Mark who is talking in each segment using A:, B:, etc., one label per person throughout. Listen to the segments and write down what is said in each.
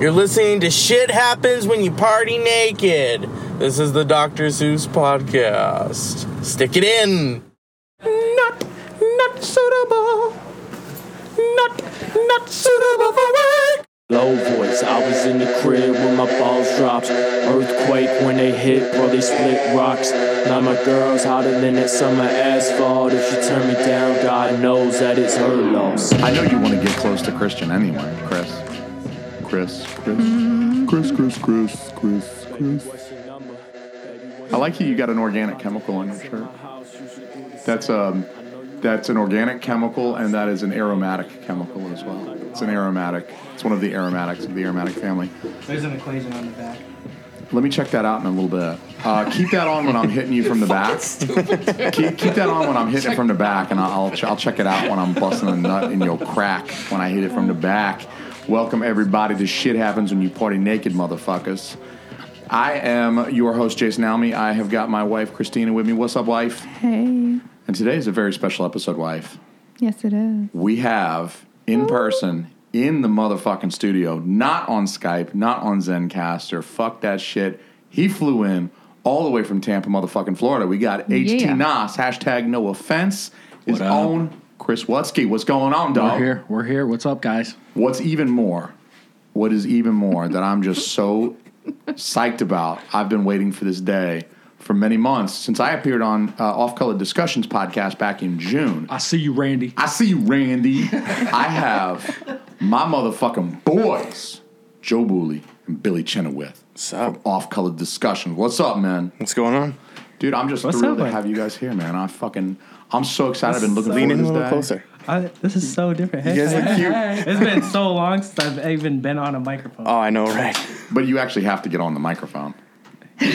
A: You're listening to Shit Happens When You Party Naked. This is the Dr. Seuss podcast. Stick it in. Not, not suitable. Not, not suitable for work.
B: Low voice, I was in the crib when my balls dropped. Earthquake when they hit, bro, they split rocks. Now my girl's hotter than that summer asphalt. If she turn me down, God knows that it's her loss.
C: I know you want to get close to Christian anyway, Chris. Chris. Chris. Chris, Chris, Chris, Chris, Chris. I like how you got an organic chemical on your shirt. That's um that's an organic chemical and that is an aromatic chemical as well. It's an aromatic. It's one of the aromatics of the aromatic family.
D: There's an equation on the back.
C: Let me check that out in a little bit. Uh, keep that on when I'm hitting you from the back. keep, keep that on when I'm hitting it from the back, and I'll ch- I'll check it out when I'm busting a nut in your crack when I hit it from the back. Welcome everybody. This shit happens when you party naked, motherfuckers. I am your host Jason Almy. I have got my wife Christina with me. What's up, wife?
E: Hey,
C: And today is a very special episode, wife.
E: yes, it is.
C: We have in person. In the motherfucking studio, not on Skype, not on Zencaster. Fuck that shit. He flew in all the way from Tampa, motherfucking Florida. We got HT
E: Yeah.
C: Nas, hashtag no offense, his
F: What up?
C: own Chris Wutzke. What's going on, dog?
F: We're here. We're here. What's up, guys?
C: What's even more, what is even more that I'm just so psyched about. I've been waiting for this day for many months since I appeared on uh, Off Color Discussions podcast back in June.
F: I see you, Randy.
C: I see you, Randy. I have my motherfucking boys, Joe Booley and Billy Chenoweth.
A: What's up?
C: Off color discussion. What's up, man?
A: What's going on?
C: Dude, I'm just
D: What's
C: thrilled
D: up,
C: to
D: man?
C: have you guys here, man. I fucking, I'm so excited. I've been looking
D: So-
C: forward
A: Lean
C: to
A: in
C: this
A: a little
C: day.
A: closer.
D: I, this is so different.
A: You guys look cute.
D: it's been so long since I've even been on a microphone.
A: Oh, I know, right?
C: But you actually have to get on the microphone.
D: He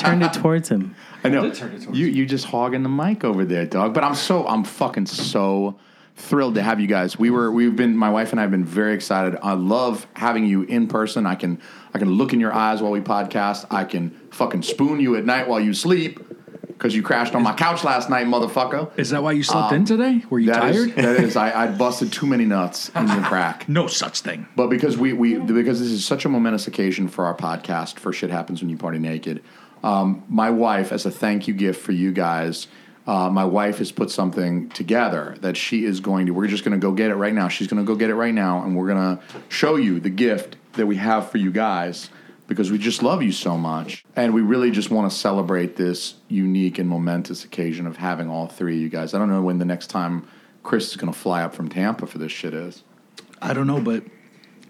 D: turned it towards him.
C: I know. you you just hogging the mic over there, dog. But I'm so I'm fucking so thrilled to have you guys. We were we've been my wife and I have been very excited. I love having you in person. I can I can look in your eyes while we podcast. I can fucking spoon you at night while you sleep because you crashed on my couch last night, motherfucker.
F: Is that why you slept in today? Were you
C: Um, That is
F: tired?
C: that is I, I busted too many nuts in your crack.
F: no such thing.
C: But because we, we because this is such a momentous occasion for our podcast, for shit happens when you party naked. Um, my wife, as a thank you gift for you guys, uh, my wife has put something together that she is going to. We're just going to go get it right now. She's going to go get it right now, and we're going to show you the gift that we have for you guys because we just love you so much, and we really just want to celebrate this unique and momentous occasion of having all three of you guys. I don't know when the next time Chris is going to fly up from Tampa for this shit is.
F: I don't know, but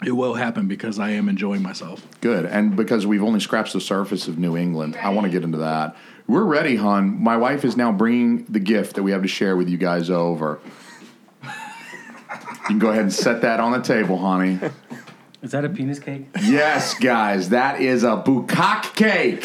F: it will happen because I am enjoying myself.
C: Good. And because we've only scratched the surface of New England, I want to get into that. We're ready, hon. My wife is now bringing the gift that we have to share with you guys over. you can go ahead and set that on the table, honey.
D: Is that a penis cake?
C: Yes, guys, that is a bukkake cake.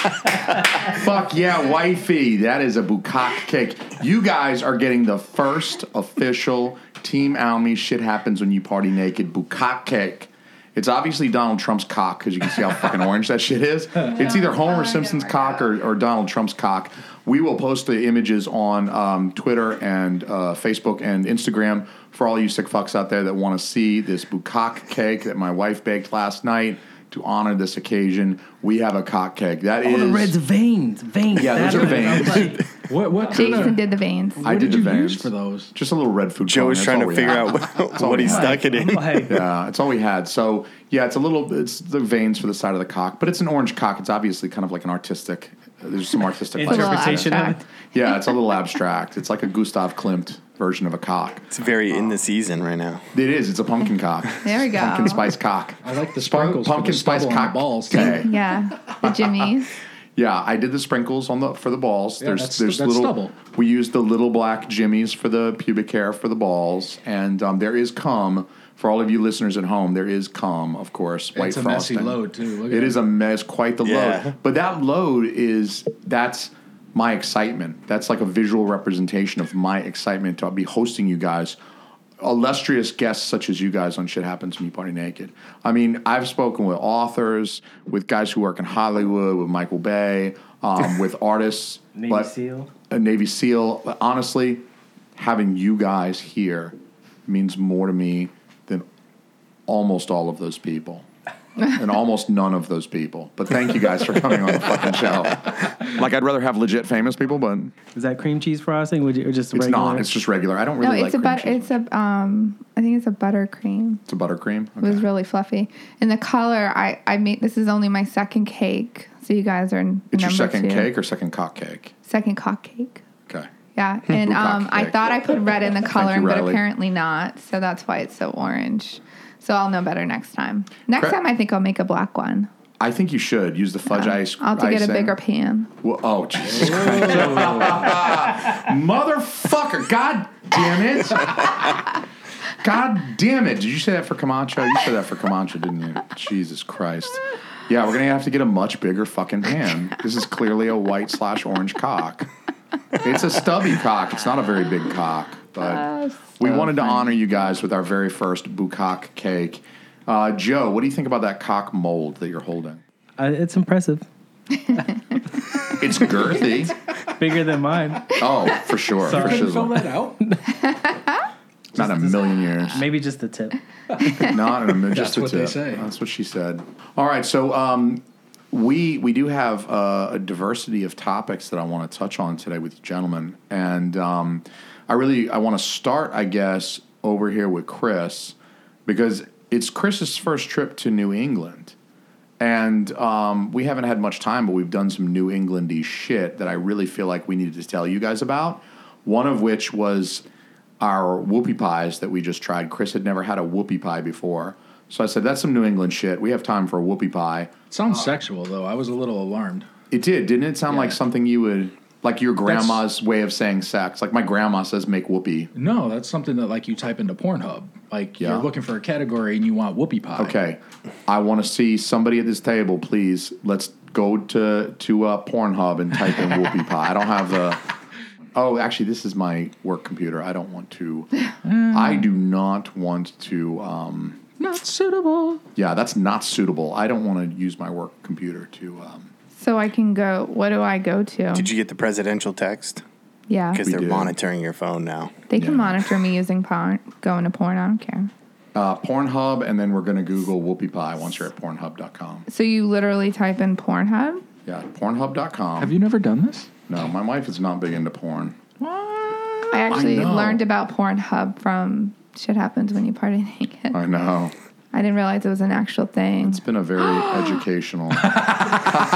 C: Fuck yeah, wifey, that is a bukkake cake. You guys are getting the first official Team Almy shit happens when you party naked bukkake cake. It's obviously Donald Trump's cock because you can see how fucking orange that shit is. It's either Homer Simpson's cock or, or Donald Trump's cock. We will post the images on um, Twitter and uh, Facebook and Instagram for all you sick fucks out there that want to see this bukkake cake that my wife baked last night to honor this occasion. We have a cock cake. That is.
D: veins. Veins.
C: Yeah, those are veins.
F: What? What? Kind
E: Jason
F: of,
E: did the veins.
C: I
F: what
C: did,
F: did,
C: the
F: you
C: veins.
F: use for those?
C: Just a little red food.
A: Joe
C: coloring.
A: was
C: That's
A: trying
C: all
A: to
C: we
A: figure
C: had.
A: out what,
C: all
A: what
C: we
A: he
C: had.
A: stuck it in.
C: Yeah, it's all we had. So yeah, it's a little. It's the veins for the side of the cock, but it's an orange cock. It's obviously kind of like an artistic. There's some artistic.
E: It's a little
C: license.
D: Interpretation of it.
E: abstract.
C: yeah, it's a little abstract. It's like a Gustav Klimt version of a cock.
A: It's very in the season right now.
C: It is. It's a pumpkin cock.
E: There we go.
C: Pumpkin spice cock.
F: I like the sprinkles. for
C: Pumpkin
F: the
C: spice
F: stubble on
C: cock
F: the balls.
C: Okay.
E: Yeah, the jimmies.
C: Yeah, I did the sprinkles on the for the balls.
F: Yeah,
C: there's
F: that's-
C: there's
F: that's
C: little.
F: stubble.
C: We used the little black jimmies for the pubic hair for the balls, and um, there is cum for all of you listeners at home. There is cum, of course. White
F: It's a messy
C: frosting.
F: load, too. Look at
C: It
F: it.
C: is a mess, quite the
A: Yeah.
C: load. But that load is that's my excitement. That's like a visual representation of my excitement to be hosting you guys. Illustrious guests such as you guys on Shit Happens When You Party Naked. I mean, I've spoken with authors, with guys who work in Hollywood, with Michael Bay, um, with artists,
D: Navy
C: but-
D: SEAL.
C: a Navy SEAL. But honestly, having you guys here means more to me than almost all of those people. and almost none of those people. But thank you guys for coming on the fucking show. Like I'd rather have legit famous people, but
D: Is that cream cheese frosting? Would you, or just
C: it's
D: regular?
C: not. It's just regular. I don't
E: No,
C: really
E: it's
C: like
E: a
C: cream
E: butter.
C: cheese.
E: It's a um. I think it's a buttercream.
C: It's a buttercream.
E: It was
C: Okay.
E: really fluffy. And the color, I I made. This is only my second cake, so you guys are. n-
C: It's your
E: number
C: second
E: two.
C: cake or second cock cake.
E: Second cock cake.
C: Okay.
E: Yeah, and
C: Bukkake
E: um, I
C: Hmm, cake.
E: thought I put red in the coloring, but
C: Riley.
E: apparently not. So that's why it's so orange. So I'll know better next time. Next
C: Correct.
E: time, I think I'll make a black one.
C: I think you should use the fudge ice.
E: I'll have to get a
C: icing.
E: bigger pan.
C: Well, oh Jesus Christ! Motherfucker! God damn it! God damn it! Did you say that for Camacho? You said that for Camacho, didn't you? Jesus Christ! Yeah, we're gonna have to get a much bigger fucking hand. This is clearly a white slash orange cock. It's a stubby cock. It's not a very big cock, but we wanted to honor you guys with our very first bukkake cake. Uh, Joe, what do you think about that cock mold that you're holding?
D: Uh, it's impressive.
C: It's girthy.
D: Bigger than mine.
C: Oh, for sure, for
D: Sorry.
C: shizzle.
F: that out.
C: Not in a million years.
D: Maybe just the tip.
C: Not in a million. just
F: That's
C: a
F: what they
C: tip.
F: say.
C: That's what she said. All right, so um, we we do have uh, a diversity of topics that I want to touch on today with you gentlemen, and um, I really I want to start, I guess, over here with Chris because it's Chris's first trip to New England. And um, we haven't had much time, but we've done some New Englandy shit that I really feel like we needed to tell you guys about. One of which was our whoopie pies that we just tried. Chris had never had a whoopie pie before, so I said, "That's some New England shit. We have time for a whoopie pie."
F: Sounds sexual though. I was a little alarmed.
C: It did, didn't it? Sound like
F: Yeah.
C: something you would like your grandma's way of saying sex. Like my grandma says, "Make whoopie."
F: No, that's something that like you type into Pornhub. Like
C: Yeah.
F: you're looking for a category and you want whoopie pie.
C: Okay, I want to see somebody at this table, please. Let's go to to uh, Pornhub and type in whoopie pie. I don't have the. Oh, actually, this is my work computer. I don't want to. I do not want to. Um,
F: Not suitable.
C: yeah, that's not suitable. I don't want to use my work computer to. Um,
E: So I can go. What do I go to?
A: Did you get the presidential text?
E: yeah,
A: Because they're
C: did.
A: monitoring your phone now.
E: they can
C: yeah.
E: monitor me using porn, going to porn. I don't care.
C: uh, Pornhub, and then we're going to Google whoopie pie once you're at Pornhub.com.
E: So you literally type in Pornhub.
C: Yeah, Pornhub.com.
F: Have you never done this?
C: no, my wife is not big into porn.
E: I actually
C: know.
E: learned about Pornhub from Shit Happens When You Party Naked.
C: I know.
E: I didn't realize it was an actual thing.
C: It's been a very educational.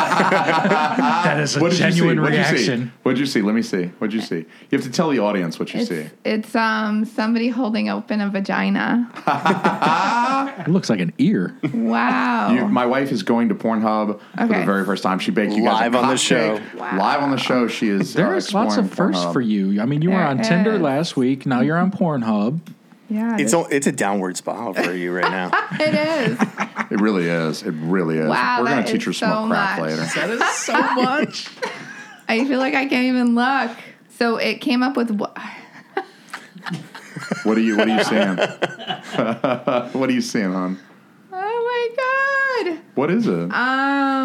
F: That is a
C: Uh, What did you see?
F: genuine
C: What did you see?
F: reaction.
C: What did you see? Let me see. What did you see? You have to tell the audience what you see.
E: Eh. It's, it's um somebody holding open a vagina.
F: It looks like an ear.
E: Wow.
C: You, my wife is going to Pornhub for the
E: oh. Okay.
C: very first time. She baked you guys a
A: Live on the
C: cupcake.
A: show.
C: Live on the show. She is. uh,
F: There's lots
C: exploring
F: of firsts
C: Pornhub.
F: for you. I mean, you were
E: There
F: on Tinder
E: is.
F: last week. Now you're on Pornhub.
E: yeah.
A: It's a, it's a downward spiral for you right now.
E: it is.
C: It really is. It really is.
E: Wow,
C: We're gonna
E: that
C: teach her
E: is
C: some more
E: so
C: crap
E: much.
C: later.
F: That is so much.
E: I feel like I can't even look. So it came up with what?
C: What are you? What are you seeing? what are you seeing, hon?
E: Oh my god.
C: What is it?
E: Um.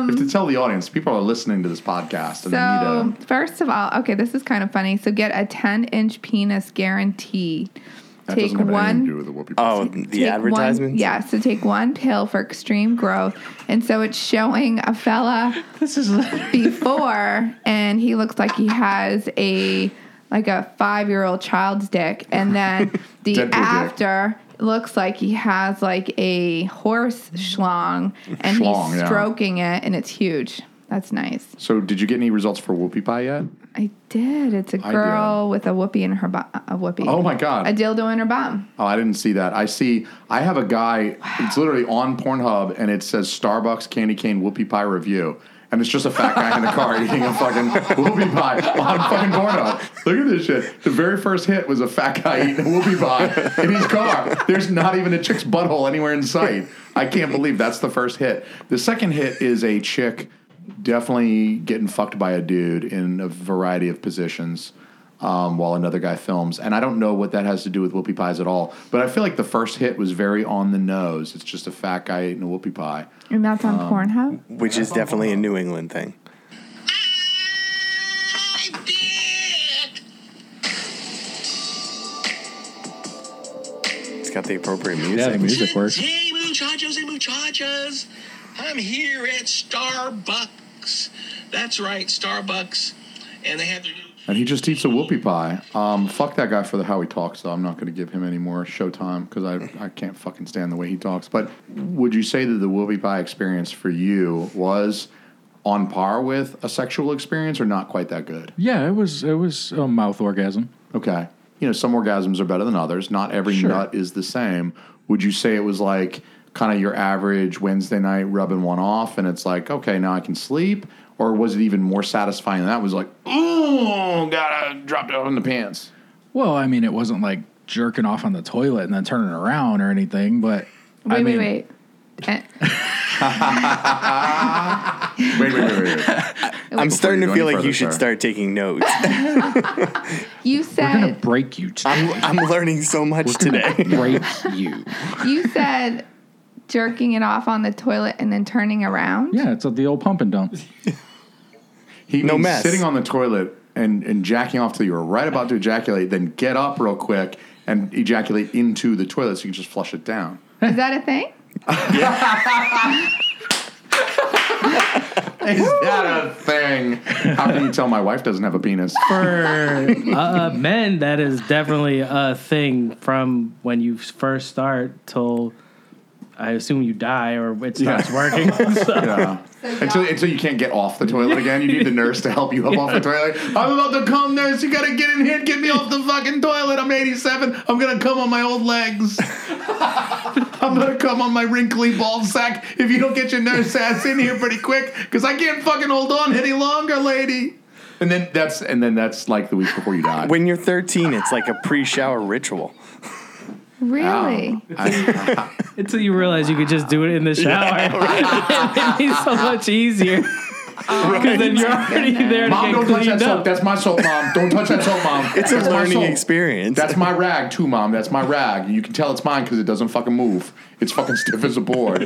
C: you have to tell the audience. People are listening to this podcast, and they
E: So
C: need
E: first of all, okay, this is kind of funny. So get a 10 inch penis guarantee.
C: a. That
E: Take
C: doesn't have anything to do
E: one.
C: with the whoopee.
A: Oh,
E: take
A: the
E: one-
A: advertisements?
E: yeah. So take one pill for extreme growth, and so it's showing a fella
F: This is
E: before and he looks like he has a like a five year old child's dick and then the
C: Deadpool dick.
E: after looks like he has like a horse schlong and
C: Schlong,
E: he's
C: yeah.
E: stroking it and it's huge that's nice
C: So, did you get any results for whoopie pie yet?
E: i did it's a
C: I
E: girl with a whoopee in her bum a whoopee
C: Oh my god!
E: a dildo in her bum
C: Oh, I didn't see that. I see. I have a guy. It's literally on Pornhub, and it says Starbucks candy cane whoopie pie review, and it's just a fat guy in the car eating a fucking whoopie pie on fucking Pornhub. Look at this shit. The very first hit was a fat guy eating a whoopie pie in his car. There's not even a chick's butthole anywhere in sight. I can't believe that's the first hit. The second hit is a chick definitely getting fucked by a dude in a variety of positions um, while another guy films. And I don't know what that has to do with whoopie pies at all, but I feel like the first hit was very on the nose. It's just a fat guy eating a whoopie pie.
E: and that's on pornhub
A: Which is definitely a New England thing. It's got the appropriate music.
F: yeah, the music works.
G: Table
A: muchachos and muchachas. I'm here at Starbucks. That's right, Starbucks. And they have their new
C: And he just eats a whoopie pie. Um, fuck that guy for the how he talks, though. I'm not going to give him any more showtime because I, I can't fucking stand the way he talks. But would you say that the whoopie pie experience for you was on par with a sexual experience or not quite that good?
F: Yeah, it was it was a mouth orgasm.
C: Okay. You know, some orgasms are better than others. Not every
F: Sure.
C: nut is the same. Would you say it was like kind of your average Wednesday night rubbing one off and it's like, okay, now I can sleep? Or was it even more satisfying than that? Was it like, ooh, gotta drop down in the pants.
F: Well, I mean, it wasn't like jerking off on the toilet and then turning around or anything, but
E: Wait,
F: I mean,
E: wait, wait. Eh,
C: Wait, wait, wait, wait. wait.
H: I'm starting
C: you
H: to
C: go
H: feel
C: any
H: like you
C: further,
H: should
C: sir.
H: start taking notes.
E: You said
F: break you, t-
H: I'm, I'm learning so much today.
F: break you.
E: you said jerking it off on the toilet and then turning around.
F: Yeah, it's the old pump and dump.
C: He
H: No
C: means
H: mess.
C: sitting on the toilet and, and jacking off till you're right about to ejaculate, then get up real quick and ejaculate into the toilet so you can just flush it down.
E: Is that a thing?
C: Is that a thing? How can you tell my wife doesn't have a penis?
I: For uh, uh, men, that is definitely a thing from when you first start till I assume you die or it stops working. So,
C: Yeah. Until, until you can't get off the toilet again, you need the nurse to help you up off the toilet. I'm about to come, nurse. You gotta get in here and get me off the fucking toilet. I'm 87. I'm gonna come on my old legs. I'm gonna come on my wrinkly ball sack if you don't get your nurse ass in here pretty quick, because I can't fucking hold on any longer, lady. And then that's and then that's like the week before you die.
H: when you're 13, it's like a pre-shower ritual.
E: Really?
I: until you realize you could just do it in the shower, it'd be so much easier. Because then you're already there to
C: Mom,
I: get
C: don't touch that
I: cleaned
C: soap.
I: up.
C: That's my soap, mom. Don't touch that soap, mom.
H: It's a
C: That's my
H: learning
C: soap.
H: experience.
C: That's my rag too, mom. That's my rag. You can tell it's mine because it doesn't fucking move. It's fucking stiff as a board.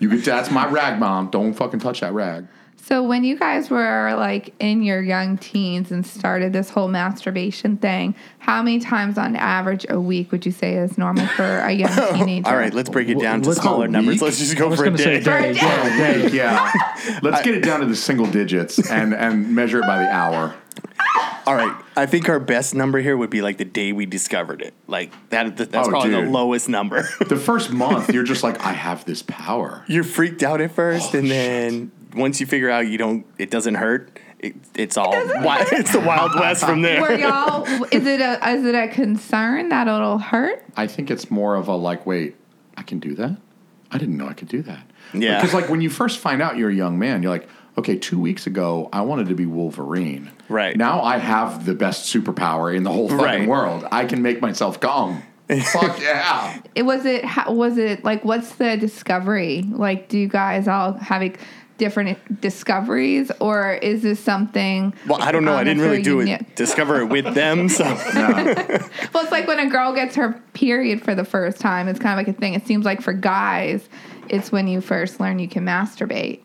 C: You can. That's my rag, mom. Don't fucking touch that rag.
E: So when you guys were like in your young teens and started this whole masturbation thing, how many times on average a week would you say is normal for a young teenager?
H: All right, let's break it down to
F: What's
H: smaller
F: a
H: numbers.
F: week?
H: Let's just go
F: I was
H: for a
F: gonna say
H: day.
F: a day.
C: Yeah, yeah, yeah. Let's get it down to the single digits and and measure it by the hour.
H: All right, I think our best number here would be like the day we discovered it. Like that. that- That's
C: Oh,
H: probably the
C: dude.
H: lowest number.
C: The first month, you're just like, I have this power.
H: you're freaked out at first,
C: Oh,
H: and then once you figure out you don't, it doesn't hurt. It, it's all wi- it's the wild west from there.
E: Were y'all is it a is it a concern that it'll hurt?
C: I think it's more of a like, wait, I can do that? I didn't know I could do that.
H: Yeah.
C: Because like when you first find out you're a young man, you're like, okay, two weeks ago I wanted to be Wolverine.
H: Right.
C: Now I have the best superpower in the whole fucking
H: Right.
C: world. I can make myself cum. Fuck yeah.
E: It was it how, was it like what's the discovery? Like do you guys all have like, different discoveries or is this something
H: Well, I don't know.
E: um,
H: I didn't
E: that's
H: really
E: very
H: do
E: unique?
H: it. Discover it with them. So
A: uh,
E: Well, it's like when a girl gets her period for the first time. It's kind of like a thing. It seems like for guys, it's when you first learn you can masturbate.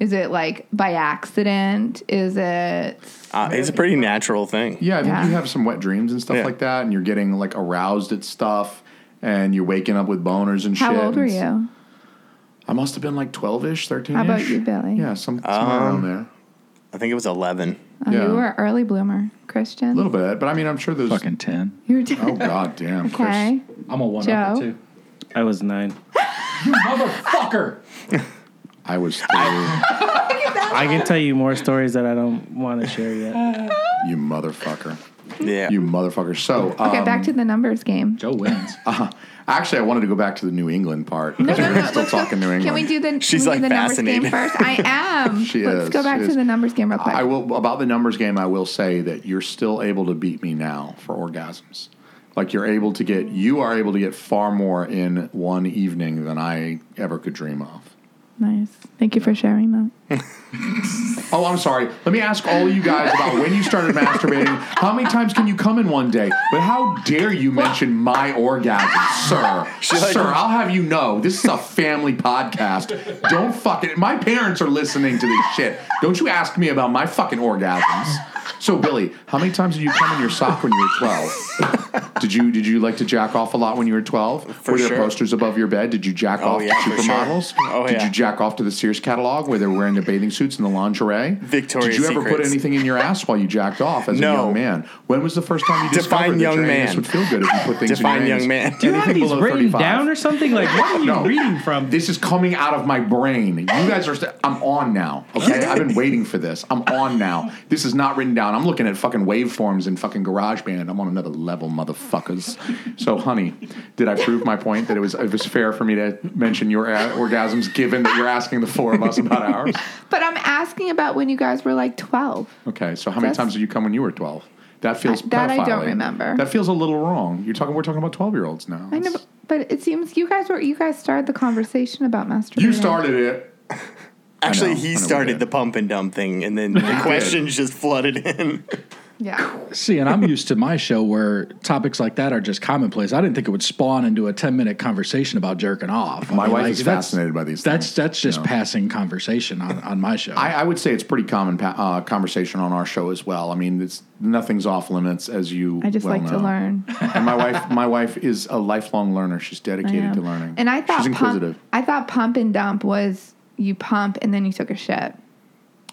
E: Is it like by accident? Is it
H: uh, it's a pretty natural thing.
C: Yeah, I think
E: Yeah.
C: you have some wet dreams and stuff
H: Yeah.
C: like that, and you're getting like aroused at stuff and you're waking up with boners and
E: how
C: shit.
E: old were
C: and-
E: you?
C: I must have been like twelve ish, thirteen.
E: How about you, Billy?
C: Yeah, some, somewhere
H: Um,
C: around there.
H: I think it was eleven.
E: Oh,
C: yeah.
E: You were an early bloomer, Christian.
C: A little bit. But I mean I'm sure there's
F: Fucking ten.
E: you were
C: Oh god damn. Chris.
E: okay.
F: I'm a one
E: Joe?
F: up too.
I: I was nine.
F: Motherfucker.
C: I was three.
I: I can tell you more stories that I don't want to share yet.
C: You motherfucker.
H: Yeah.
C: You motherfucker. So, um,
E: Okay, back to the numbers game.
F: Joe wins.
C: actually, I wanted to go back to the New England part. because we were still
E: let's go-
C: talking New England.
E: Can we do the,
H: She's,
E: can we do
H: like,
E: the numbers game
H: fascinated.
E: first? I am.
C: She
E: let's
C: is,
E: go back
C: she
E: to
C: is.
E: the numbers game real quick.
C: I will about the numbers game. I will say that you're still able to beat me now for orgasms. Like you're able to get, you are able to get far more in one evening than I ever could dream of.
E: Nice. Thank you for sharing that.
C: Oh, I'm sorry. Let me ask all you guys about when you started masturbating. How many times can you come in one day? But how dare you mention my orgasm, sir? sir, I'll have you know this is a family podcast. Don't fucking. My parents are listening to this shit. Don't you ask me about my fucking orgasms. So Billy, how many times did you come in your sock when you were twelve? Did you did you like to jack off a lot when you were twelve?
A: For
C: were there
A: sure.
C: posters above your bed? Did you jack
A: Oh,
C: off
A: yeah,
C: to
A: for sure.
C: supermodels?
A: Oh,
C: did
A: yeah.
C: you jack off to the Sears catalog where they're wearing the bathing suits and the lingerie?
A: Victoria's
C: Did you ever put
A: Secrets.
C: anything in your ass while you jacked off as
A: No.
C: a young man? When was the first time you
A: Define
C: discovered
A: young
C: that your
A: man.
C: anus would feel good if you put things in
A: Define
C: your
A: young
C: anus?
A: man.
D: Do you have
C: Anything
D: these
C: below
D: written
C: 35?
D: down or something? Like, what are you
C: No.
D: reading from?
C: This is coming out of my brain. You guys are. St- I'm on now. Okay, I've been waiting for this. I'm on now. This is not written down. I'm looking at fucking waveforms and fucking GarageBand. I'm on another level, motherfuckers. So, honey, did I prove my point that it was it was fair for me to mention your a- orgasms, given that you're asking the four of us about ours?
E: But I'm asking about when you guys were like 12.
C: Okay. So, how many
E: That's-
C: times did you come when you were 12? That feels
E: That I don't
C: pedophile-y.
E: remember.
C: That feels a little wrong. You're talking. We're talking about 12 year olds now.
E: I never, but it seems you guys were you guys started the conversation about masturbating.
C: You started it.
A: Actually,
C: I know, I know
A: he
C: we
A: started
C: did.
A: the pump and dump thing, and then the questions just flooded in.
E: Yeah.
F: See, and I'm used to my show where topics like that are just commonplace. I didn't think it would spawn into a 10 minute conversation about jerking off. I
C: My
F: mean,
C: wife
F: like,
C: is
F: that's-
C: fascinated by these.
F: That's
C: things,
F: that's
C: you
F: just
C: know?
F: passing conversation on, on my show.
C: I, I would say it's pretty common pa- uh, conversation on our show as well. I mean, it's nothing's off limits, as you.
E: I just
C: well
E: like
C: know.
E: to learn.
C: And my wife, my wife is a lifelong learner. She's
E: I
C: dedicated to
E: am.
C: learning,
E: And I thought
C: she's inquisitive.
E: Pump, I thought pump and dump was you pump and then you took a shit.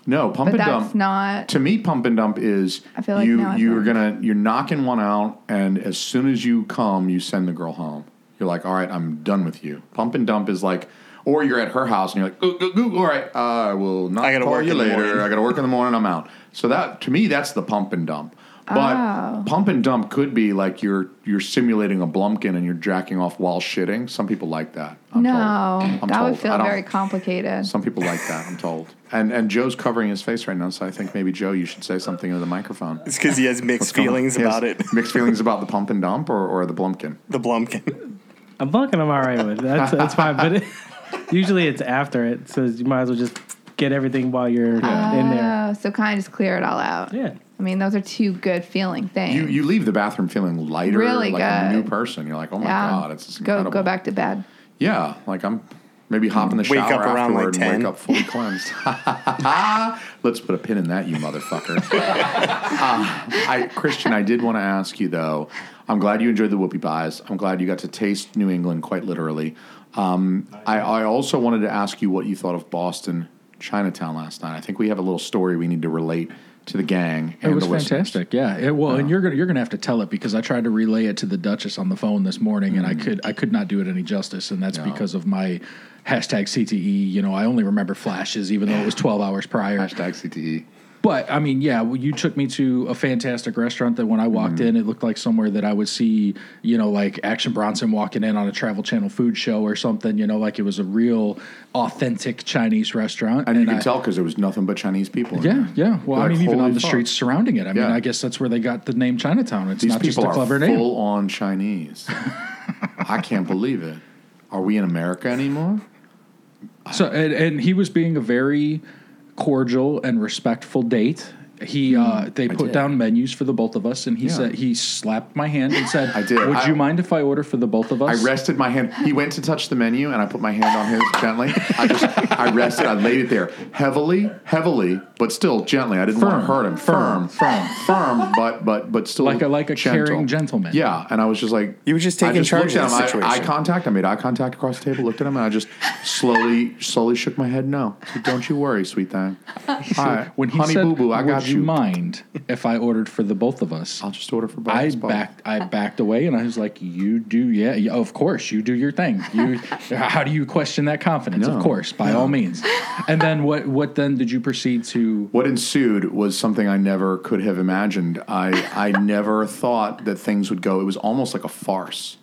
C: no, pump and
E: But that's
C: dump.
E: not
C: to me, pump and dump is
E: I feel like now
C: you
E: I've
C: you're
E: learned.
C: gonna you're knocking one out, and as soon as you come, you send the girl home. You're like, all right, I'm done with you. Pump and dump is like, or you're at her house and you're like, "Goo, goo, goo, all right, I will not
A: I gotta
C: call
A: work
C: you
A: in the morning.
C: later. I got to work in the morning. I'm out. So that to me, that's the pump and dump. But
E: Oh.
C: pump and dump could be like you're you're simulating a blumpkin and you're jacking off while shitting. Some people like that. I'm
E: no.
C: told. I'm
E: that
C: told.
E: would feel
C: I don't-
E: very complicated.
C: some people like that, I'm told. And and Joe's covering his face right now, so I think maybe Joe, you should say something into the microphone.
A: It's because he has mixed feelings
C: He has
A: about it.
C: Mixed feelings about the pump and dump or, or the blumpkin.
A: The Blumpkin.
D: I'm fucking I'm all right with it. That's, that's fine. But it, usually it's after it, so you might as well just get everything while you're in there.
E: Oh, so kind of just clear it all out.
D: Yeah.
E: I mean, those are two good feeling things.
C: You you leave the bathroom feeling lighter,
E: Really
C: like a new
E: good.
C: person. You're like, oh my
E: yeah.
C: god, it's
E: go
C: incredible.
E: go back to bed.
C: Yeah, like I'm maybe hop in the
A: Wake
C: shower
A: up around, like,
C: afterward and
A: 10.
C: wake up fully cleansed. Let's put a pin in that, you motherfucker. Uh, I, Christian, I did want to ask you though. I'm glad you enjoyed the whoopie pies. I'm glad you got to taste New England quite literally. Um, I, I also wanted to ask you what you thought of Boston Chinatown last night. I think we have a little story we need to relate to the gang. And
F: it was
C: the listeners.
F: fantastic. Yeah. It, well, and you're gonna you're gonna have to tell it because I tried to relay it to the Duchess on the phone this morning,
C: Mm.
F: and I could I could not do it any justice, and that's because of my hashtag CTE. You know, I only remember flashes, even though it was 12 hours prior.
C: Hashtag E. CTE.
F: But I mean, yeah, well, you took me to a fantastic restaurant that when I walked
C: Mm-hmm.
F: in, it looked like somewhere that I would see, you know, like Action Bronson walking in on a Travel Channel food show or something, you know, like it was a real authentic Chinese restaurant.
C: And, you can
F: I-
C: tell because there was nothing but Chinese people. in
F: Yeah,
C: there.
F: yeah. Well,
C: Like,
F: I mean, even
C: holy
F: on the
C: fuck.
F: streets surrounding it. I mean,
C: Yeah.
F: I guess that's where they got the name Chinatown. It's
C: These
F: not just
C: people
F: a clever
C: are
F: name.
C: full on Chinese. I can't believe it. Are we in America anymore?
F: So, and, and he was being a very cordial and respectful date. He, uh, they put down menus for the both of us, and he
C: Hmm. Yeah.
F: said he slapped my hand and said,
C: I did.
F: Would
C: I-
F: you mind if I order for the both of
C: I
F: us?"
C: rested my hand. He went to touch the menu, and I put my hand on his gently. I just, I rested. I laid it there heavily, heavily, but still gently. I didn't want to hurt
F: Firm,
C: him.
F: firm, firm.
C: firm, but but but still
F: Like a- like a
C: gentle.
F: caring gentleman.
C: Yeah, and I was just like,
A: You were just
C: I
A: taking
C: looked
A: charge
C: at
A: of the
C: him. I- Eye
A: situation.
C: contact. I made eye contact across the table. Looked at him, and I just slowly, slowly shook my head. No, I said, don't you worry, sweet thing. All right,
F: when he
C: honey
F: said,
C: boo boo, I
F: "Would
C: got
F: you mind if I ordered for the both of us?"
C: I'll just order for both.
F: I
C: It's both.
F: backed. I backed away, and I was like, "You do, yeah, yeah, of course, you do your thing. You, how do you question that confidence?
C: No.
F: Of course, by all means." And then what? What then did you proceed to?
C: What ensued was something I never could have imagined. I I never thought that things would go. It was almost like a farce.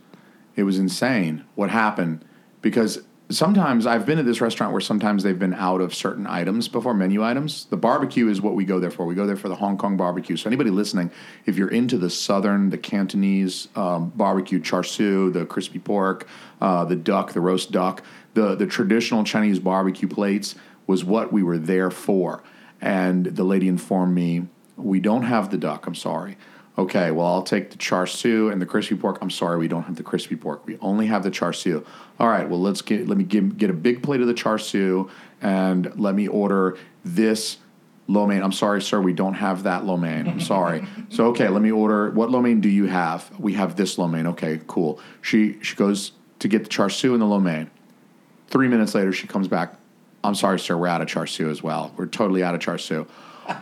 C: It was insane what happened because sometimes I've been at this restaurant where sometimes they've been out of certain items before menu items. The barbecue is what we go there for. We go there for the Hong Kong barbecue. So anybody listening, if you're into the southern, the Cantonese um, barbecue, char siu, the crispy pork, uh, the duck, the roast duck, the the traditional Chinese barbecue plates was what we were there for. And the lady informed me, we don't have the duck. I'm sorry. Okay, well, I'll take the char siu and the crispy pork. I'm sorry, we don't have the crispy pork. We only have the char siu. All right, well, let's get let me give, get a big plate of the char siu and let me order this lo mein. I'm sorry, sir, we don't have that lo mein. I'm sorry. so okay, let me order. What lo mein do you have? We have this lo mein. Okay, cool. She she goes to get the char siu and the lo mein. Three minutes later, she comes back. I'm sorry, sir, we're out of char siu as well. We're totally out of char siu.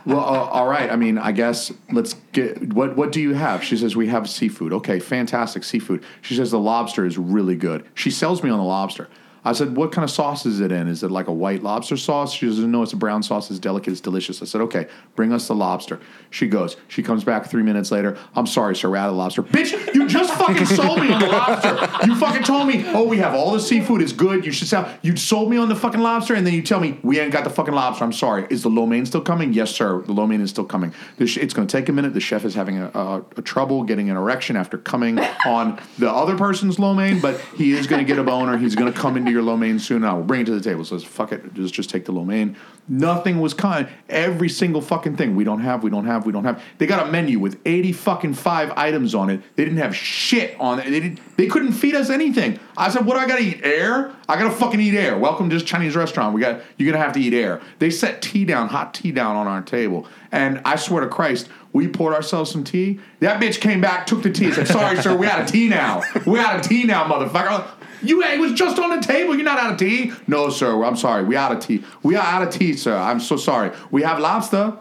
C: well, uh, all right. I mean, I guess let's get what what do you have? She says we have seafood. Okay, fantastic seafood. She says the lobster is really good. She sells me on the lobster. I said, what kind of sauce is it in? Is it like a white lobster sauce? She says, no, it's a brown sauce. It's delicate. It's delicious. I said, okay, bring us the lobster. She goes. She comes back three minutes later. I'm sorry, sir, we're out of the lobster. Bitch, you just fucking sold me on the lobster. You fucking told me, oh, we have all the seafood. It's good. You should sell. You sold me on the fucking lobster, and then you tell me we ain't got the fucking lobster. I'm sorry. Is the lo mein still coming? Yes, sir. The lo mein is still coming. The sh- it's going to take a minute. The chef is having a, a, a trouble getting an erection after coming on the other person's lo mein, but he is going to get a boner. He's going to come into your lo mein soon. And I will bring it to the table. So it's, fuck it. Just just take the lo mein. Nothing was kind. Every single fucking thing we don't have. We don't have. We don't have. They got a menu with eighty fucking five items on it. They didn't have shit on it. They didn't. They couldn't feed us anything. I said, "What do I gotta eat? Air? I gotta fucking eat air. Welcome to this Chinese restaurant. We got you're gonna have to eat air." They set tea down, hot tea down on our table, and I swear to Christ, we poured ourselves some tea. That bitch came back, took the tea, and said, "Sorry, sir, we out of tea now. We out of tea now, motherfucker." You it was just on the table. You're not out of tea. No, sir. I'm sorry. We out of tea. We are out of tea, sir. I'm so sorry. We have lobster.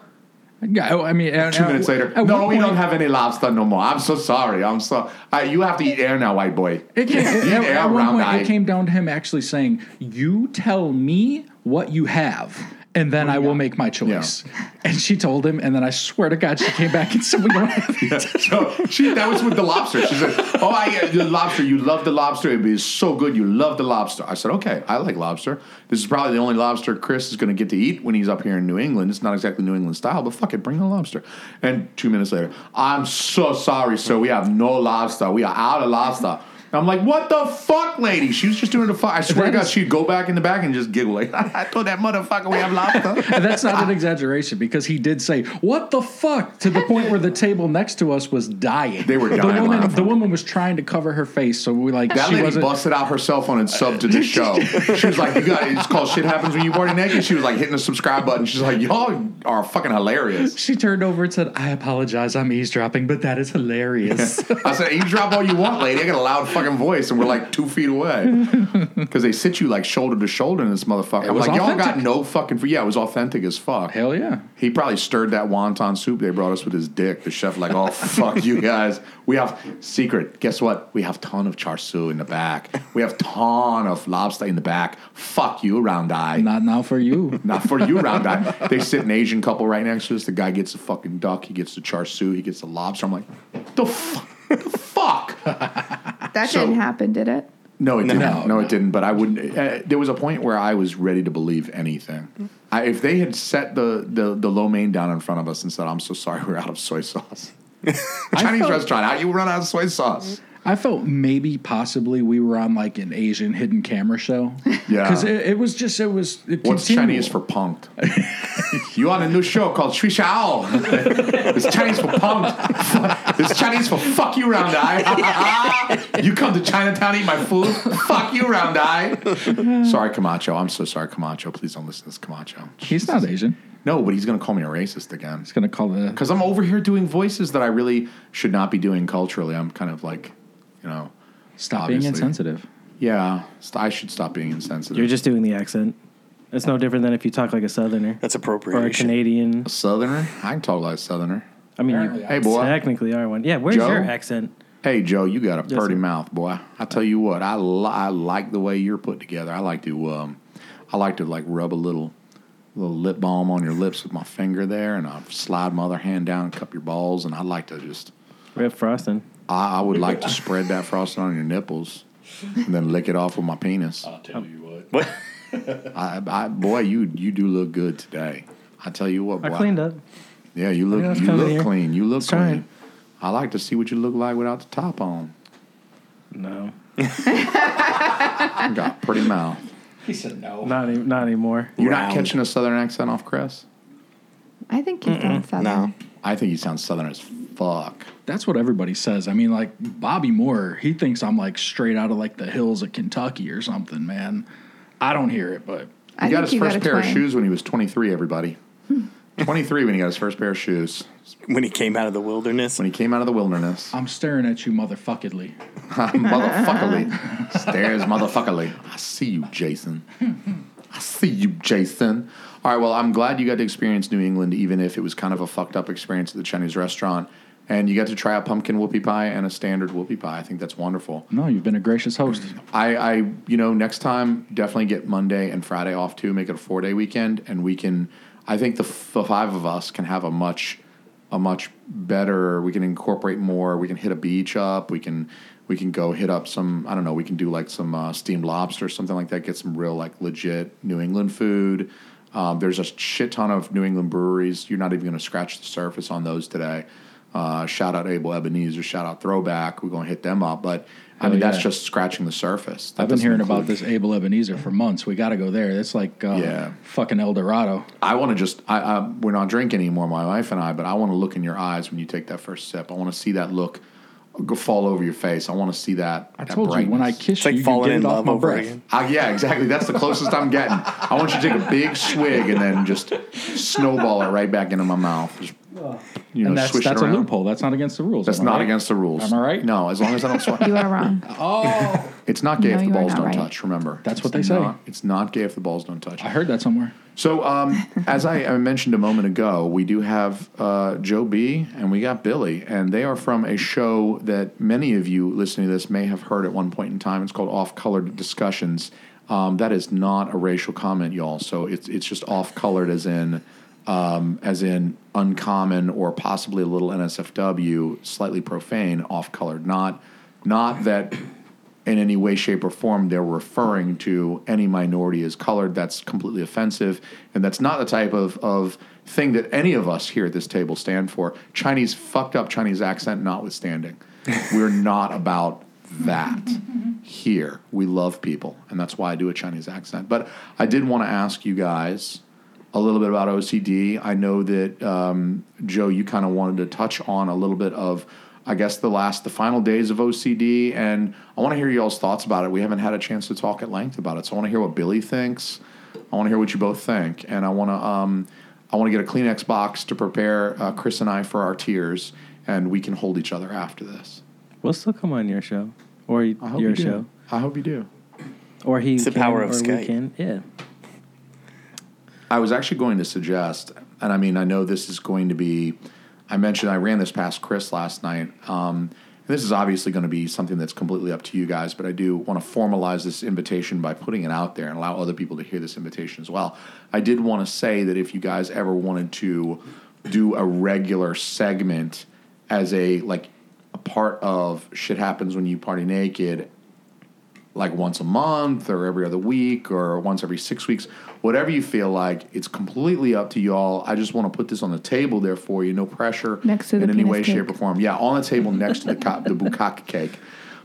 F: Yeah, I mean, and-
C: Two
F: and-
C: minutes later.
F: at
C: No,
F: one
C: we
F: point-
C: don't have any lobster no more. I'm so sorry. I'm so. Uh, you have to eat air now, white boy.
F: It came,
C: Eat
F: at,
C: air
F: at one
C: round
F: point,
C: eye.
F: it came down to him actually saying, "You tell me what you have." And then I will make my choice. And she told him, and then I swear to God, she came back and said, "We don't have it."
C: so she that was with the lobster. She said, "Oh, I the lobster. You love the lobster. It'd be so good. You love the lobster." I said, "Okay, I like lobster. This is probably the only lobster Chris is going to get to eat when he's up here in New England. It's not exactly New England style, but fuck it, bring the lobster." And two minutes later, I'm so sorry, sir. We have no lobster. We are out of lobster. I'm like, what the fuck, lady? She was just doing the fuck. I swear to God, she'd go back in the back and just giggle like, I told that motherfucker we have lobster.
F: And that's not an exaggeration because he did say, "What the fuck?" to the point where the table next to us was dying.
C: They were
F: The
C: dying
F: woman,
C: laughing.
F: the woman was trying to cover her face, so we like
C: That
F: she
C: lady
F: wasn't.
C: busted out her cell phone and subbed to the show. She was like, "You got it's called shit happens when you party naked." She was like hitting the subscribe button. She's like, "Y'all are fucking hilarious."
F: She turned over and said, "I apologize, I'm eavesdropping, but that is hilarious."
C: I said, "Eavesdrop all you want, lady. I got a loud fucking voice, and we're like two feet away because they sit you like shoulder to shoulder in this motherfucker." I'm
F: was
C: like, "Y'all got
F: authentic.
C: no fucking yeah." It was authentic as fuck.
F: Hell yeah!
C: He probably stirred that wonton soup they brought us with his dick. The chef like, oh fuck you guys. We have secret. Guess what? We have ton of char siu in the back. We have ton of lobster in the back. Fuck you, round eye.
F: Not now for you.
C: Not for you, round eye. They sit an Asian couple right next to us. The guy gets the fucking duck. He gets the char siu. He gets the lobster. I'm like, the fuck. The fuck.
E: That
C: So-
E: didn't happen, did it?
C: No, it didn't. No, it didn't. But I wouldn't. Uh, there was a point where I was ready to believe anything. I, if they had set the, the the lo mein down in front of us and said, "I'm so sorry, we're out of soy sauce." Chinese
F: felt-
C: restaurant, how you run out of soy sauce?
F: I felt maybe possibly we were on like an Asian hidden camera show.
C: Yeah.
F: because it, it was just it was. It
C: What's
F: continual.
C: Chinese for punked? you on a new show called Shui Shao. it's Chinese for punked. it's Chinese for fuck you, round eye. you come to Chinatown, eat my food. fuck you, round eye. sorry, Camacho. I'm so sorry, Camacho. Please don't listen to this, Camacho.
F: He's not Asian.
C: No, but he's going to call me a racist again.
F: He's gonna call the.
C: Because I'm over here doing voices that I really should not be doing culturally. I'm kind of like, you know,
F: Stop
C: obviously.
F: being insensitive.
C: yeah, st- I should stop being insensitive.
D: You're just doing the accent. It's no different than if you talk like a Southerner
G: That's
D: or a
G: appropriation.
D: Canadian.
C: Southerner? I can talk like a Southerner.
D: I mean, you
F: Apparently,
C: Hey, boy.
D: technically are one. Yeah, where's
C: Joe?
D: your accent?
C: Hey, Joe, you got a
D: Yes,
C: pretty
D: sir.
C: mouth, boy. I tell you what, I, li- I like the way you're put together. I like to, um, I like to like rub a little, little lip balm on your lips with my finger there, and I slide my other hand down and cup your balls, and I like to just,
D: Rip Frosting.
C: I, I would like to spread that frosting on your nipples, and then lick it off with my penis.
G: What?
C: I, I, boy, you you do look good today. I tell you what, boy.
D: I cleaned up.
C: Yeah, you
D: I
C: look
D: was
C: you
D: coming
C: look
D: here.
C: clean. You look
D: It's
C: clean.
D: trying.
C: I like to see what you look like without the top on.
D: No,
C: You got a pretty mouth.
F: He said no.
I: e-,
D: not any, not anymore.
C: You're
G: Round.
C: not catching a southern accent off Chris.
E: I think he's on Southern.
G: No.
C: I think you sound southern as fuck.
F: That's what everybody says. I mean, like Bobby Moore, he thinks I'm like straight out of like the hills of Kentucky or something, man. I don't hear it, but
C: He
E: I
C: got
E: think
C: his
E: you
C: first
E: got a
C: pair of
E: twang.
C: shoes when he was 23. Everybody. 23 when he got his first pair of shoes.
H: when he came out of the wilderness.
C: When he came out of the wilderness.
F: I'm staring at you, motherfuckedly.
C: motherfuckerly. Stares motherfuckerly. I see you, Jason. I see you, Jason. All right, well, I'm glad you got to experience New England, even if it was kind of a fucked up experience at the Chinese restaurant. And you got to try a pumpkin whoopie pie and a standard whoopie pie. I think that's wonderful.
F: No, you've been a gracious host.
C: I, I, you know, next time definitely get Monday and Friday off too. Make it a four day weekend, and we can. I think the, f- the five of us can have a much, a much better. We can incorporate more. We can hit a beach up. We can, we can go hit up some. I don't know. We can do like some uh, steamed lobster or something like that. Get some real like legit New England food. Um, there's a shit ton of New England breweries. You're not even going to scratch the surface on those today. Uh, shout out Abel Ebenezer. Shout out Throwback. We're going to hit them up, but. I
F: Hell
C: mean, that's
F: yeah.
C: just scratching the surface. That
F: I've been
C: doesn't
F: hearing about
C: include-
F: this Abel Ebenezer for months. We got to go there. That's like uh,
C: Yeah.
F: fucking El Dorado.
C: I want to just, I, I, we're not drinking anymore, my wife and I, but I want to look in your eyes when you take that first sip. I want to see that look go fall over your face. I want to see that.
F: I
C: that
F: told you when I
C: brightness.
F: kiss
H: It's like
F: you, you
H: falling
F: get
H: in
F: it off
H: love
F: my
H: over
F: breath.
H: again.
C: Uh, yeah, exactly. That's the closest I'm getting. I want you to take a big swig and then just snowball it right back into my mouth. Just, you know,
F: And that's
C: swish it
F: that's a
C: around.
F: loophole. That's not against the rules.
C: That's
F: am I
C: not
F: right?
C: against the rules.
F: Am I right?
C: No, as long as I don't sweat.
E: You are wrong.
F: Oh.
C: It's not gay
E: No,
C: if the
E: you are
C: balls
E: not
C: don't
E: right.
C: touch. Remember,
F: That's
C: It's
F: what they say.
C: not- It's not gay if the balls don't touch.
F: I heard that somewhere.
C: So, um, as I, I mentioned a moment ago, we do have uh, Joe B and we got Billy, and they are from a show that many of you listening to this may have heard at one point in time. It's called Off Colored Discussions. Um, that is not a racial comment, y'all. So it's it's just off colored, as in um, as in uncommon or possibly a little NSFW, slightly profane, off colored. Not not that in any way, shape, or form they're referring to any minority as colored. That's completely offensive, and that's not the type of, of thing that any of us here at this table stand for. Chinese fucked up Chinese accent notwithstanding, we're not about that here. We love people, and that's why I do a Chinese accent. But I did want to ask you guys a little bit about OCD. I know that um, Joe, you kind of wanted to touch on a little bit of, I guess, the last, the final days of OCD, and I want to hear y'all's thoughts about it. We haven't had a chance to talk at length about it, so I want to hear what Billy thinks. I want to hear what you both think, and I want to, um, I want to get a Kleenex box to prepare uh, Chris and I for our tears, and we can hold each other after this.
I: We'll still come on your show or y-
C: I hope
I: your
C: you do.
I: show
C: I hope you do.
I: or he.
H: It's the
I: can,
H: power of
I: or we
H: Skype.
I: can. Yeah.
C: I was actually going to suggest, and I mean, I know this is going to be. I mentioned I ran this past Chris last night. Um, and this is obviously going to be something that's completely up to you guys, but I do want to formalize this invitation by putting it out there and allow other people to hear this invitation as well. I did want to say that if you guys ever wanted to do a regular segment as a like a part of shit happens when you party naked like once a month or every other week or once every six weeks, whatever you feel like. It's completely up to y'all. I just want to put this on the table there for you. No pressure
E: Next to
C: in
E: the
C: any
E: penis
C: way,
E: cake.
C: shape, or form. Yeah, on the table next to the co- the bukkake cake.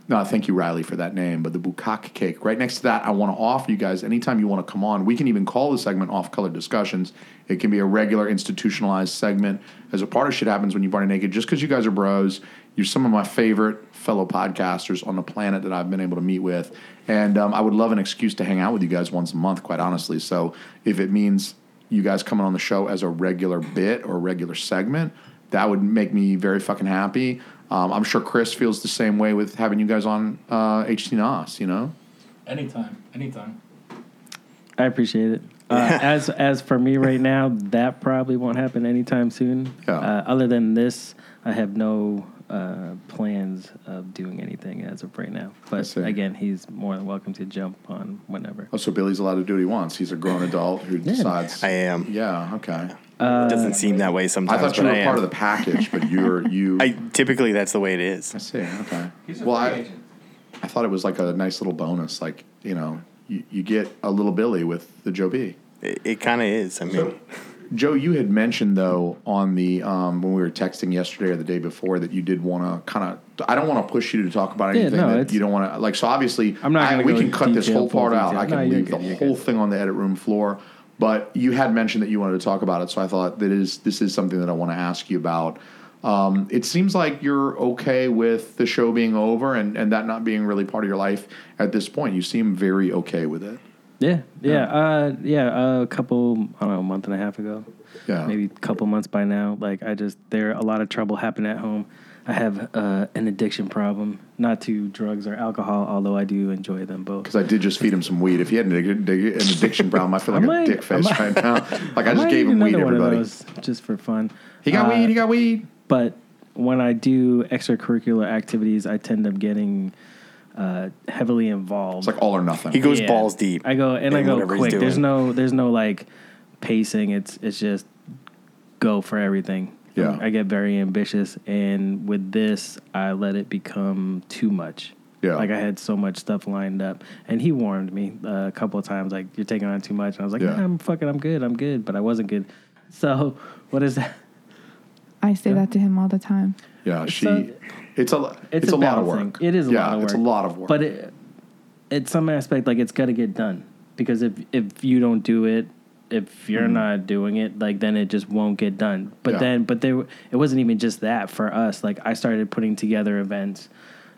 C: No, thank you, Riley, for that name. But the bukkake cake, right next to that, I want to offer you guys anytime you want to come on. We can even call the segment "Off Color Discussions." It can be a regular institutionalized segment as a part of shit happens when you party naked. Just because you guys are bros, you're some of my favorite fellow podcasters on the planet that I've been able to meet with, and um, I would love an excuse to hang out with you guys once a month. Quite honestly, so if it means you guys coming on the show as a regular bit or a regular segment, that would make me very fucking happy. Um, I'm sure Chris feels the same way with having you guys on uh, HT NOS, you know?
F: Anytime, anytime.
I: I appreciate it. Uh, as as for me right now, that probably won't happen anytime soon.
C: Yeah.
I: Uh, other than this, I have no uh, plans of doing anything as of right now. But
C: see.
I: again, he's more than welcome to jump on whenever.
C: Oh, so Billy's allowed to do what he wants. He's a grown adult who decides.
H: I am.
C: Yeah, okay.
H: it doesn't seem that way
C: I
H: sometimes.
C: thought you
H: but
C: were
H: I am.
C: part of the package, but you're, you.
H: I typically that's the way it is.
C: I see, okay. well, I, I thought it was like a nice little bonus. Like, you know, you, you get a little Billy with the Joe B.
H: It, it kind of is. I mean,
C: Joe, you had mentioned though on the um, when we were texting yesterday or the day before that you did want to kind of. I don't want to push you to talk about
I: Yeah,
C: anything
I: no,
C: that
I: it's-
C: you don't want to like. So obviously,
I: I'm not
C: I-
I: gonna
C: we
I: go
C: can
I: into
C: cut this
I: detail,
C: whole part
I: full
C: out. I
I: detail. No,
C: can
I: you're
C: leave
I: good,
C: the
I: you're
C: whole
I: good.
C: thing on the edit room floor. But you had mentioned that you wanted to talk about it, so I thought that is this is something that I want to ask you about. Um, it seems like you're okay with the show being over and, and that not being really part of your life at this point. You seem very okay with it.
I: Yeah, yeah, uh, yeah. Uh, a couple, I don't know, a month and a half ago.
C: Yeah.
I: Maybe a couple months by now. Like I just, there a lot of trouble happened at home. I have uh, an addiction problem, not to drugs or alcohol, although I do enjoy them both.
C: Because I did just feed him some weed. If he had an, addic- dig- an addiction problem, I feel like
I: I might-
C: a dick face
I: I might-
C: right now. Like I just
I: might
C: gave
I: eat
C: him weed,
I: another one of
C: everybody.
I: those just for fun.
C: He got
I: Uh,
C: weed. He got weed.
I: but when I do extracurricular activities, I tend up getting uh, heavily involved.
C: It's like all or nothing.
H: He goes
I: Yeah.
H: balls deep.
I: I go and I
H: in
I: go
H: whatever he's
I: quick. There's
H: doing.
I: no there's no like pacing. It's it's just go for everything.
C: Yeah.
I: I get very ambitious and with this I let it become too much.
C: Yeah.
I: Like I had so much stuff lined up and he warned me uh, a couple of times like you're taking on too much and I was like
C: Yeah.
I: "Nah, I'm fucking I'm good. I'm good, but I wasn't good. So what is that?
E: I say that to him all the time.
C: yeah, she.
I: a-
C: it's a. It's,
I: It's,
C: a,
I: a,
C: lot of
I: balancing.
C: work.
I: It is a
C: yeah,
I: lot of work.
C: It's a lot of work.
I: But it, at some aspect, like it's got to get done because if if you don't do it, if you're not doing it, like then it just won't get done. But
C: Mm-hmm. Yeah.
I: then, but there, it wasn't even just that for us. Like I started putting together events,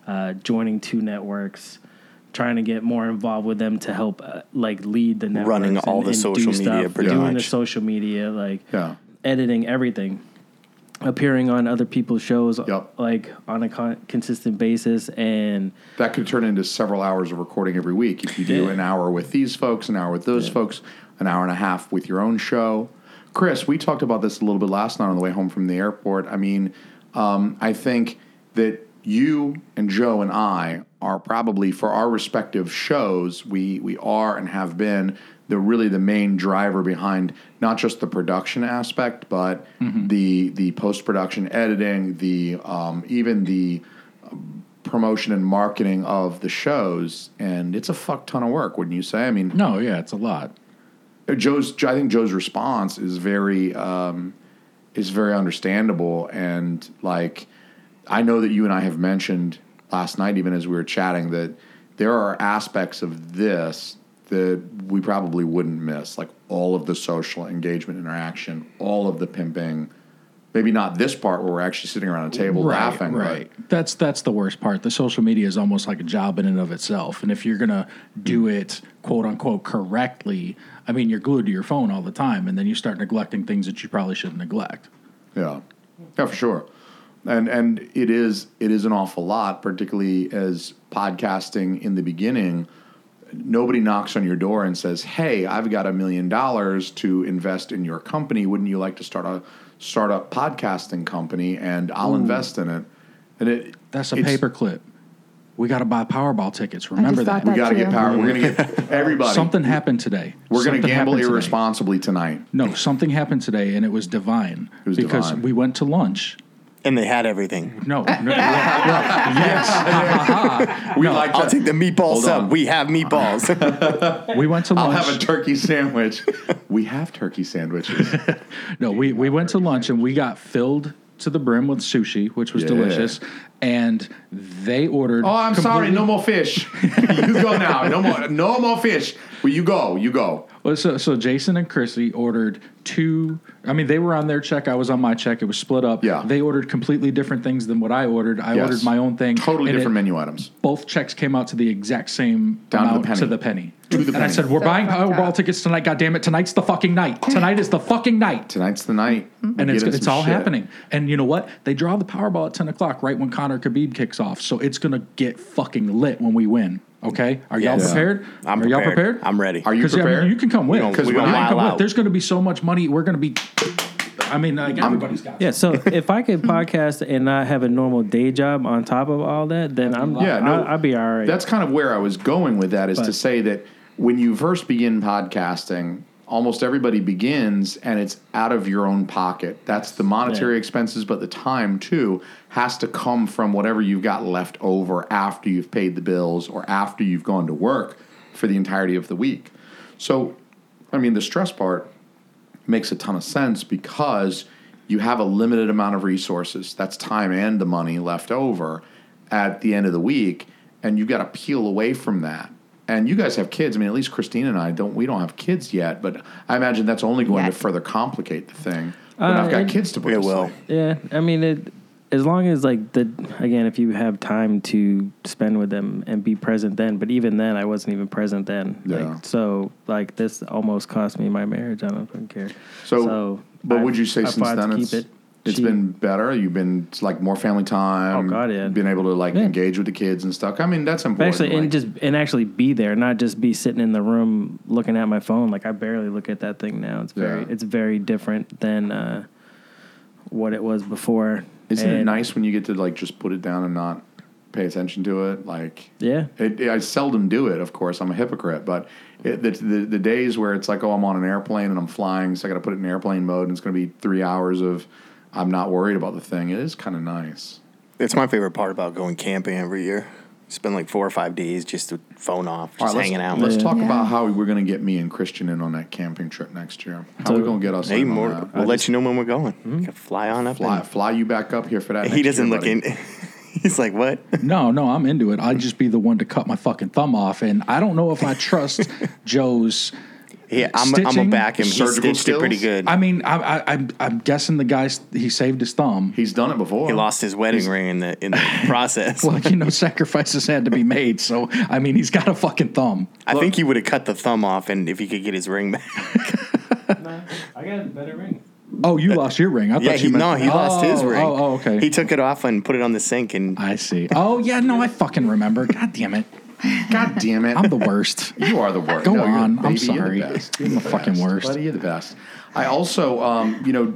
I: uh, joining two networks. Trying to get more involved with them to help, uh, like lead the networks,
H: Running all the
I: do
H: social media
I: stuff,
H: pretty
I: doing the
H: much.
I: social media, like
C: yeah,
I: editing everything, appearing on other people's shows,
C: Yep.
I: like on a con- consistent basis, and
C: that could turn into several hours of recording every week if you do
I: Yeah.
C: an hour with these folks, an hour with those folks, an hour and a half with your own show. Chris, we talked about this a little bit last night on the way home from the airport. I mean, um, I think that you and Joe and I are probably for our respective shows, we we are and have been the really the main driver behind not just the production aspect, but the the post production editing, the um, even the promotion and marketing of the shows, and it's a fuck ton of work, wouldn't you say? I mean,
F: No, yeah, it's a lot.
C: Joe's. I think Joe's response is very um, is very understandable, and like I know that you and I have mentioned last night, even as we were chatting, that there are aspects of this that we probably wouldn't miss, like all of the social engagement interaction, all of the pimping. Maybe not this part where we're actually sitting around a table laughing, but-
F: Right. That's that's the worst part. The social media is almost like a job in and of itself. And if you're gonna
C: Hmm.
F: do it quote unquote correctly, I mean you're glued to your phone all the time and then you start neglecting things that you probably shouldn't neglect.
C: Yeah, yeah, for sure. And and it is it is an awful lot, particularly as podcasting in the beginning. Nobody knocks on your door and says, "Hey, I've got a million dollars to invest in your company. Wouldn't you like to start a start a podcasting company and I'll invest in it?" And it
F: That's a
C: it's-
F: paperclip. We gotta buy Powerball tickets. Remember
E: just
F: that.
E: thought
C: We got to get
E: too.
C: power. We're going to get everybody.
F: Something happened today.
C: We're going to
F: Something
C: gamble
F: happened today.
C: irresponsibly tonight.
F: No, something happened today, and it was divine.
C: It was
F: because
C: divine.
F: we went to lunch.
H: And they had everything.
F: No, no, no, yes,
C: We like
H: I'll
C: to-
H: take the meatball
C: Hold
H: sub.
C: on.
H: We have meatballs.
F: we went to
C: I'll
F: lunch.
C: have a turkey sandwich. we have turkey sandwiches.
F: No, we, we went to lunch and we got filled to the brim with sushi, which was
C: Yeah.
F: delicious. And they ordered.
C: Oh, I'm sorry,
F: completely-
C: no more fish. you go now. No more, no more fish. Well, you go, you go.
F: Well, So, so Jason and Chrissy ordered two. I mean, they were on their check. I was on my check. It was split up.
C: Yeah.
F: They ordered completely different things than what I ordered. I
C: Yes.
F: ordered my own thing.
C: Totally
F: and it-
C: different menu items.
F: both checks came out to the exact same
C: Down to the
F: amount
C: penny.
F: to the penny.
C: To the
F: and I
C: penny.
F: said, "We're
E: So
F: buying
E: fucked up.
F: Powerball tickets tonight. God damn it! Tonight's the fucking night. Tonight is the fucking night."
C: Tonight's the night. We
F: And it's
C: get in
F: it's
C: some
F: all
C: shit.
F: happening. And you know what? They draw the Powerball at ten o'clock, right when Connor Khabib kicks off. So it's gonna get fucking lit when we win. Okay, are y'all
H: Yes.
F: prepared?
H: I'm
F: are
H: prepared.
F: y'all prepared?
H: I'm ready.
C: Are you
F: 'Cause, yeah, I mean,
C: prepared?
F: you can come with.
H: gonna-
F: 'cause
H: we
F: you
H: gonna
F: can
H: wild
F: come with.
H: out.
F: There's gonna be so much money. We're gonna be. I mean, like everybody's got.
I: yeah. So if I could podcast and not have a normal day job on top of all that, then I'm
C: Yeah, no,
I: I, I'd be all right.
C: That's kind of where I was going with that is to
I: But-
C: say that when you first begin podcasting, almost everybody begins and it's out of your own pocket. That's the monetary
I: Yeah.
C: expenses, but the time too has to come from whatever you've got left over after you've paid the bills or after you've gone to work for the entirety of the week. So, I mean, the stress part makes a ton of sense because you have a limited amount of resources. That's time and the money left over at the end of the week, and you've got to peel away from that. And you guys have kids. I mean, at least Christine and I don't. We don't have kids yet, but I imagine that's only going
E: Yet.
C: to further complicate the thing. But I've got
I: Uh, it-
C: kids to put.
H: it
C: to
H: will.
C: sleep.
I: yeah. I mean, it, as long as like the again, if you have time to spend with them and be present then, but even then, I wasn't even present then.
C: Yeah.
I: Like, so like this almost cost me my marriage. I don't fucking care.
C: So, but
I: I-
C: would you say
I: I
C: since
I: fought to
C: then it's
I: keep it
C: it's
I: cheap.
C: been better? You've been it's like more family time.
I: Oh, God, yeah.
C: Been able to like
I: Yeah.
C: engage with the kids and stuff. I mean, that's
I: But
C: important.
I: actually and
C: like-
I: just and actually be there not just be sitting in the room looking at my phone like i barely look at that thing now it's very
C: Yeah.
I: it's very different than uh what it was before
C: isn't it
I: And-
C: nice when you get to like just put it down and not pay attention to it? Like,
I: yeah
C: It, I seldom do it, of course. I'm a hypocrite, but it, the, the the days where it's like, oh, I'm on an airplane and I'm flying, so I got to put it in airplane mode, and it's going to be three hours of I'm not worried about the thing. It is kind of nice.
H: It's my favorite part about going camping every year. Spend like four or five days just with phone off, just
C: All right,
H: hanging
C: let's,
H: out.
C: Let's talk
E: Yeah.
C: about how we're going to get me and Christian in on that camping trip next year. How are we going to get us
H: Hey,
C: in on
H: more,
C: that? Hmm?
H: we'll let you know when we're going. You can fly on up.
C: fly,
H: and-
C: fly you back up here for that.
H: he
C: next
H: doesn't
C: year,
H: look
C: buddy.
H: in. He's like, what?
F: No, no, I'm into it. I'd just be the one to cut my fucking thumb off, and I don't know if I trust Joe's.
H: Yeah, I'm, I'm gonna
F: Stitching?
H: back him. He
C: Surgical
H: stitched it pretty
C: skills?
H: good.
F: I mean, I, I, I'm, I'm guessing the guy he saved his thumb.
C: He's done it before.
H: he lost his wedding ring in the in the process.
F: Well, you know, sacrifices had to be made. So, I mean, he's got a fucking thumb.
H: I think he would have cut the thumb off, and if he could get his ring back,
I: i got a better ring
F: Oh, you lost your ring. I
H: yeah,
F: thought
H: he,
F: you meant,
H: no, he lost his
F: Oh,
H: ring.
F: Oh, oh, okay.
H: He took it off and put it on the sink, and
F: I see. Oh, yeah, no, I fucking remember. God damn it.
C: God damn it!
F: I'm the worst.
C: You are the worst.
F: Go
C: No, you're-
F: on. I'm
C: baby, you're the
F: sorry.
C: best.
F: I'm the fucking worst.
C: Buddy, you're the best. I also, um, you know,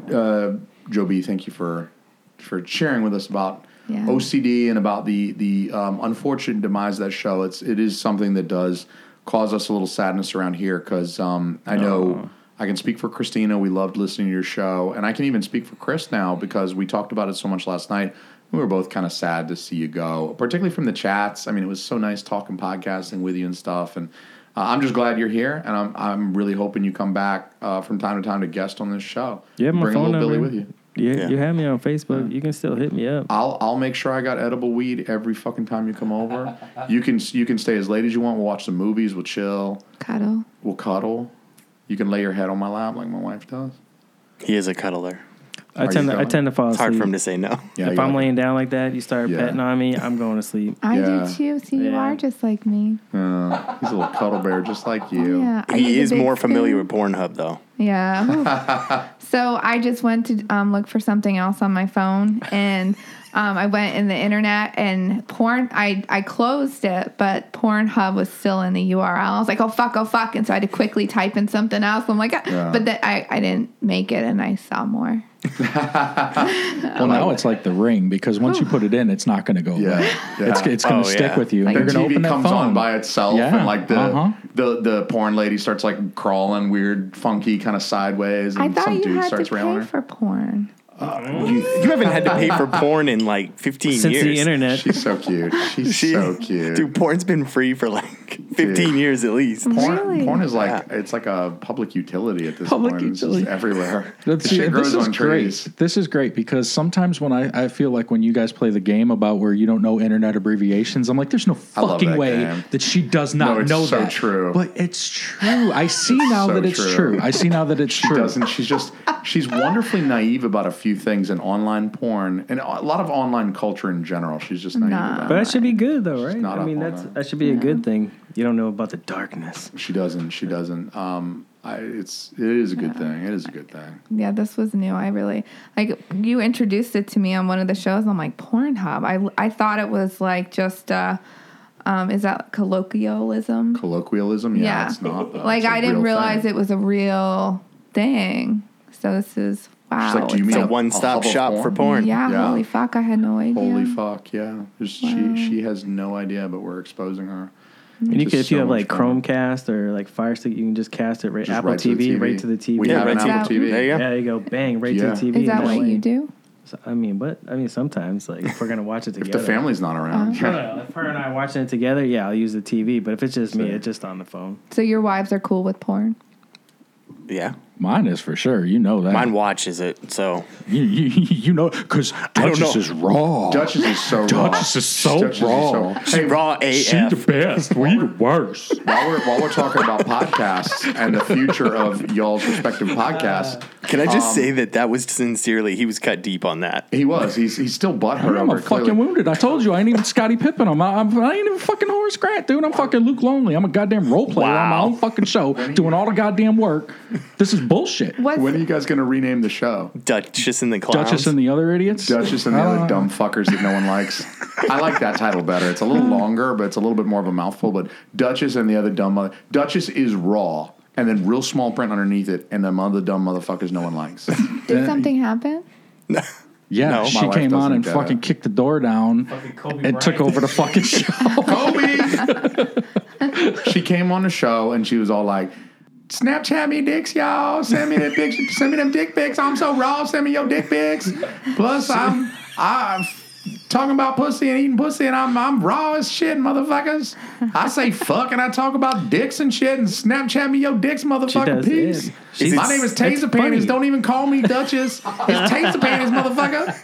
C: uh, Joe B, thank you for for sharing with us about
E: Yeah.
C: OCD and about the the um, unfortunate demise of that show. It's it is something that does cause us a little sadness around here because um, I
I: Oh.
C: know. I can speak for Christina. We loved listening to your show, and I can even speak for Chris now because we talked about it so much last night. We were both kind of sad to see you go, particularly from the chats. I mean, it was so nice talking podcasting with you and stuff. And uh, I'm just glad you're here, and I'm I'm really hoping you come back uh, from time to time to guest on this show.
I: You have my
C: Bring a little
I: phone
C: Billy
I: number.
C: with you.
I: yeah,
H: Yeah.
I: you have me on facebook you can still hit me up
C: I'll I'll make sure I got edible weed every fucking time you come over. you can you can stay as late as you want. We'll watch some movies. We'll chill.
E: Cuddle.
C: We'll cuddle. You can lay your head on my lap like my wife does.
H: he is a cuddler.
I: i
C: Are
I: tend
C: you
I: to i
C: going?
I: tend to fall
H: It's hard
I: asleep
H: for him to say no.
C: Yeah,
I: if
C: you
I: i'm
C: like-
I: laying down like that you start
C: Yeah.
I: petting on me i'm going to sleep
E: I
C: Yeah.
E: do too. See, you
I: Yeah.
E: are just like me.
C: Uh, he's a little cuddle bear just like you.
E: Yeah. I use
H: He
E: a
H: is
E: big
H: more familiar
E: spoon.
H: with Pornhub though.
E: Yeah. Ooh. so I just went to um, look for something else on my phone, and um, I went in the internet and porn. I I closed it, but Pornhub was still in the URL. I was like, oh fuck, oh fuck, and so I had to quickly type in something else. I'm like, ah.
C: Yeah.
E: but then I I didn't make it, and I saw more.
F: Well, now it's like the ring because once you put it in, it's not going to go
C: Yeah,
F: away.
C: yeah.
F: It's, it's going
H: Oh,
F: to stick
H: yeah.
F: with you.
E: Like
F: You're
C: The
F: going to
C: TV
F: open that
C: comes
F: phone.
C: on by itself,
F: Yeah,
C: and like the,
F: uh-huh.
C: the the porn lady starts like crawling weird, funky, kind of sideways,
E: I
C: and
E: thought
C: some
E: you
C: dude
E: had to
C: starts railing
E: pay
C: her.
E: for porn.
H: You, you haven't had to pay for porn in like 15
I: since
H: years.
I: the internet
C: She's so cute. She's
H: She-
C: so cute.
H: Dude, porn's been free for like 15
C: Dude.
H: years at least.
C: Porn,
E: Really?
C: porn is like it's like a public utility at this
F: Public
C: point. It's just
F: utility.
C: everywhere.
F: Let's
C: The
F: see,
C: shit
F: this
C: grows
F: is
C: on
F: great.
C: trees.
F: This is great because sometimes when I, I feel like when you guys play the game about where you don't know internet abbreviations, I'm like, there's no
C: I love
F: fucking
C: that
F: way
C: game.
F: that she does not
C: No, it's
F: know
C: so
F: that.
C: true.
F: But it's true. I see now
C: so
F: that it's
C: true.
F: true. I see now that it's
C: She
F: true.
C: doesn't. She's just she's wonderfully naive about a few things in online porn and a lot of online culture in general. She's just naive
E: Nah.
C: about.
I: but
C: it.
I: that should be good though right
C: not
I: i
C: up
I: mean
C: on
I: that's
C: that.
I: that should be a good thing you don't know about the darkness
C: She doesn't. She doesn't. Um, I, it's it is a good thing. It is a good thing.
E: Yeah, this was new. I really like you introduced it to me on one of the shows. I'm like Pornhub. I I thought it was like just uh, um, is that colloquialism?
C: Colloquialism. Yeah, it's not. though.
E: like
C: It's a
E: I didn't
C: real
E: realize
C: thing.
E: it was a real thing. So this is wow.
C: She's like, do you
E: it's
C: mean
H: a
E: like-
H: one-stop
C: hub of
H: shop for porn?
E: Yeah,
C: Yeah.
E: Holy fuck! I had no idea.
C: Holy fuck! Yeah, There's- she she has no idea, but we're exposing her.
I: And you
C: Just
I: can, if
C: so
I: you have
C: much
I: like
C: fun.
I: Chromecast or like Fire Stick, you can just cast it right
C: Just
I: Apple
C: right to
I: TV,
C: the
I: right to the TV.
C: We have
H: right
C: an
H: to the-
C: Apple TV.
H: There you go.
I: yeah, you go bang right
C: Yeah.
I: to the TV.
E: Is that
I: and
E: what
I: way-
E: you do?
I: So, I mean, but I mean, sometimes like if we're gonna watch it
C: If
I: together,
C: the family's not around,
F: Uh-huh.
I: No, no, no, if her and I watching it together, yeah, I'll use the TV. But if it's just me, it's just on the phone.
E: So your wives are cool with porn?
H: Yeah.
F: Mine is for sure. You know that.
H: Mine watches it, so
F: You, you, you know, because
H: don't
F: Duchess
H: know.
F: is raw.
C: Duchess is so raw.
F: Duchess is so
C: Duchess is
F: raw.
C: hey,
H: raw
F: She the
H: AF.
F: best. We the worst. Uh-huh.
C: while we're while we're talking about podcasts and the future of y'all's respective podcasts,
H: Can I just say that that was sincerely, he was cut deep on that.
C: He was. He's he's still butthurt
F: I'm
C: over
F: a
C: it, clearly.
F: fucking wounded. I told you I ain't even Scotty Pippen. I'm, I'm I ain't even fucking Horace Grant, dude. I'm fucking Luke Lonely. I'm a goddamn role player on my own fucking show, doing all the goddamn work. This is bullshit.
E: What's
C: When are you guys going to rename the show?
H: Duchess and the Clowns.
F: Duchess and the other idiots.
C: Duchess and the
F: Uh,
C: other dumb fuckers that no one likes. I like that title better. It's a
F: Uh-huh.
C: little longer, but it's a little bit more of a mouthful. But Duchess and the other dumb mother. Duchess is raw, and then real small print underneath it, and the other dumb motherfuckers no one likes.
E: did something happen?
F: Yeah,
H: No,
C: my
F: she
C: wife
F: came on
C: doesn't
F: and
C: get
F: fucking
C: it.
F: kicked the door down and took over the fucking show.
C: Kobe. she came on the show and she was all like, "Snapchat me dicks, y'all. Send me the pics. Send me them dick pics. I'm so raw. Send me your dick pics. Plus, I'm I'm talking about pussy and eating pussy, and I'm I'm raw as shit, motherfuckers. I say fuck and I talk about dicks and shit, and Snapchat me your dicks, motherfucker.
D: does
C: Peace.
D: it.
H: She's-
C: My name is
D: That's
C: Taser
D: funny.
C: Panties. Don't even call me Duchess. It's Taser Panties, motherfucker.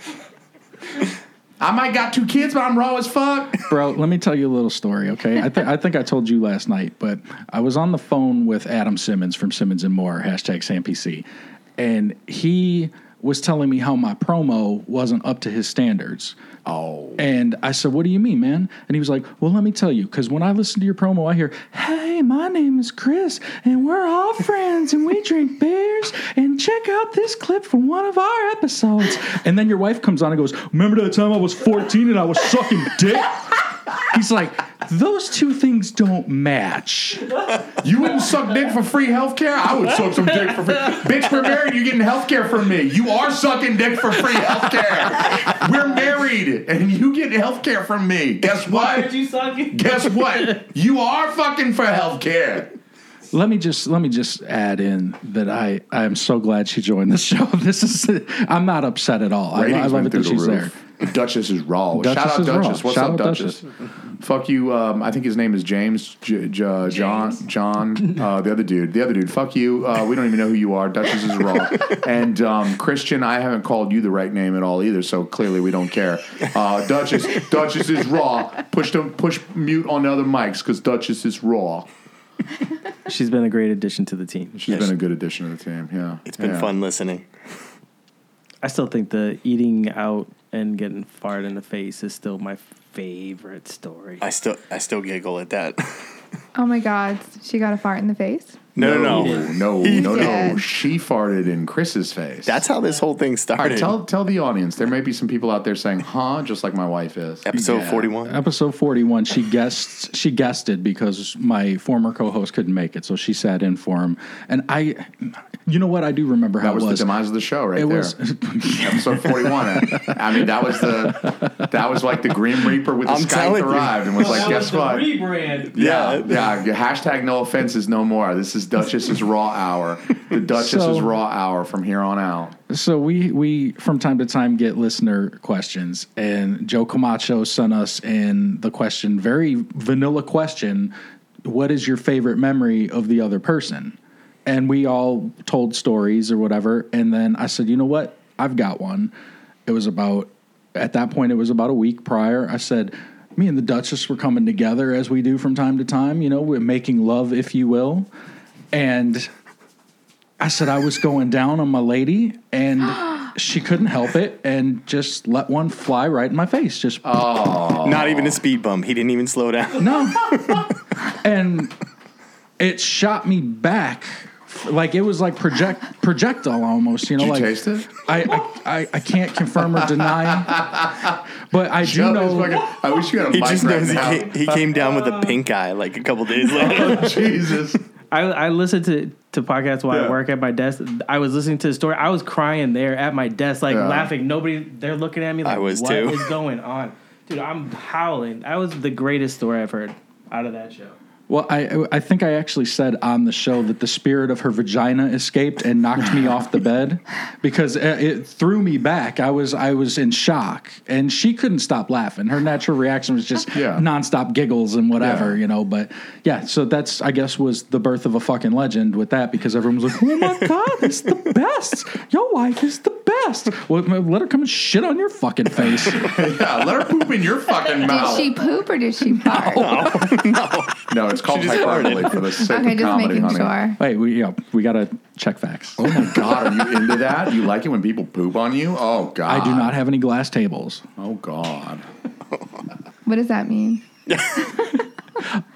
C: I might got two kids, but I'm raw as fuck.
F: Bro, let me tell you a little story, okay? I, th- I think I told you last night, but I was on the phone with Adam Simmons from Simmons and More, hashtag SamPC, and he was telling me how my promo wasn't up to his standards.
C: Oh.
F: And I said, What do you mean, man? And he was like, Well, let me tell you, because when I listen to your promo, I hear, Hey, my name is Chris, and we're all friends, and we drink beers, and check out this clip from one of our episodes. And then your wife comes on and goes, Remember that time I was 14 and I was sucking dick? He's like, Those two things don't match.
C: You wouldn't suck dick for free health care? I would suck some dick for free. Bitch, we're married. You're getting health care from me. You are sucking dick for free health care. We're married, and you get health care from me. Guess what? Guess what? You are fucking for health care.
F: Let me just let me just add in that I I am so glad she joined the show. This is I'm not upset at all. I, I love it that she's there.
C: Duchess is raw. Shout
F: Duchess
C: out
F: is raw.
C: Duchess. What's
F: Shout
C: up,
F: out
C: Duchess? Fuck you. Um, I think his name is James. J- J- John. John. Uh, the other dude. The other dude. Fuck you. Uh, we don't even know who you are. Duchess is raw. and um, Christian, I haven't called you the right name at all either. So clearly we don't care. Uh, Duchess. Duchess is raw. Push them. Push mute on the other mics because Duchess is raw.
I: She's been a great addition to the team.
C: She's been a good addition to the team. Yeah.
H: It's been
C: Yeah.
H: fun listening.
I: I still think the eating out and getting fired in the face is still my favorite story.
H: I still I still giggle at that.
E: Oh my God, she got a fart in the face.
H: No, no, no.
C: No. No. No.
E: did.
C: She farted in Chris's face.
H: That's how this whole thing
C: All
H: started.
C: right, tell tell the audience. There may be some people out there saying, "Huh," just like my wife is.
H: Episode
C: Yeah.
H: 41.
F: Episode 41, she guessed she guessed it because my former co-host couldn't make it, so she sat in for him. And I you know what? I do remember how
C: That was,
F: it was.
C: the demise of the show, right
F: it
C: there.
F: was
C: Episode forty-one. I mean, that was the that was like the Grim Reaper with the
H: I'm
C: sky
H: telling you.
C: arrived and was like, "Guess what?
D: Rebrand.
C: yeah, yeah. Hashtag no offense is no more. This is Duchess's Raw Hour. The Duchess's
F: So-
C: Raw Hour from here on out.
F: so we we from time to time get listener questions and joe camacho sent us in the question very vanilla question what is your favorite memory of the other person and we all told stories or whatever and then i said you know what i've got one it was about at that point it was about a week prior i said me and the duchess were coming together as we do from time to time you know we're making love if you will and I said I was going down on my lady, and she couldn't help it, and just let one fly right in my face. Just
C: Uh. Oh.
H: Not even a speed bump. He didn't even slow down.
F: no, and it shot me back, like it was like project projectile almost. You know,
C: Did you
F: like
C: taste it?
F: I, I I I can't confirm or deny, but I do
C: Joe is
F: know.
C: fucking- I wish you had a
H: He
C: mic
H: just
C: right
H: knows he
C: now.
H: came, he came down with a pink eye like a couple days later.
C: Jesus.
I: I, I listened to, to podcasts while
C: Yeah.
I: I work at my desk. I was listening to the story. I was crying there at my desk, like
C: Yeah.
I: laughing. Nobody, they're looking at me like,
H: I was
I: "What
H: too."
I: is going on? Dude, I'm howling. That was the greatest story I've heard out of that show.
F: Well, I I think I actually said on the show that the spirit of her vagina escaped and knocked me off the bed because it, it threw me back. I was I was in shock, and she couldn't stop laughing. Her natural reaction was just
C: Yeah.
F: nonstop giggles and whatever,
C: Yeah.
F: you know. But yeah, so that's I guess was the birth of a fucking legend with that because everyone was like, "Oh my god, it's the best! Your wife is the best!" Well, let her come and shit on your fucking face.
C: Yeah, let her poop in your fucking
E: Did
C: mouth.
E: she poop or did she fart?
C: No, It's called
H: She just
C: hyperbole for the sake
E: Okay,
C: of
E: just
C: comedy,
E: making
C: honey.
E: sure.
F: Hey, we yeah, we gotta check facts.
C: Oh my god, are you into that? You like it when people poop on you? Oh god,
F: I do not have any glass tables.
C: Oh god,
E: What does that mean?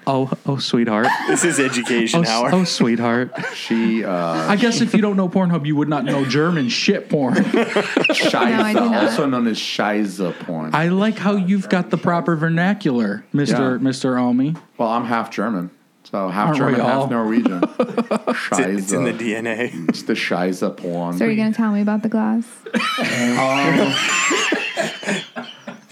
F: Oh, oh, sweetheart.
H: This is education
F: Oh,
H: hour.
F: oh, sweetheart.
C: she uh,
F: I guess if you don't know Pornhub, you would not know German shit porn.
C: Shiza,
E: do not.
C: also known as Shiza porn.
F: I like how you've got the proper vernacular, Mister
C: Yeah.
F: Mister Almy.
C: well, I'm half German, so half
F: Aren't we
C: German,
F: all?
C: half Norwegian.
H: it's,
C: Shiza,
H: it's in the DNA.
C: It's the Shiza porn.
E: So are you gonna tell me about the glass?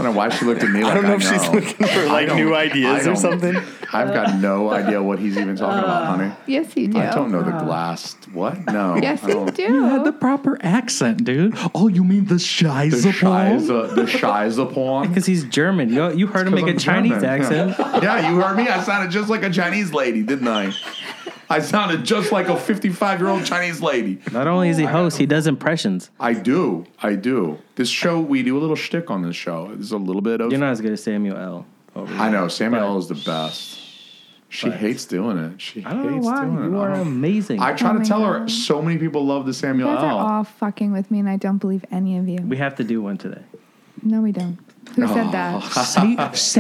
C: I don't know why she looked at me
H: I
C: like I
H: don't know if she's
C: know.
H: looking for like
C: don't-
H: new
C: I
H: ideas or
C: don't-
H: something.
C: I've got no idea what he's even talking
E: Uh,
C: about, honey.
E: Yes, you do.
C: I don't know Oh. the glass. What? No.
E: Uh. Yes,
C: I
E: you
C: don't-
E: do.
F: You had the proper accent, dude. Oh, you mean the
C: The
F: Shiza porn?
C: Shiza, the Shiza porn.
I: Because he's German. You, you heard him make a
C: 'Cause I'm
I: Chinese
C: German,
I: accent.
C: Yeah. Yeah, you heard me. I sounded just like a Chinese lady, didn't I? I sounded just like a 55 year old Chinese lady.
I: Not only is
C: Oh,
I: he host, he does impressions.
C: I do. I do. This show, we do a little shtick on this show. There's a little bit of.
I: You're not as good as Samuel L. Over
C: I know. Samuel is the best. She hates doing it. She
I: I don't know
C: hates
I: why.
C: doing it.
I: You
C: I
I: are
C: don't-
I: amazing.
C: I try
E: Oh
C: to
E: my
C: tell her
E: God.
C: so many people love the
E: You
C: Samuel
E: guys are
C: L.
E: all fucking with me, and I don't believe any of you.
I: we have to do one today.
E: No, we don't. Who said
C: Oh.
E: that?
F: Say,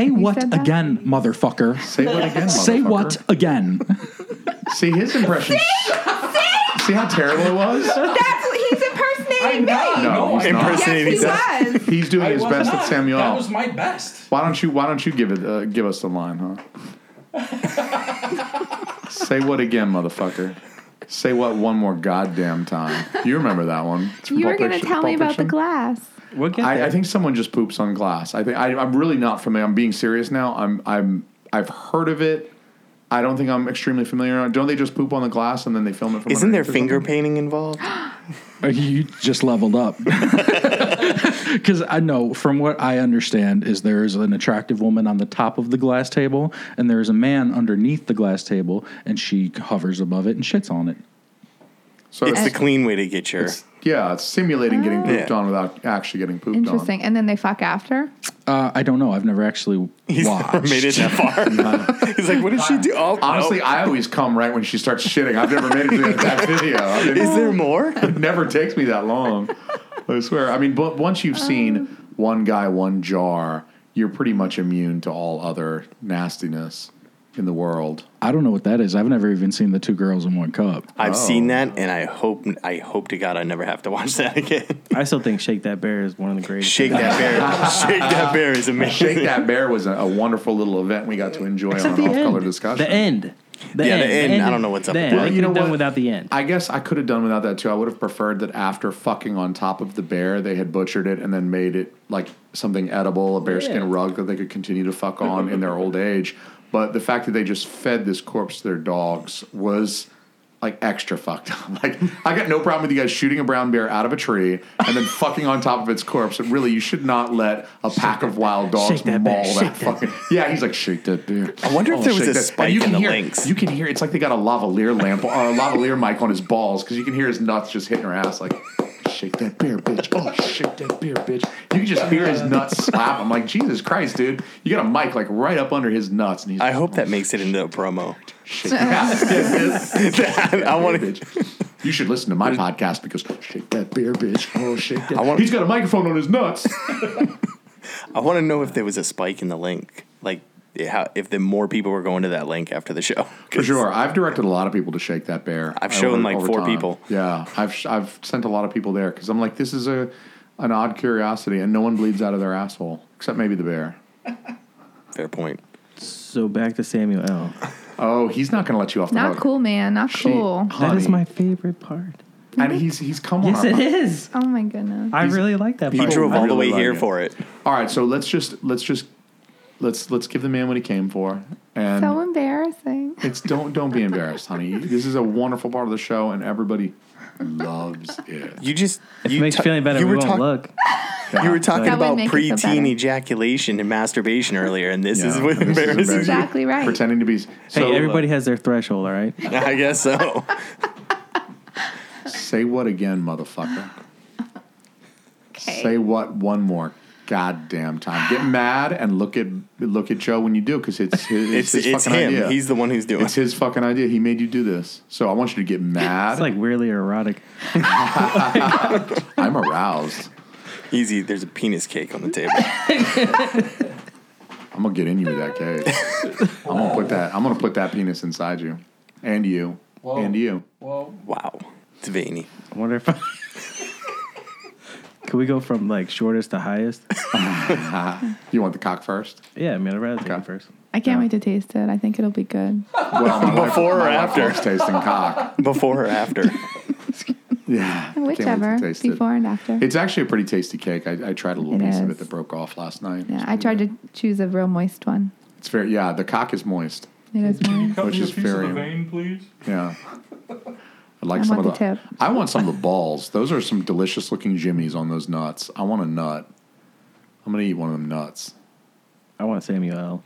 F: say what
E: said that?
F: again, motherfucker?
C: Say what again?
F: Say what
C: motherfucker?
F: again?
C: See his impression. See, how terrible it was.
E: That's he's impersonating me.
C: No, he's not.
H: Impersonating
E: Yes,
H: that.
E: he was.
C: He's doing his best at Samuel. L.
F: my best.
C: Why don't you Why don't you give it uh, Give us the line, huh? Say what again, motherfucker? Say what one more goddamn time? You remember that one? It's from
E: You were
C: Pulp
E: gonna
C: Fiction-
E: tell me
C: Pulp
E: about the
C: Fiction.
E: glass.
I: We'll get
C: I,
I: there.
C: I think someone just poops on glass. I think I, I'm really not familiar. I'm being serious now. I'm I'm I've heard of it. I don't think I'm extremely familiar. Don't they just poop on the glass and then they film it from?
H: Isn't there
C: underneath or
H: finger
C: something?
H: painting involved?
F: Uh, You just leveled up. Because I know, from what I understand, is there is an attractive woman on the top of the glass table, and there is a man underneath the glass table, and she hovers above it and shits on it.
C: So
H: It's
C: it's,
H: the clean way to get your.
C: yeah, it's simulating getting pooped
H: Yeah.
C: on without actually getting pooped
E: Oh. Interesting. And then they fuck after.
F: Uh, I don't know. I've never actually
H: He's never
F: watched.
H: made it that far. He's like, what did she do? Oh, no.
C: on. Honestly, I always come right when she starts shitting. I've never made it to that video. I mean,
H: is there more?
C: It never takes me that long. I swear. I mean, but once you've seen
I: Um,
C: one guy, one jar, you're pretty much immune to all other nastiness in the world.
F: I don't know what that is. I've never even seen the two girls in one cup.
H: I've seen that, and I hope I hope to God I never have to watch that again.
I: I still think Shake That Bear is one of the greatest.
H: Shake that bear! Shake that bear is amazing.
C: Shake That Bear was a, a wonderful little event we got to enjoy
I: Except
C: on
I: the
C: an off color
I: end.
C: discussion.
I: The end. The
H: Yeah, the
I: end.
H: end. I don't know what's up
I: The
H: with
I: end.
H: that.
I: I
H: You
I: could
C: know
I: have done
C: what?
I: without the end.
C: I guess I could have done without that too. I would have preferred that after fucking on top of the bear, they had butchered it and then made it like something edible, a bearskin
I: Yeah.
C: rug that they could continue to fuck on in their old age. But the fact that they just fed this corpse to their dogs was like extra fucked up. Like I got no problem with you guys shooting a brown bear out of a tree and then fucking on top of its corpse. And really, you should not let a pack of wild dogs
I: Shake that
C: maul
I: bear.
C: that,
I: Shake that
C: fucking. Yeah, he's like shake that bear.
H: I wonder if there was
C: shake
H: a
C: that-
H: spike
C: and Oh, you
H: in
C: can
H: the
C: hear,
H: links.
C: You can hear it's like they got a lavalier lamp or a lavalier mic on his balls because you can hear his nuts just hitting her ass like shake that beer, bitch. Oh, shake that beer, bitch. You can just hear his nuts slap. I'm like, Jesus Christ, dude. You got a mic like right up under his nuts and he's
H: I hope that makes it into a promo.
C: shake that beer,
H: I want to.
C: bitch. You should listen to my podcast because shake that beer, bitch. Oh, shake that.
H: I want-
C: he's got a microphone on his nuts.
H: I want to know if there was a spike in the link, like how if the more people were going to that link after the show.
C: For sure, I've directed a lot of people to shake that bear.
H: I've shown, like, four people.
C: Yeah, I've sh- I've sent a lot of people there because I'm like, this is a an odd curiosity, and no one bleeds out of their asshole except maybe the bear.
H: Fair point.
I: So back to Samuel L.
C: Oh, he's not going to let you off the
E: Not
C: hook.
E: cool, man. Not
C: She-
E: cool.
I: That
C: honey,
I: is my favorite part.
C: and he's he's come on.
I: Yes,
C: our
I: it
C: pod-
I: is.
E: Oh my goodness.
I: I really like that
H: He
I: part.
H: drove
C: I
H: all the
C: really
H: way
C: like
H: here
C: it.
H: for it.
C: All right, so let's just let's just let's let's give the man what he came for, and
E: So embarrassing.
C: it's don't don't be embarrassed, honey. This is a wonderful part of the show, and everybody loves it.
H: You just
I: If
H: you
I: it makes you
H: ta-
I: feeling better,
H: You
I: we
H: were,
I: won't
H: talk-
I: look.
H: you were talking
E: That would
H: about
E: make it feel better.
H: preteen ejaculation and masturbation earlier, and this
C: Yeah,
H: is what
C: this is
H: embarrasses you.
E: Exactly right.
C: Pretending to be so, uh,
I: hey, everybody has their threshold, all right?
H: I guess so.
C: Say what again, motherfucker?
E: Okay.
C: Say what one more goddamn time. Get mad and look at look at Joe when you do because it's his,
H: It's
C: his
H: it's
C: fucking
H: him.
C: idea.
H: He's the one who's doing.
C: it's his fucking idea. He made you do this, so I want you to get mad.
I: It's like weirdly erotic.
C: I'm aroused.
H: Easy. There's a penis cake on the table.
C: I'm gonna get in you with that cake. I'm gonna put that. I'm gonna put that penis inside you, and you, and you.
H: wow, it's veiny.
I: I wonder if. I, can we go from like shortest to highest?
C: Ah. You want the cock first?
I: Yeah, I mean, I'd rather take
C: Okay.
I: it first.
E: I can't wait to taste it. I think it'll be good.
C: Well, my wife-
H: Before or
C: my wife
H: after?
C: loves tasting cock.
H: Before or after?
C: Yeah, can't wait to
E: Whichever,
C: taste it.
E: before and after.
C: It's actually a pretty tasty cake. I, I tried a little
E: It
C: piece of
E: is.
C: it that broke off last night.
E: yeah, I tried to choose a real moist one.
C: It's very yeah. The cock is moist,
E: It is moist.
J: Cut
C: Which
J: me a
C: is
J: piece
C: very-
J: of the vein, please.
C: yeah. I like
E: I
C: some
E: want
C: of
E: the
C: the.
E: tip.
C: I want some of the balls. Those are some delicious looking jimmies on those nuts. I want a nut. I'm gonna eat one of them nuts.
I: I want Samuel L.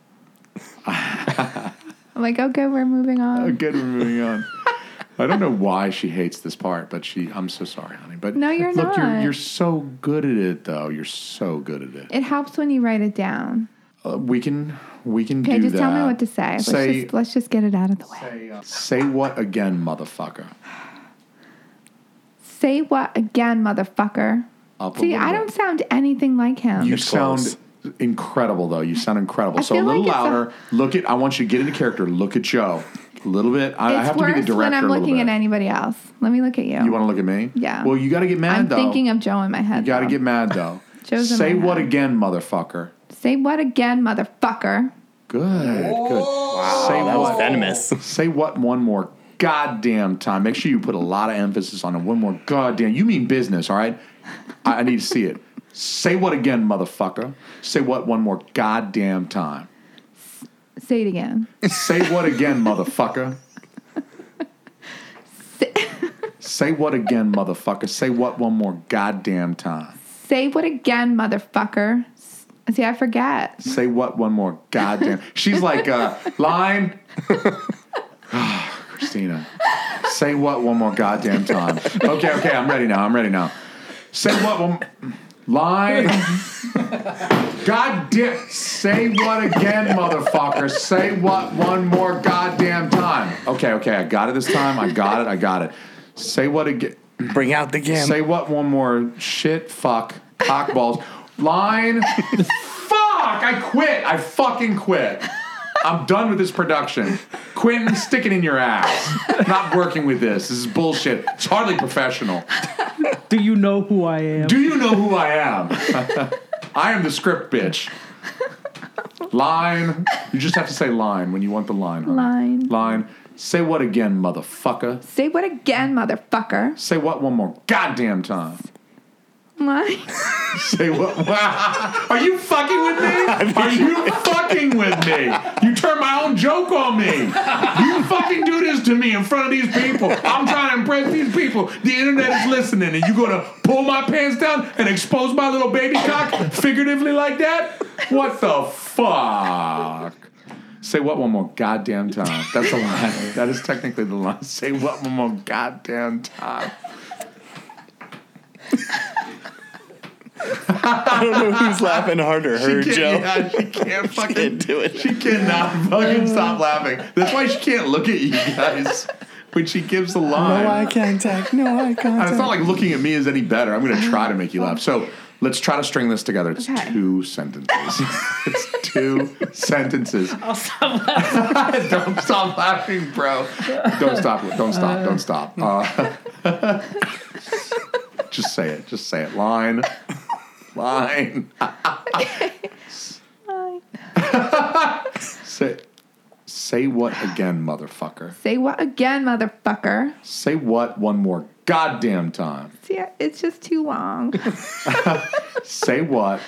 E: I'm like, okay, we're moving on.
C: Good, we're moving on. I don't know why she hates this part, but she. I'm so sorry, honey. But
E: No, you're
C: look, You're,
E: not.
C: you're so good at it, though. You're so good at it.
E: It helps when you write it down.
C: Uh, we can. We can
E: Okay,
C: do
E: just
C: that.
E: tell me what to say. Let's,
C: Say
E: just, let's just get it out of the way. Say,
C: say what again, motherfucker.
E: what again, motherfucker?
C: Up a
E: See,
C: little
E: I
C: bit.
E: don't sound anything like him.
C: You
H: It's
C: sound
H: close.
C: incredible, though. You sound incredible.
E: I
C: so a
E: feel
C: little
E: like it's a-
C: louder. look at. I want you to get into character. Look at Joe. A little bit. I, I
E: it's
C: have to
E: worse
C: be the director.
E: when I'm
C: a little
E: looking
C: bit.
E: at anybody else. Let me look at you.
C: You want to look at me?
E: Yeah.
C: Well, you got to get mad
E: I'm
C: though.
E: thinking of Joe in my head.
C: you got to
E: though.
C: get mad though.
E: Joe's in
C: Say
E: my
C: what
E: head.
C: again, motherfucker?
E: Say what again, motherfucker?
C: Good. Good.
H: Wow, that was venomous.
C: Say what one more goddamn time. Make sure you put a lot of emphasis on it. One more goddamn. You mean business, all right? I, I need to see it. Say what again, motherfucker? Say what one more goddamn time?
E: Say it again.
C: Say what again, motherfucker? Say what again, motherfucker? Say what one more goddamn time?
E: Say what again, motherfucker? S- See, I forget.
C: Say what one more goddamn? She's like, uh, line. Christina, say what one more goddamn time? Okay, okay, I'm ready now. I'm ready now. Say what one line? Goddamn! Say what again, motherfucker? Say what one more goddamn time? Okay, okay, I got it this time. I got it. I got it. Say what again?
H: Bring out the gam.
C: Say what one more shit, fuck, cock balls. Line. fuck! I quit. I fucking quit. I'm done with this production. Quentin, stick it in your ass. Not working with this. This is bullshit. It's hardly professional.
I: Do you know who I am?
C: Do you know who I am? I am the script bitch. Line. You just have to say line when you want the line. honey.
E: Line.
C: Line. Say what again, motherfucker?
E: Say what again, motherfucker?
C: Say what one more goddamn time?
E: Line.
C: Say what? Are you fucking with me? Are you fucking with me? You turn my own joke on me. You fucking do this to me in front of these people. I'm trying to impress these people. The internet is listening, and you gonna pull my pants down and expose my little baby cock figuratively like that? What the fuck? Say what one more goddamn time. That's the line. That is technically the line. Say what one more goddamn time.
H: I don't know who's laughing harder, her or
C: She
H: Joe.
C: can't- yeah, she can't fucking
H: Can't do it.
C: She cannot fucking stop laughing. That's why she can't look at you guys when she gives the line.
H: contact. No eye
C: And it's
H: contact.
C: not like looking at me is any better. I'm going to try to make you laugh. So let's try to string this together. It's
E: Okay.
C: two sentences. it's two sentences. I'll stop laughing. don't stop laughing, bro. Don't stop. Don't stop. Don't stop. Uh, just say it. Just say it. Line. Line.
E: Line.
C: Say, say what again, motherfucker?
E: Say what again, motherfucker?
C: Say what one more goddamn time?
E: See, it's just too long.
C: Say what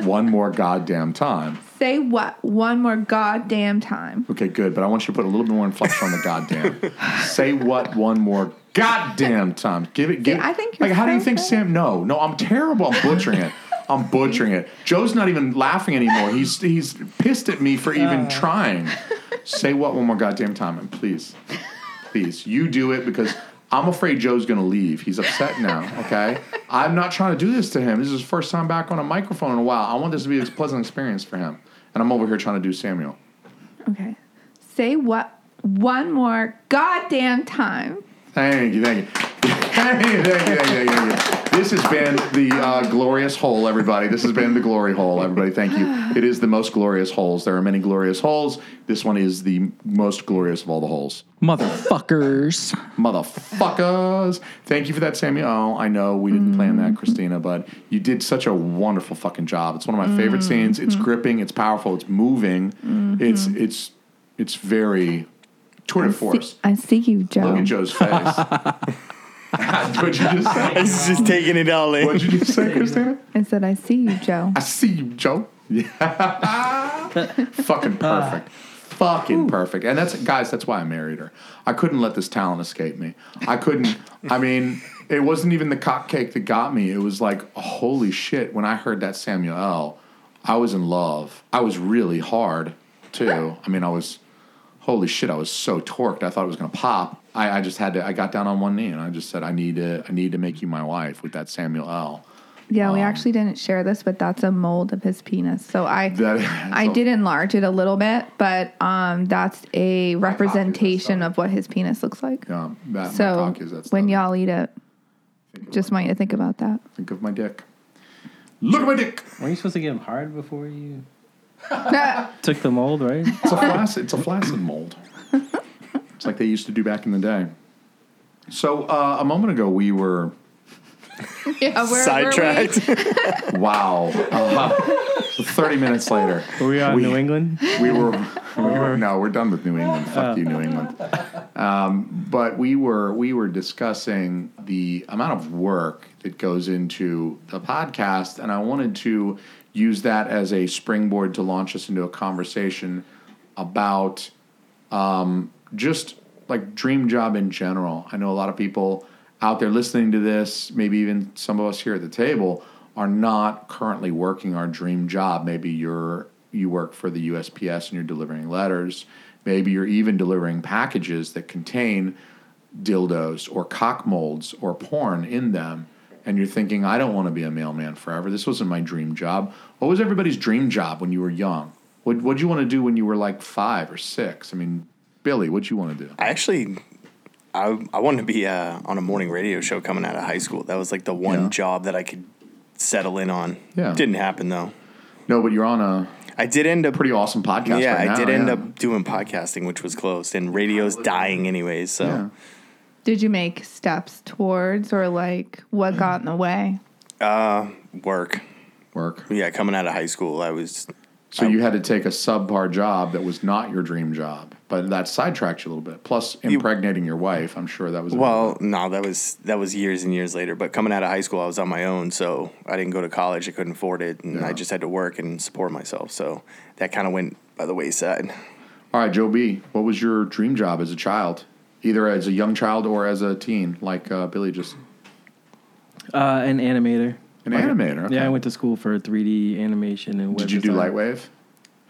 C: one more goddamn time?
E: Say what one more goddamn time.
C: Okay, good. But I want you to put a little bit more inflection on the goddamn. Say what one more goddamn time? Give it. Give.
E: See,
C: it-
E: I think you're
C: Like, how do you
E: so
C: think
E: good.
C: Sam? No, no. I'm terrible. I'm butchering it. I'm butchering it. Joe's not even laughing anymore. He's he's pissed at me for
E: Uh.
C: even trying. Say what one more goddamn time, and please, please, you do it because I'm afraid Joe's going to leave. He's upset now. Okay, I'm not trying to do this to him. This is his first time back on a microphone in a while. I want this to be a pleasant experience for him. And I'm over here trying to do Samuel.
E: Okay. Say what one more goddamn time.
C: Thank you, thank you. Thank you, thank you, thank you, thank you. This has been the uh, glorious hole, everybody. This has been the glory hole, everybody. Thank you. It is the most glorious holes. There are many glorious holes. This one is the most glorious of all the holes.
F: Motherfuckers.
C: Motherfuckers. Thank you for that, Samuel. Oh, I know we didn't plan that, Christina, but you did such a wonderful fucking job. It's one of my favorite scenes. It's gripping, it's powerful, it's moving. It's it's it's very tour de force.
E: I see you, Joe.
C: Look at Joe's face. What'd you just say?
H: He's just taking it all in.
C: What'd you just say, Christina?
E: I said, I see you, Joe.
C: I see you, Joe. Yeah. Fucking
E: Ah.
C: perfect. Fucking perfect. And that's guys, that's why I married her. I couldn't let this talent escape me. I couldn't I mean, it wasn't even the cupcake that got me. It was like, holy shit, when I heard that Samuel L, I was in love. I was really hard too. I mean, I was holy shit, I was so torqued. I thought it was gonna pop. I, I just had to I got down on one knee and I just said, I need to I need to make you my wife with that Samuel L.
E: Yeah,
C: Um,
E: we actually didn't share this, but that's a mold of his penis. So I
C: That-
E: I did enlarge it a little bit, but um that's a representation of what his penis looks like.
C: Um, that, my
E: so
C: cock is that
E: when
C: stuff.
E: y'all eat it, just want you to think about that.
C: Think of my dick. Look at my dick.
I: Weren't you supposed to get him hard before you took the mold, right?
C: It's a flaccid. It's a flaccid mold. It's like they used to do back in the day. So uh, a moment ago we were
E: yeah, we're
H: Sidetracked.
C: wow. Uh, Thirty minutes later,
I: Were we on
C: We-
I: New England?
C: we were, we were no, we're done with New England. Fuck you, New England. Um, but we were we were discussing the amount of work that goes into the podcast, and I wanted to use that as a springboard to launch us into a conversation about just like dream job in general. I know a lot of people out there listening to this, maybe even some of us here at the table, are not currently working our dream job. Maybe you're you work for the USPS and you're delivering letters. Maybe you're even delivering packages that contain dildos or cock molds or porn in them. And you're thinking, I don't want to be a mailman forever. This wasn't my dream job. What was everybody's dream job when you were young? What What'd you want to do when you were like five or six? I mean, Billy, what'd you want to do?
H: I actually, I I wanted to be uh, on a morning radio show coming out of high school. That was like the one
C: Yeah.
H: job that I could settle in on.
C: Yeah.
H: didn't happen though.
C: No, but you're on a
H: I did end up
C: pretty awesome podcast.
H: Yeah,
C: right
H: I
C: now,
H: did end
C: yeah.
H: up doing podcasting, which was closed, and radio's dying anyways. So
C: Yeah.
E: Did you make steps towards or like what got in the way?
H: work.
C: work.
H: Yeah, coming out of high school, I was.
C: So you had to take a subpar job that was not your dream job, but that sidetracked you a little bit. Plus, impregnating your wife, I'm sure that was a-
H: Well, no, that was that was years and years later. But coming out of high school, I was on my own, so I didn't go to college. I couldn't afford it, and I just had to work and support myself. So that kind of went by the wayside.
C: All right, Joe B, what was your dream job as a child, either as a young child or as a teen, like uh, Billy just
I: Uh, an animator.
C: an animator? okay.
I: Yeah, I went to school for 3D animation and. web
C: Did you do
I: design.
C: Lightwave?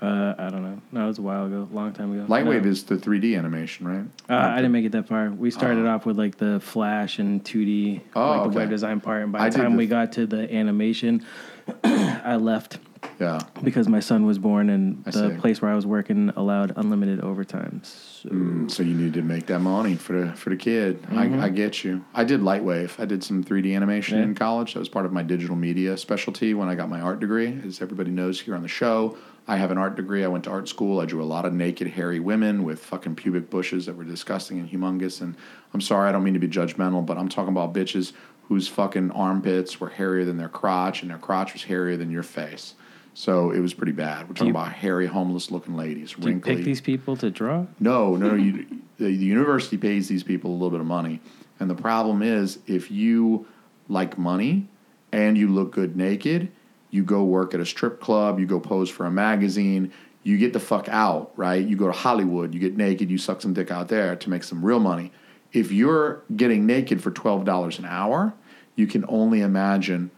I: Uh, I don't know. No, it was a while ago, long time ago.
C: Lightwave
I: No.
C: is the 3D animation, right?
I: Uh, I didn't make it that far. We started off with like the Flash and 2D,
C: Ah. Oh,
I: like
C: okay.
I: the web design part, and
C: I
I: by the
C: did
I: time
C: the-
I: we got to the animation, I left
C: Yeah.
I: because my son was born, and
C: I
I: the
C: see.
I: place where I was working allowed unlimited overtime. So
C: So you need to make that money for the for the kid. I, I get you. I did Lightwave. I did some 3D animation in college. That was part of my digital media specialty when I got my art degree. As everybody knows here on the show, I have an art degree. I went to art school. I drew a lot of naked, hairy women with fucking pubic bushes that were disgusting and humongous. And I'm sorry, I don't mean to be judgmental, but I'm talking about bitches whose fucking armpits were hairier than their crotch, and their crotch was hairier than your face. So it was pretty bad. We're talking about hairy, homeless-looking ladies,
I: do you
C: wrinkly.
I: pick these people to draw?
C: No, no, no. You, the, the university pays these people a little bit of money, and the problem is if you like money and you look good naked, you go work at a strip club, you go pose for a magazine, you get the fuck out, right? You go to Hollywood, you get naked, you suck some dick out there to make some real money. If you're getting naked for twelve dollars an hour, you can only imagine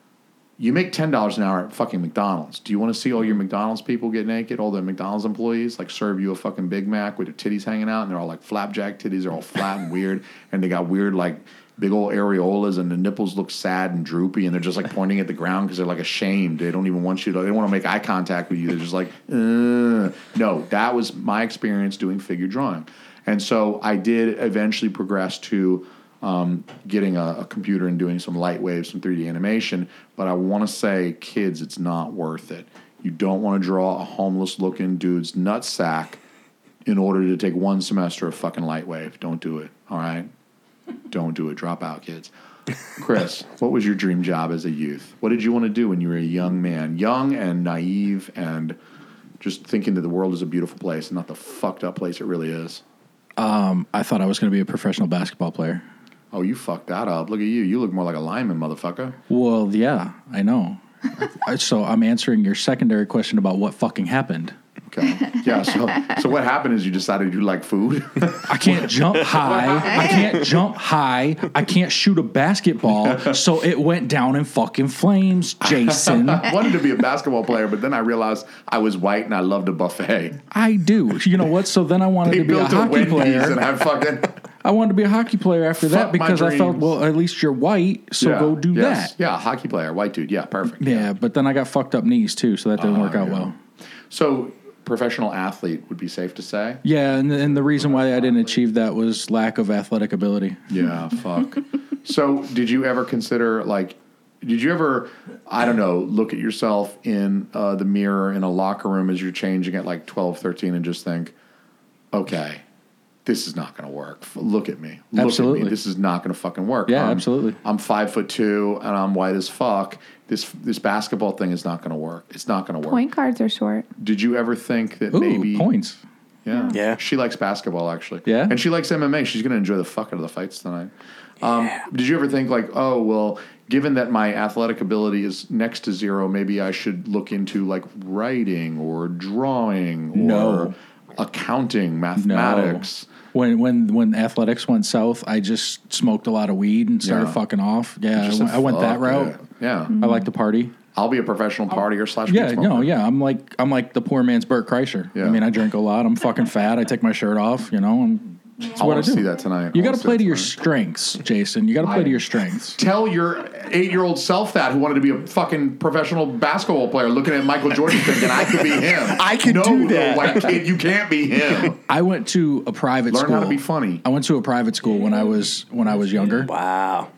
C: You make ten dollars an hour at fucking McDonald's. Do you want to see all your McDonald's people get naked? All the McDonald's employees like serve you a fucking Big Mac with their titties hanging out, and they're all like flapjack titties. They're all flat and weird, and they got weird like big old areolas, and the nipples look sad and droopy, and they're just like pointing at the ground because they're like ashamed. They don't even want you to. They don't want to make eye contact with you. They're just like, "Ugh." no. That was my experience doing figure drawing, and so I did eventually progress to um, getting a, a computer and doing some light waves, some 3D animation. But I want to say, kids, it's not worth it. You don't want to draw a homeless looking dude's nutsack in order to take one semester of fucking light wave. Don't do it. All right? Don't do it. Drop out, kids. Chris, what was your dream job as a youth? What did you want to do when you were a young man? Young and naive and just thinking that the world is a beautiful place and not the fucked up place it really is.
F: I thought I was going to be a professional basketball player.
C: Oh, you fucked that up. Look at you. You look more like a lineman, motherfucker.
F: Well, yeah, I know. I- so I'm answering your secondary question about what fucking happened.
C: Okay. Yeah. So, so what happened is you decided you like food.
F: I can't jump high. I can't jump high. I can't shoot a basketball. So it went down in fucking flames, Jason.
C: I wanted to be a basketball player, but then I realized I was white and I loved a buffet.
F: I do. You know what? So then I wanted
C: They
F: to be a
C: built a
F: hockey
C: Wendy's,
F: player.
C: and I fucking
F: I wanted to be a hockey player after that
C: Fuck my
F: because I felt,
C: dreams.
F: well, at least you're white, so
C: Yeah,
F: go do
C: yes.
F: that.
C: Yeah, hockey player, white dude. Yeah, perfect.
F: Yeah, but then I got fucked up knees too, so that didn't work out
C: yeah.
F: well.
C: So professional athlete would be safe to say.
F: Yeah, and, and the reason why I didn't achieve that was lack of athletic ability.
C: Yeah, fuck. so, did you ever consider like, did you ever, I don't know, look at yourself in uh, the mirror in a locker room as you're changing at like 12, 13 and just think, okay, this is not going to work. F- Look at me. Look At
F: Absolutely.
C: me. This is not going to fucking work.
F: Yeah,
C: I'm-
F: absolutely.
C: I'm five foot two and I'm white as fuck. This this basketball thing is not going to work. It's not going to work.
E: Point cards are short.
C: Did you ever think that
F: Ooh,
C: maybe
F: points.
C: yeah.
H: Yeah.
C: She likes basketball, actually.
F: Yeah?
C: And she likes MMA. She's going to enjoy the fuck out of the fights tonight. Um, Did you ever think, like, oh, well, given that my athletic ability is next to zero, maybe I should look into like writing or drawing or
F: No.
C: accounting,
F: No.
C: mathematics?
F: When when when athletics went south, I just smoked a lot of weed and started
C: Yeah.
F: fucking off. Yeah, I
C: Just
F: went,
C: said,
F: I went that
C: fuck
F: route.
C: it. Yeah.
F: I like to party.
C: I'll be a professional partier slash weed
F: Yeah, no,
C: smoker.
F: yeah. I'm like I'm like the poor man's Burt Kreischer.
C: Yeah.
F: I mean, I drink a lot. I'm fucking fat. I take my shirt off. You know, I'm, it's
C: I
F: what I
C: want to
F: do.
C: see that tonight.
F: You
C: I
F: got
C: wanna
F: to
C: see
F: play
C: that
F: to your
C: tonight.
F: strengths, Jason. You got to play to your strengths.
C: Tell your eight year old self that who wanted to be a fucking professional basketball player looking at Michael Jordan thinking, I could be him.
H: I could
C: no,
H: do
C: little
H: that.
C: white kid, you can't be him.
F: I went to a private
C: Learn
F: school.
C: how to be funny.
F: I went to a private school when I was when I was younger,
H: Wow.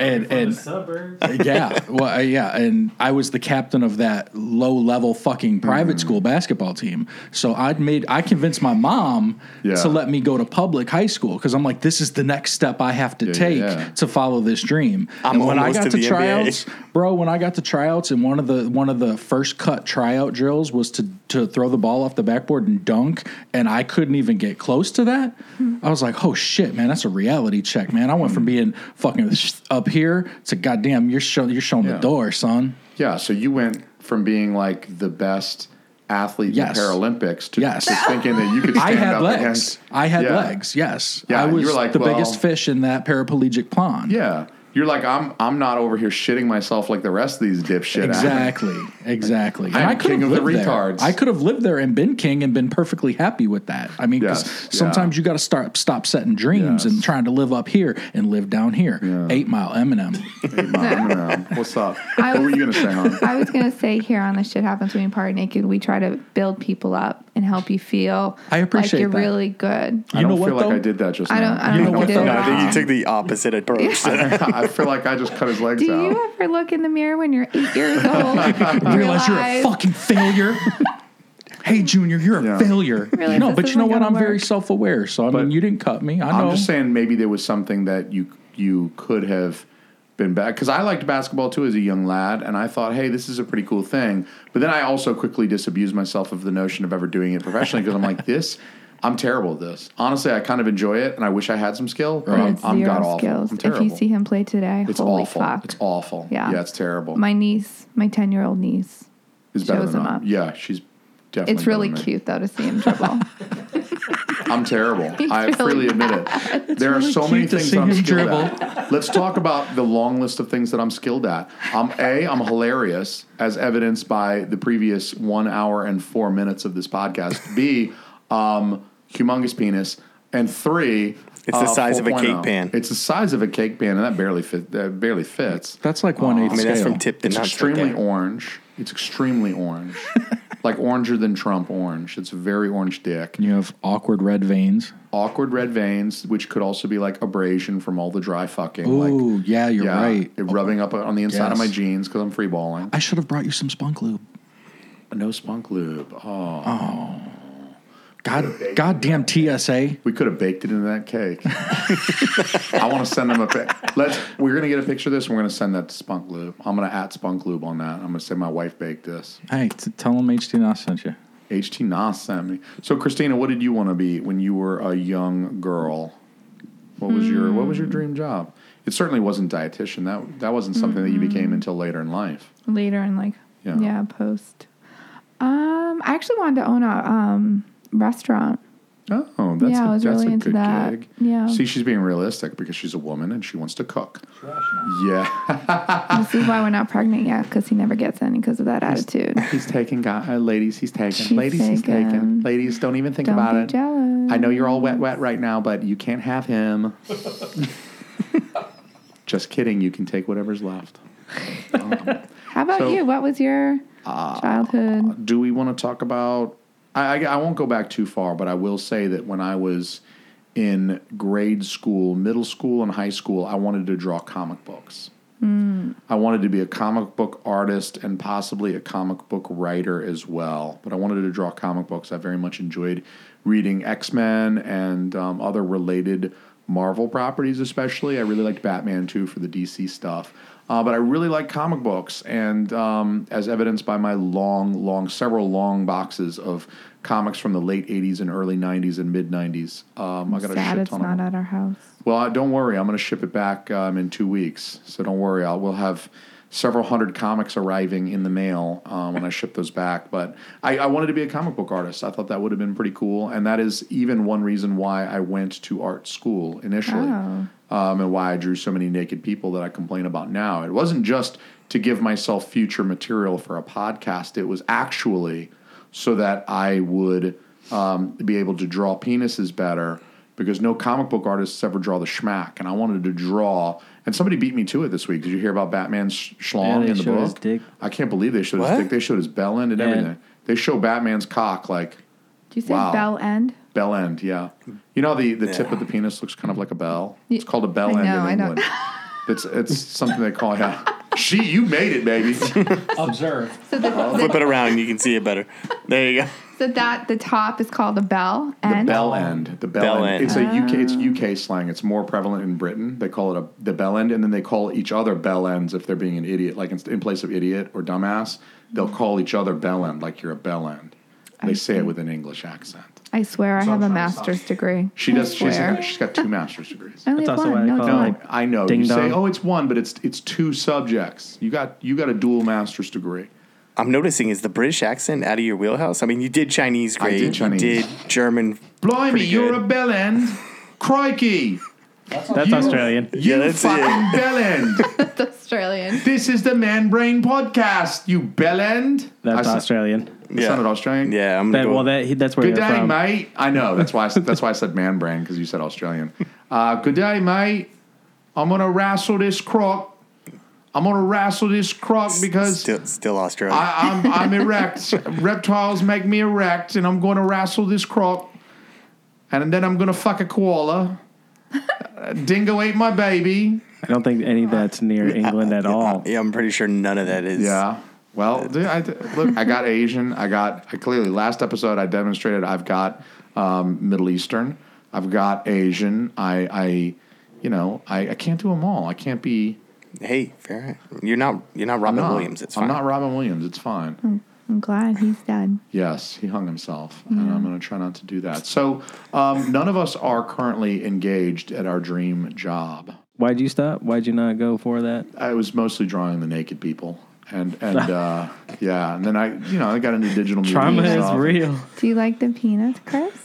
F: and and Uh,
D: Suburbs.
F: yeah, well, I- yeah, and I was the captain of that low level fucking
C: Mm-hmm.
F: private school basketball team. So I'd made I convinced my mom
C: Yeah.
F: to let me go to public high school because I'm like, this is the next step I have to
C: Yeah, yeah,
F: take
C: yeah.
F: to follow this dream.
H: I'm
F: and when I
H: almost
F: got
H: to
F: to,
H: the NBA.
F: tryouts, bro, when I got to tryouts, and one of the one of the first cut tryout drills was to to throw the ball off the backboard and dunk, and I couldn't even get close to that. I was like, oh shit, man, that's a reality check, man. I went from being fucking up here to goddamn, you're show, you're showing
C: Yeah.
F: the door, son.
C: Yeah, so you went from being like the best athlete
F: Yes.
C: in the Paralympics to,
F: Yes.
C: to thinking that you could stand
F: I had
C: up
F: legs.
C: against.
F: I had
C: Yeah.
F: legs. Yes,
C: Yeah,
F: I
C: you
F: was
C: were like,
F: the
C: well-
F: biggest fish in that paraplegic pond.
C: Yeah. You're like, I'm I'm not over here shitting myself like the rest of these dipshit athletes.
F: Exactly. Exactly. And
C: I'm
F: I could
C: king
F: have
C: of the
F: lived there.
C: retards.
F: I could have lived there and been king and been perfectly happy with that. I mean, 'cause
C: Yes, yeah.
F: sometimes you got to start stop setting dreams and
C: Yes.
F: trying to live up here and live down here.
C: Yeah.
F: Eight Mile, Eminem.
C: Mom, no. What's up?
E: I
C: what were
E: was-
C: you gonna say, hon?
E: I was gonna say here on the shit happens when you party naked, we try to build people up and help you feel
F: I appreciate
E: like you're
F: that.
E: really good.
C: I
F: You
C: don't
F: know what,
C: feel like
F: though?
C: I did that just
E: I
C: now.
E: don't. I don't
F: know
E: think
F: what
E: you
F: though?
E: did
H: No,
E: it
H: I think
E: wrong.
H: you took the opposite approach.
C: I feel like I just cut his legs
E: Do
C: out.
E: you ever look in the mirror when you're eight years old? and
F: Realize you're a fucking failure. hey, Junior, you're a
C: Yeah.
F: failure.
E: Realize
F: no,
E: this
F: but you know
E: isn't
F: what?
E: gonna
F: I'm very
E: work.
F: self aware. So, I mean, you didn't cut me. I know.
C: I'm just saying maybe there was something that you you could have been back because I liked basketball too as a young lad, and I thought, hey, this is a pretty cool thing. But then I also quickly disabused myself of the notion of ever doing it professionally because I'm like this. I'm terrible at this. Honestly, I kind of enjoy it, and I wish I had some skill, but I'm,
E: It's
C: I'm
E: zero
C: god awful.
E: skills.
C: I'm
E: if
C: terrible.
E: you see him play today,
C: it's
E: holy
C: awful.
E: fuck!
C: It's awful.
E: Yeah.
C: yeah it's terrible.
E: My niece, my ten-year-old niece,
C: it's better
E: shows
C: than
E: him
C: I-
E: up.
C: Yeah, she's definitely.
E: it's really
C: better than me.
E: cute though to see him dribble.
C: I'm terrible. I
E: really
C: freely admit it. There are so many
F: cute to
C: things
F: see
C: I'm
F: him
C: skilled
F: dribble.
C: at. Let's talk about the long list of things that I'm skilled at. I'm a. I'm hilarious, as evidenced by the previous one hour and four minutes of this podcast. B. Um, humongous penis. And three. uh,
H: It's the size of a cake
C: 4.0.
H: pan.
C: oh. It's the size of a cake pan, and that barely fit. That barely fits.
F: That's like
C: Oh,
F: one eighth.
H: I mean, that's from tip to
C: It's
H: notch. right
C: extremely
H: there.
C: orange. It's extremely orange. like oranger than Trump orange. It's a very orange dick.
F: You have awkward red veins.
C: Awkward red veins, which could also be like abrasion from all the dry fucking. like,
F: Ooh, yeah, you're
C: yeah,
F: right.
C: It rubbing up on the inside of my
F: Yes.
C: jeans because I'm free balling.
F: I should have brought you some spunk lube.
C: No spunk lube. Oh,
F: God, goddamn TSA.
C: we could have baked it into that cake. I want to send them a pic. Let's. We're gonna get a picture of this. and We're gonna send that to spunk lube. I'm gonna at spunk lube on that. I'm gonna say my wife baked this.
F: Hey, t- tell them HT Nas sent you.
C: HT Nas sent me. So Christina, what did you want to be when you were a young girl? What was your What
E: Hmm.
C: was your dream job? It certainly wasn't dietitian. That that wasn't something that you
E: Mm-hmm.
C: became until later in life.
E: later in like
C: Yeah.
E: yeah, post. Um, I actually wanted to own a um restaurant.
C: Oh, that's
E: Yeah, I
C: a,
E: was
C: that's
E: really
C: a
E: into
C: good
E: that.
C: gig.
E: Yeah.
C: See, she's being realistic because she's a woman and she wants to cook. Yeah,
E: this is why we're not pregnant yet because he never gets any because of that attitude.
C: he's taking guy, uh, ladies. He's taking
E: She's taken.
C: Ladies, don't even think
E: Don't be jealous.
C: I know you're all wet, wet right now, but you can't have him. Just kidding. You can take whatever's left.
E: How about
C: So- Ah,
E: you? What was your childhood?
C: do we want to talk about I, I, I won't go back too far but i will say that when i was in grade school middle school and high school i wanted to draw comic books i wanted to be a comic book artist and possibly a comic book writer as well but i wanted to draw comic books i very much enjoyed reading x-men and um, other related marvel properties especially i really liked batman too for the dc stuff uh, but I really like comic books, and um, as evidenced by my long, long, several long boxes of comics from the late '80s and early '90s and mid '90s, um, I got a
E: Sad
C: shit
E: it's
C: ton of
E: not
C: them.
E: at our house.
C: Well, I- don't worry, I'm going to ship it back um, in two weeks, so don't worry. I'll we'll have several hundred comics arriving in the mail um, when I ship those back. But I, I wanted to be a comic book artist. I thought that would have been pretty cool, and that is even one reason why I went to art school initially
E: Oh.
C: um, and why I drew so many naked people that I complain about now. It wasn't just to give myself future material for a podcast, it was actually so that I would um, be able to draw penises better because no comic book artists ever draw the schmack. And I wanted to draw, and somebody beat me to it this week. Did you hear about Batman's
I: Yeah,
C: schlong
I: they
C: in the
I: showed
C: book?
I: his dick.
C: I can't believe they showed
H: What?
C: his dick. They showed his bell end and
I: Yeah.
C: everything. They show Batman's cock like
E: Did you say
C: Wow.
E: Bell End?
C: Bell end, yeah. You know the, the tip
H: Yeah.
C: of the penis looks kind of like a bell.
E: Ye-
C: It's called a bell
E: I know,
C: end
E: I
C: in
E: know.
C: England. It's it's something they call yeah. She, you made it, baby.
F: Observe.
E: So the,
H: Flip it around, you can see it better. There you go.
E: so that the top is called a bell
C: The
E: end. Ah.
C: bell end. The bell,
H: Bell
C: end.
H: end.
C: It's a UK. It's UK slang. It's more prevalent in Britain. They call it a the bell end, and then they call each other bell ends if they're being an idiot. Like in, in place of idiot or dumbass, they'll call each other bell end. Like you're a bell end. They say it with an English accent.
E: I swear I have a master's degree.
C: She
E: I
C: does. She's,
E: swear.
C: she's got two master's degrees.
E: I only
I: That's
E: have
I: also why I
E: one.
I: call
E: No, it's
I: it
C: No,
E: not.
I: like-
C: Oh, I know.
I: ding
C: you say,
I: dong.
C: "Oh, it's one," but it's it's two subjects. You got you got a dual master's degree.
H: I'm noticing is the British accent out of your wheelhouse? I mean, you did Chinese
C: I
H: great,
C: did Chinese.
H: you did German.
C: Blimey,
H: Pretty
C: you're
H: good.
C: a bell end. Crikey,
I: That's Australian.
H: Yeah,
C: you
H: that's it.
C: fucking bell end.
E: It's Australian.
C: This is the Man Brain Podcast. You bell end.
I: That's
C: I sa-
I: Australian.
C: I
H: Yeah.
C: sounded Australian.
H: Yeah, I'm gonna
I: That,
H: go.
I: well, that he, that's where
C: Good
I: you're
C: day,
I: from.
C: mate. I know. That's why. I, s- that's why I said Man Brain because you said Australian. Uh, good day, mate. I'm gonna wrestle this croc. I'm gonna wrestle this croc because
H: still, still Australia.
C: I, I'm, I'm erect. Reptiles make me erect, and I'm going to wrestle this croc, and then I'm going to fuck a koala. Uh, Dingo ate my baby.
I: I don't think any of that's near England at all.
H: yeah, I'm pretty sure none of that is.
C: Yeah. Well, dude, I, look, I got Asian. I got I clearly last episode I demonstrated I've got um, Middle Eastern. I've got Asian. I, I you know, I, I can't do them all. I can't be.
H: Hey, fair. You're not. You're not
C: I'm
H: Robin
C: not,
H: Williams. It's
C: I'm
H: fine.
C: not Robin Williams. It's fine.
E: I'm glad he's dead.
C: Yes, he hung himself, and
E: Mm-hmm.
C: I'm going to try not to do that. So, um, none of us are currently engaged at our dream job.
I: Why'd you stop? Why'd you not go for that?
C: I was mostly drawing the naked people, and and uh, yeah, and then I, you know, I got into digital media
I: Trauma
C: and
I: is
C: stuff.
I: real.
E: Do you like the penis, Chris?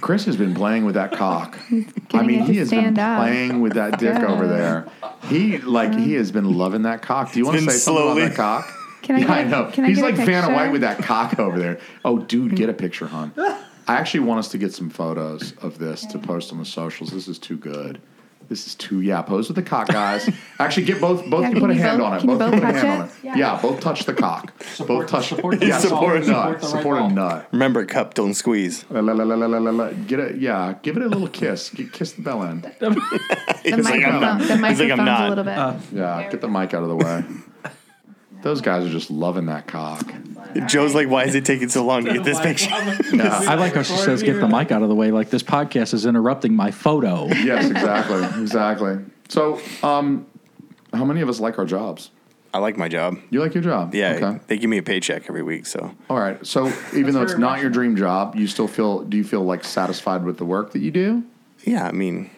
C: Chris has been playing with that cock. I
E: getting
C: mean,
E: it to
C: he has been
E: stand up.
C: playing with that dick
E: Yeah. Mm-hmm.
C: over there. He like he has been loving that cock. Do you want to
H: been
C: say something
H: slowly-
C: about that cock?
E: Can I
C: yeah,
E: get a-
C: I know.
E: can I
C: He's
E: get a
C: like Vanna
E: picture?
C: White with that cock over there. Oh, dude, get a picture, hon. I actually want us to get some photos of this to post on the socials. This is too good. This is too yeah. Pose with the cock, guys. Actually, get both. Both
E: Yeah,
C: you
E: can
C: put a
E: you
C: hand
E: both-
C: on it.
E: can you
C: Both, you
E: both
C: put a
E: touch
C: hand on it.
E: it?
C: Yeah.
E: Yeah.
C: both touch the cock. both touch.
F: support the
C: yeah,
F: right
C: support a
F: ball.
C: nut.
F: Support the right
C: Support a
F: ball.
C: nut.
H: Remember, cup, don't squeeze.
C: La, la, la, la, la, la, la. Get it? Yeah, give it a little kiss. Get, kiss the bell end.
E: The
H: He's like, I'm
E: microphone.
H: not.
E: The
H: He's like,
E: microphone's
H: I'm
E: a little
H: not.
E: bit.
I: Uh,
C: Yeah, get the mic out of the way. Those guys are just loving that cock.
H: Joe's like, why is it taking so long to get this picture?
C: Yeah.
F: I like how she says, "Get the mic out of the way." Like this podcast is interrupting my photo.
C: yes, exactly, exactly. So, um, how many of us like our jobs?
H: I like my job.
C: You like your job?
H: Yeah,
C: Okay.
H: they give me a paycheck every week, so
C: All right. So, even though it's not your dream job, you still feel? Do you feel like satisfied with the work that you do?
H: yeah. I mean,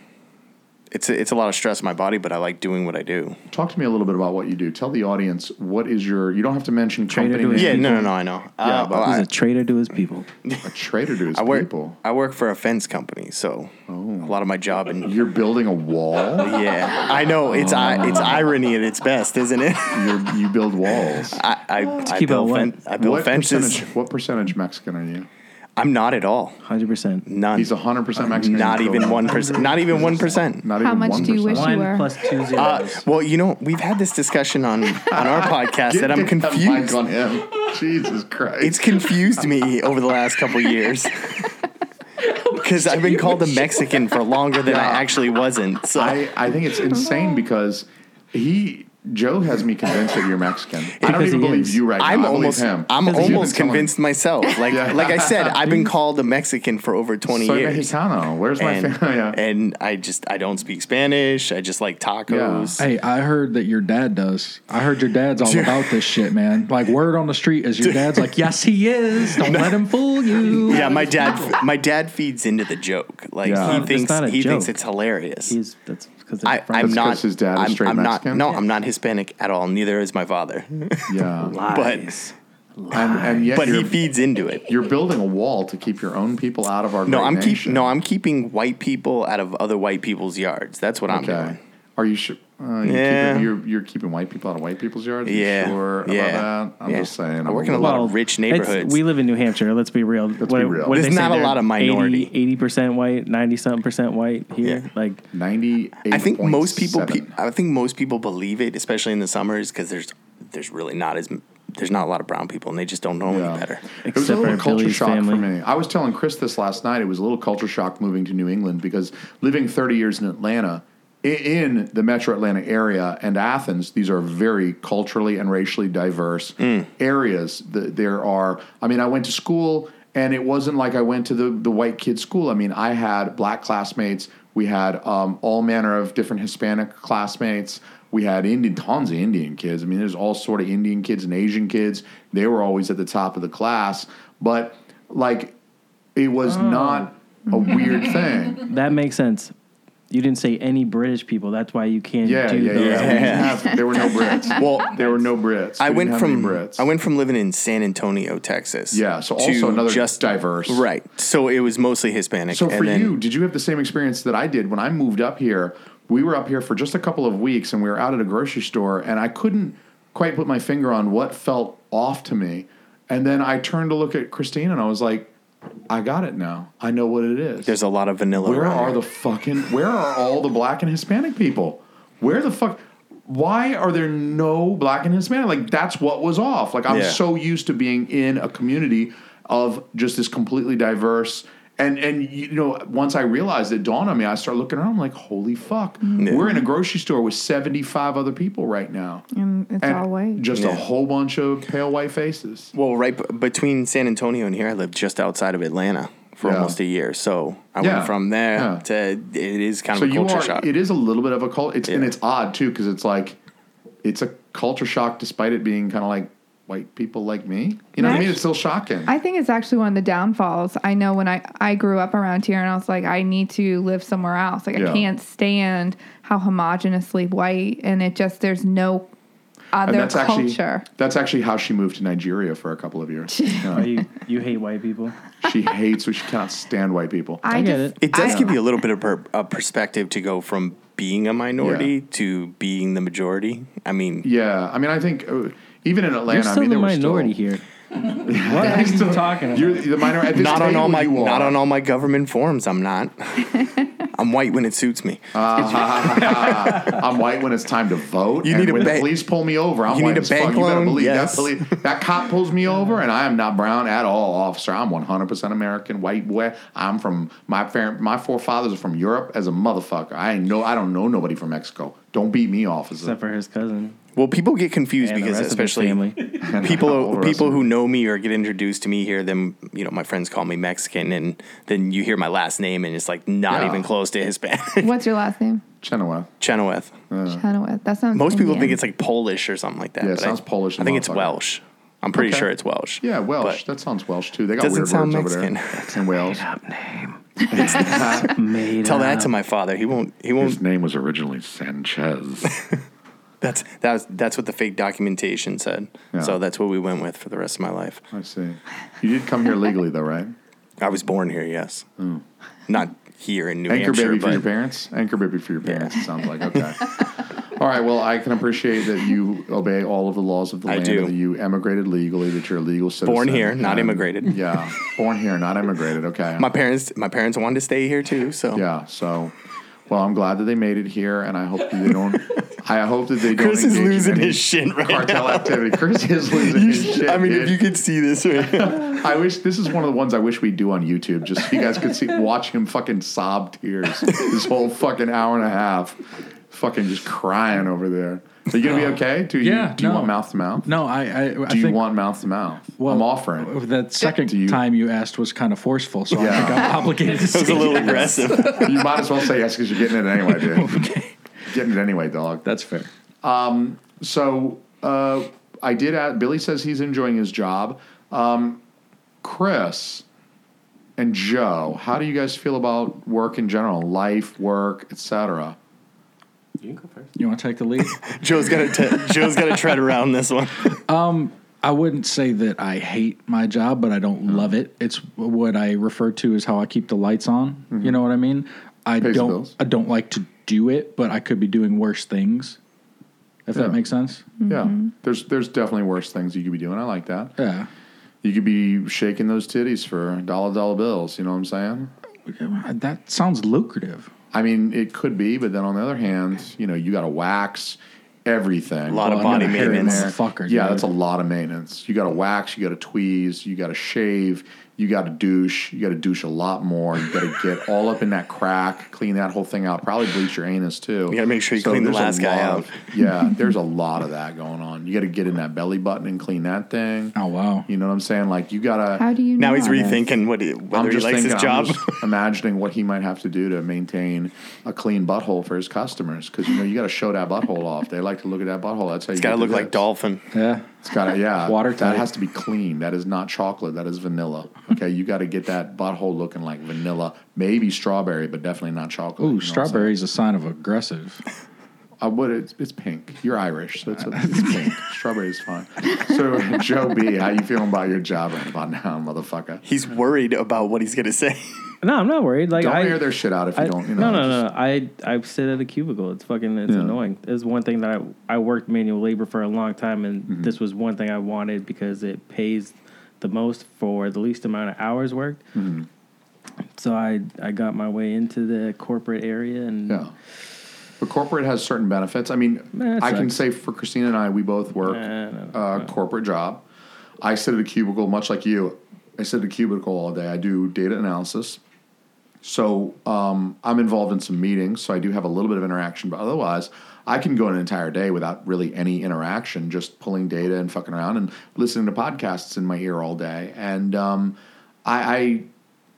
H: it's a, it's a lot of stress on my body, but I like doing what I do.
C: Talk to me a little bit about what you do. Tell the audience what is your. You don't have to mention company.
I: to
C: name.
H: Yeah, no, no, no. I know.
C: Yeah,
H: Uh,
C: but-
H: I-
I: He's a traitor to his people.
C: A traitor to his
H: I work.
C: people. Oh.
H: I work for a fence company, so a lot of my job and
C: You're Oh. building a wall.
H: yeah, I know it's I, it's irony at its best, isn't it?
C: You're, you build walls.
H: I I, I
I: keep
H: build
I: out
H: fen- I build
C: what
H: fences.
C: percentage? What percentage Mexican are you?
H: I'm not at all.
I: Hundred percent.
H: None.
C: He's hundred percent Mexican.
H: Uh, not even one percent. Not even one percent.
C: Not
E: How
C: even
E: much do you
C: 1%.
E: wish you
D: One
E: were?
D: plus two zeros.
H: Uh, well, you know, we've had this discussion on on our podcast
C: Get
H: that I'm
C: that mic
H: confused.
C: on him. Jesus Christ!
H: It's confused me over the last couple years. Because I've been called a Mexican for longer than I
C: Yeah.
H: actually wasn't. So
C: I, I think it's insane because he Joe has me convinced that you're Mexican. I don't
I: Because
C: even
I: he
C: believe
I: is.
C: you right
H: I'm
C: now. I believe
H: almost
C: him.
H: I'm
C: Because you've been
H: almost
C: telling-
H: convinced myself. Like
C: Yeah.
H: like I said, I've been called a Mexican for over 20
C: Soy
H: years.
C: Mexicano. Where's my
H: And,
C: family? Yeah.
H: and I just I don't speak Spanish. I just like tacos.
F: Hey, I heard that your dad does. I heard your dad's all about this shit, man. Like word on the street is your dad's like, "Yes, he is. Don't let him fool you."
H: yeah, my dad my dad feeds into the joke. Like
C: Yeah.
H: he
C: It's
H: thinks
I: not a
H: he thinks
I: joke.
H: it's hilarious.
I: He's that's because
H: I, I'm
C: That's
H: not.
C: 'cause his dad is
H: I'm,
C: straight
H: I'm not.
C: Mexican?
H: No, I'm not Hispanic at all. Neither is my father.
C: yeah.
H: but
C: And, and yet
H: but
C: you're,
H: he feeds into it.
C: you're building a wall to keep your own people out of our.
H: No,
C: great
H: I'm keep.
C: nation.
H: No, I'm keeping white people out of other white people's yards. That's what I'm
C: Okay.
H: doing.
C: Are you sure? Uh, you're,
H: Yeah.
C: keeping, you're, you're keeping white people out of white people's yards? Are you
H: Yeah.
C: sure about
H: yeah.
C: that? I'm
H: Yeah.
C: just saying.
H: I work in a lot of rich neighborhoods.
I: We live in New Hampshire. Let's be real. Let's
C: be real.
H: There's not a lot of minority.
I: Eighty percent white, ninety something percent white here.
H: Yeah.
I: Like
C: 98.
H: I think most people. Pe- I think most people believe it, especially in the summers, because there's there's really not as m- there's not a lot of brown people, and they just don't know any better.
C: It was a
I: Except
C: little
I: for
C: culture
I: Billy's
C: shock
I: family.
C: for me. I was telling Chris this last night. It was a little culture shock moving to New England because living 30 years in Atlanta, i- in the metro Atlanta area and Athens, these are very culturally and racially diverse areas. Th- There are, I mean, I went to school and it wasn't like I went to the, the white kid school. I mean, I had black classmates. We had um, all manner of different Hispanic classmates. We had Indian, tons of Indian kids. I mean, there's all sort of Indian kids and Asian kids. They were always at the top of the class, but like, it was
I: Oh.
C: not a weird thing.
I: that makes sense. You didn't say any British people. That's why you can't
C: Yeah, yeah,
I: do
C: yeah.
I: those.
C: We didn't have- there were no Brits.
H: Well,
C: There were no Brits.
H: I
C: We
H: went
C: didn't have any
H: from
C: Brits.
H: I went from living in San Antonio, Texas.
C: Yeah, so
H: to
C: also another diverse-
H: Right. So it was mostly Hispanic.
C: So
H: and
C: for
H: then-
C: you, did you have the same experience that I did when I moved up here? We were up here for just a couple of weeks, and we were out at a grocery store, and I couldn't quite put my finger on what felt off to me. And then I turned to look at Christine, and I was like, "I got it now. I know what it is."
H: there's a lot of vanilla.
C: Where
H: around
C: are
H: here.
C: the fucking? Where are all the black and Hispanic people? Where the fuck? Why are there no black and Hispanic? Like that's what was off. Like I'm
H: Yeah.
C: so used to being in a community of just this completely diverse. And and you know, once I realized it dawned on me, I started looking around. I'm like, holy fuck, we're in a grocery store with 75 other people right now,
E: And Mm, it's
C: and
E: all white.
C: just
H: Yeah.
C: a whole bunch of pale white faces.
H: Well, right b- between San Antonio and here, I lived just outside of Atlanta for
C: Yeah.
H: almost a year. So I
C: Yeah.
H: went from there
C: Yeah.
H: to it is kind
C: so
H: of a
C: you
H: culture
C: are.
H: shock.
C: It is a little bit of a culture. It's and
H: Yeah.
C: it's odd too because it's like it's a culture shock despite it being kind of like white people like me. You know what I mean?
E: Right.
C: It's still shocking.
E: I think it's actually one of the downfalls. I know when I, I grew up around here and I was like, I need to live somewhere else. Like,
C: Yeah.
E: I can't stand how homogeneously white and it just, there's no other
C: and that's
E: culture.
C: actually that's actually how she moved to Nigeria for a couple of years.
I: Are
C: Yeah.
I: you you hate white people?
C: she hates, she cannot stand white people.
E: I,
I: get
E: just,
H: It does
E: I-
H: give you a little bit of per, a perspective to go from being a minority
C: Yeah.
H: to being the majority. I mean,
C: yeah, I mean, I think uh, even in Atlanta,
I: You're still
C: I mean,
I: the
C: there were still-
I: minority here. what are you talking about?
C: You're the minority. At this
H: not on
C: table
H: all my
C: you are.
H: not on all my government forms. I'm not. I'm white when it suits me.
C: Uh, I'm white when it's time to vote.
H: You
C: and
H: need a
C: when the
H: ba-
C: police pull me over. I'm
H: You
C: white
H: need a
C: as
H: bank
C: fuck. You better
H: loan?
C: believe
H: Yes.
C: that. Police, that cop pulls me over, and I am not brown at all, officer. I'm 100 percent American, white boy. I'm from my parent. My forefathers are from Europe as a motherfucker. I ain't know. I don't know nobody from Mexico. Don't beat me, officer.
I: Except for his cousin
H: well, people get confused
I: and
H: because
I: the rest
H: especially
I: of his family.
C: All the
H: people
C: rest
H: people
C: of
H: who
C: it.
H: know me or get introduced to me here, then you know my friends call me Mexican, and then you hear my last name, and it's like not
C: Yeah.
H: even close to Hispanic.
E: What's your last name?
C: Chenoweth.
H: Chenoweth.
E: Chenoweth. That sounds.
H: Most people think
E: Indian.
H: it's like Polish or something like that.
C: Yeah, it
H: but
C: sounds
H: I,
C: Polish
H: I think it's
C: motherfucker.
H: Welsh. I'm pretty
C: Okay.
H: sure it's Welsh.
C: Yeah, Welsh.
H: But
C: that sounds Welsh too. They got
H: Doesn't
C: weird
H: sound
C: words over there.
H: Mexican.
C: It's in Wales.
I: Made
H: tell
I: up.
H: that to my father. He won't. He won't.
C: His name was originally Sanchez.
H: That's that's that's what the fake documentation said.
C: Yeah.
H: So that's what we went with for the rest of my life.
C: I see. You did come here legally though, right?
H: I was born here, yes. Not here in New
C: Hmm. Anchor
H: Hampshire,
C: baby for
H: but
C: your parents. Anchor baby for your parents. It sounds like okay. all right. Well, I can appreciate that you obey all of the laws of the
H: I
C: land.
H: do.
C: That you emigrated legally. That you're a legal citizen.
H: born here, not
C: and-
H: immigrated.
C: Yeah, born here, not immigrated. Okay.
H: My parents, my parents wanted to stay here too. So
C: yeah. So, well, I'm glad that they made it here, and I hope that they don't. I hope that they don't.
H: Chris is
C: engage in
H: losing
C: any
H: his shit right
C: Cartel
H: now.
C: activity. Chris is losing
H: You
C: his
H: should-
C: shit.
H: I mean,
C: dude.
H: if you could see this, right now.
C: I wish this is one of the ones I wish we do on YouTube, just so you guys could see watch him fucking sob tears this whole fucking hour and a half, fucking just crying over there. Are you gonna be okay? Do you
F: Yeah,
C: do you
F: no.
C: want mouth to mouth?
F: No, I. I, I
C: Do you
F: think
C: want mouth to mouth?
F: well,
C: I'm offering.
F: That second
C: Do you-
F: time you asked was kind of forceful, so I
C: Yeah.
F: think I'm obligated to
H: it was a
F: say
H: little aggressive.
C: you might as well say yes because you're getting it anyway, dude. Getting it anyway, dog.
F: That's fair.
C: So uh, I did. Ask, Billy says he's enjoying his job. Um, Chris and Joe, how do you guys feel about work in general, life, work, etc.?
F: You want to take the lead?
H: Joe's got to Joe's got to tread around this one.
F: Um, I wouldn't say that I hate my job, but I don't love it. It's what I refer to as how I keep the lights on. You know what I mean? I
C: Mm-hmm. Pays the
F: don't.
C: bills.
F: I don't like to do it, but I could be doing worse things. If
C: Yeah.
F: that makes sense.
C: Yeah, there's there's definitely worse things you could be doing. I like that.
F: Yeah.
C: You could be shaking those titties for dollar dollar bills. You know what I'm saying?
F: Uh, That sounds lucrative.
C: I mean, it could be, but then on the other hand, you know, you got to wax everything.
H: A lot of
F: Well, I'm
H: body
F: gonna hit him
H: maintenance.
F: there. Motherfucker,
C: yeah,
F: dude.
C: that's a lot of maintenance. You got to wax, you got to tweeze, you got to shave, you got to douche, you got to douche a lot more. You got to get all up in that crack, clean that whole thing out. Probably bleach your anus too.
H: You gotta make sure you clean the
C: there's a
H: last guy
C: lot
H: out.
C: of- yeah, there's a lot of that going on. You got to get in that belly button and clean that thing.
F: Oh wow.
C: You know what I'm saying? Like you gotta.
E: How do you?
H: Now
E: know
H: he's
E: all this?
H: rethinking what he, whether
C: I'm
H: he
C: just
H: likes
C: thinking.
H: his job.
C: I'm just imagining what he might have to do to maintain a clean butthole for his customers because you know you got to show that butthole off. They like to look at that butthole. That's how
H: It's
C: you
H: got to
C: get
H: look
C: the
H: like
C: dicks.
H: dolphin.
F: Yeah.
C: It's got to yeah.
F: Watertight.
C: That has to be clean. That is not chocolate. That is vanilla. Okay, you got to get that butthole looking like vanilla, maybe strawberry, but definitely not chocolate. you know
F: Ooh,
C: what I'm
F: strawberry is a sign of aggressive.
C: I would. It's, it's pink. You're Irish, so it's, it's pink. Strawberry is fine. So, Joe B, how you feeling about your job right about now, motherfucker?
H: He's worried about what he's gonna say.
I: No, I'm not worried. Like
C: Don't
I: I,
C: air their shit out if you
I: I-
C: don't. You know,
I: no, no,
C: just-
I: no. I I sit at a cubicle. It's fucking it's
C: Yeah.
I: annoying. It's one thing that I I worked manual labor for a long time, and
C: Mm-hmm.
I: this was one thing I wanted because it pays the most for the least amount of hours worked.
C: Mm-hmm.
I: So I I got my way into the corporate area, and
C: Yeah. But corporate has certain benefits. I mean,
I: Nah, Hmm. Eh, it
C: I can
I: sucks. Eh,
C: say for Christina and I, we both work
I: Nah, nah,
C: a corporate job. I sit at a cubicle, much like you. I sit at a cubicle all day. I do data analysis. So um, I'm involved in some meetings, so I do have a little bit of interaction. But otherwise, I can go an entire day without really any interaction, just pulling data and fucking around and listening to podcasts in my ear all day. And um, I,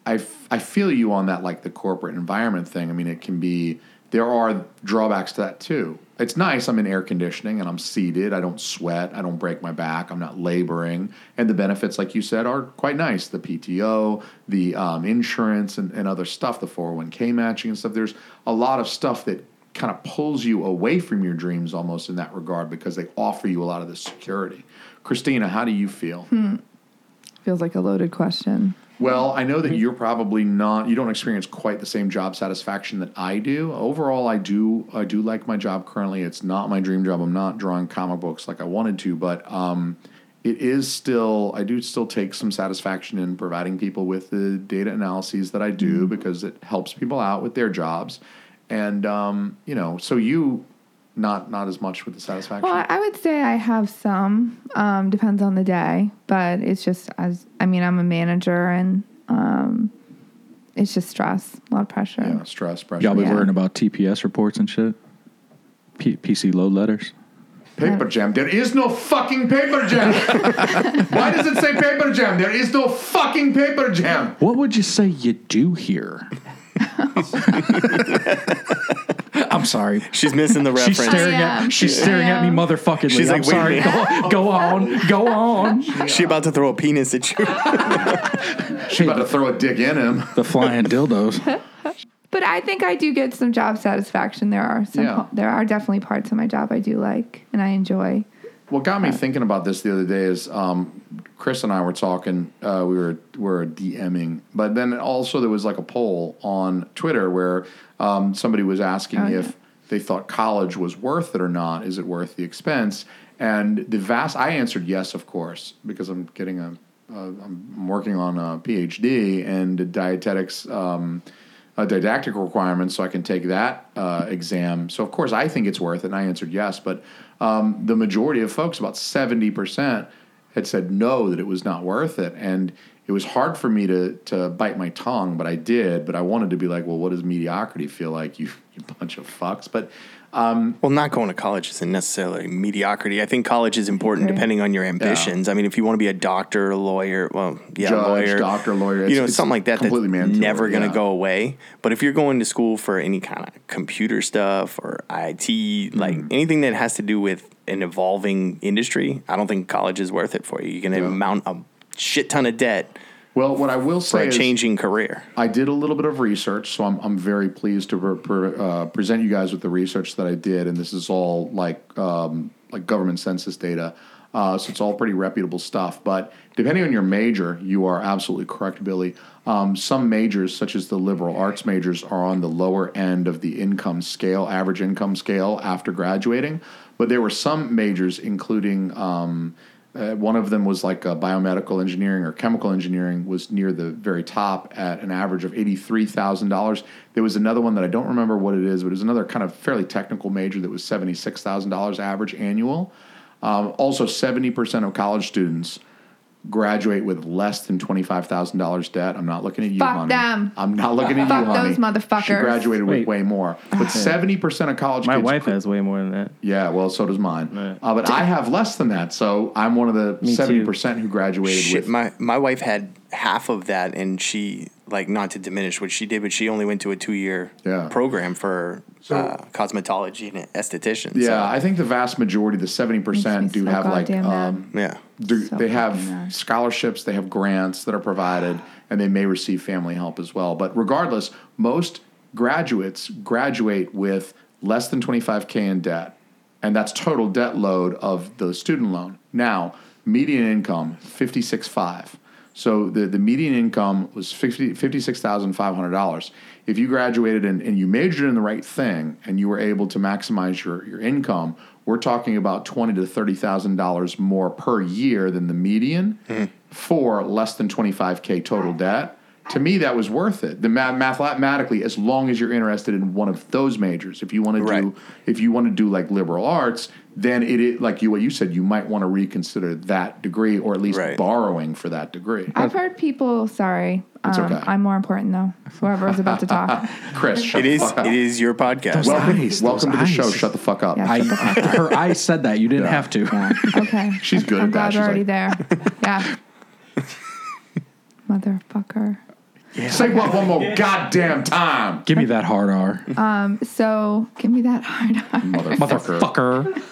C: I, I, f- I feel you on that, like the corporate environment thing. I mean, it can be there are drawbacks to that too. It's nice. I'm in air conditioning and I'm seated. I don't sweat. I don't break my back. I'm not laboring. And the benefits, like you said, are quite nice. The PTO, oh the um, insurance, and, and other stuff, the 401k matching and stuff. There's a lot of stuff that kind of pulls you away from your dreams almost in that regard because they offer you a lot of the security. Christina, how do you feel?
E: Feels like a loaded question.
C: Well, I
E: Mm-hmm.
C: know that you're probably not you don't experience quite the same job satisfaction that I do. Overall, I do I do like my job currently. It's not my dream job. I'm not drawing comic books like I wanted to, but um it is still I do still take some satisfaction in providing people with the data analyses that I do
E: Mm-hmm.
C: because it helps people out with their jobs. And um, you know, so you not not as much with the satisfaction.
E: Well, I would say I have some. Um, depends on the day, but it's just as I mean, I'm a manager, and um, it's just stress, a lot of pressure.
C: yeah, stress, pressure.
F: Y'all be
E: Yeah.
F: worrying about TPS reports and shit. P- PC load letters.
C: Paper jam. There is no fucking paper jam. Why does it say paper jam? There is no fucking paper jam.
F: What would you say you do here? I'm sorry.
H: She's missing the reference.
F: She's staring
E: I am.
F: at she's staring at me
E: I am.
F: motherfucking.
H: She's
F: I'm
H: like, wait a
F: sorry. Go, go on, go on.
H: She about to throw a penis at you.
C: She's about to throw a dick in him.
F: The flying dildos.
E: But I think I do get some job satisfaction. There are some.
C: Yeah.
E: There are definitely parts of my job I do like and I enjoy.
C: What got me thinking about this the other day is um, Chris and I were talking. Uh, we were we were DMing, but then also there was like a poll on Twitter where um, somebody was asking if they thought college was worth it or not. Is it worth the expense? And the vast, I answered yes, of course, because I'm getting a, a I'm working on a PhD and dietetics. Um, a didactic requirement so I can take that uh, exam. So, of course, I think it's worth it, and I answered yes. But um, the majority of folks, about 70%, had said no, that it was not worth it. And it was hard for me to, to bite my tongue, but I did. But I wanted to be like, well, what does mediocrity feel like, you, you bunch of fucks? But
H: Well, not going to college isn't necessarily mediocrity. I think college is important
E: Right.
H: depending on your ambitions. I mean, if you want to be a doctor, a lawyer, well, yeah,
C: Judge,
H: lawyer,
C: doctor, lawyer,
H: you know,
C: it's-
H: something like that that's
C: completely mandatory,
H: never going to
C: yeah.
H: go away. But if you're going to school for any kind of computer stuff or IT, like anything that has to do with an evolving industry, I don't think college is worth it for you. You're going to mount a shit ton of debt
C: well, what I will
H: for
C: say
H: a
C: is,
H: changing career.
C: I did a little bit of research, so I'm, I'm very pleased to pre- pre- uh, present you guys with the research that I did, and this is all like um, like government census data, uh, so it's all pretty reputable stuff. But depending on your major, you are absolutely correct, Billy. Um, some majors, such as the liberal arts majors, are on the lower end of the income scale, average income scale after graduating. But there were some majors, including um, uh, one of them was like uh, biomedical engineering or chemical engineering was near the very top at an average of $83,000. There was another one that I don't remember what it is, but it was another kind of fairly technical major that was $76,000 average annual. Um, also, 70% of college students graduate with less than $25,000 debt. I'm not looking at you,
E: Fuck
C: honey.
E: them.
C: I'm not looking at
E: Fuck
C: you, honey.
E: those motherfuckers.
C: She graduated with
I: Wait.
C: way more. But 70% of college
I: My
C: kids
I: wife has way more than that.
C: yeah, well, so does mine.
I: Right.
C: Uh, but I have less than that, so I'm one of the
I: Me too.
C: seventy percent who graduated
H: Shit,
C: with.
H: my my wife had half of that, and she like not to diminish what she did, but she only went to a two year
C: Yeah.
H: program for uh, cosmetology and esthetician.
C: yeah,
H: so,
C: I think the vast majority, the seventy percent,
E: Makes me
C: do
E: so
C: have like
E: goddamn mad.
C: um,
H: yeah.
C: do,
E: So
C: they
E: fucking
C: have
E: nice.
C: scholarships, they have grants that are provided, and they may receive family help as well. But regardless, most graduates graduate with less than 25K in debt, and that's total debt load of the student loan. Now, median income, 56.5. So the, the median income was 50, $56,500. If you graduated and, and you majored in the right thing and you were able to maximize your, your income, we're talking about twenty to thirty thousand dollars more per year than the median
H: Mm-hmm.
C: for less than twenty five k total debt. To me, that was worth it. The math- mathematically, as long as you're interested in one of those majors, if you want to
H: Right.
C: do, if you want to do like liberal arts, then it, it like you what you said, you might want to reconsider that degree or at least
H: Right.
C: borrowing for that degree.
E: I've heard people. Sorry,
C: It's
E: um,
C: okay.
E: I'm more important though. Whoever was about to talk.
C: Chris, shut
H: It is
C: the fuck up.
H: it is your podcast.
F: Well-
C: welcome,
F: Eyes,
C: welcome to the
F: those
C: show.
F: eyes.
C: Shut the fuck up.
E: Yeah.
F: I, her eyes said that. You didn't have to.
E: Yeah. Okay.
C: She's good
E: I'm
C: at that.
E: glad
C: She's
E: we're already
C: like-
E: there. Yeah. Motherfucker.
C: Say what one more goddamn time,
F: Give me that hard R,
E: So give me that hard on.
C: motherfucker.
F: motherfucker.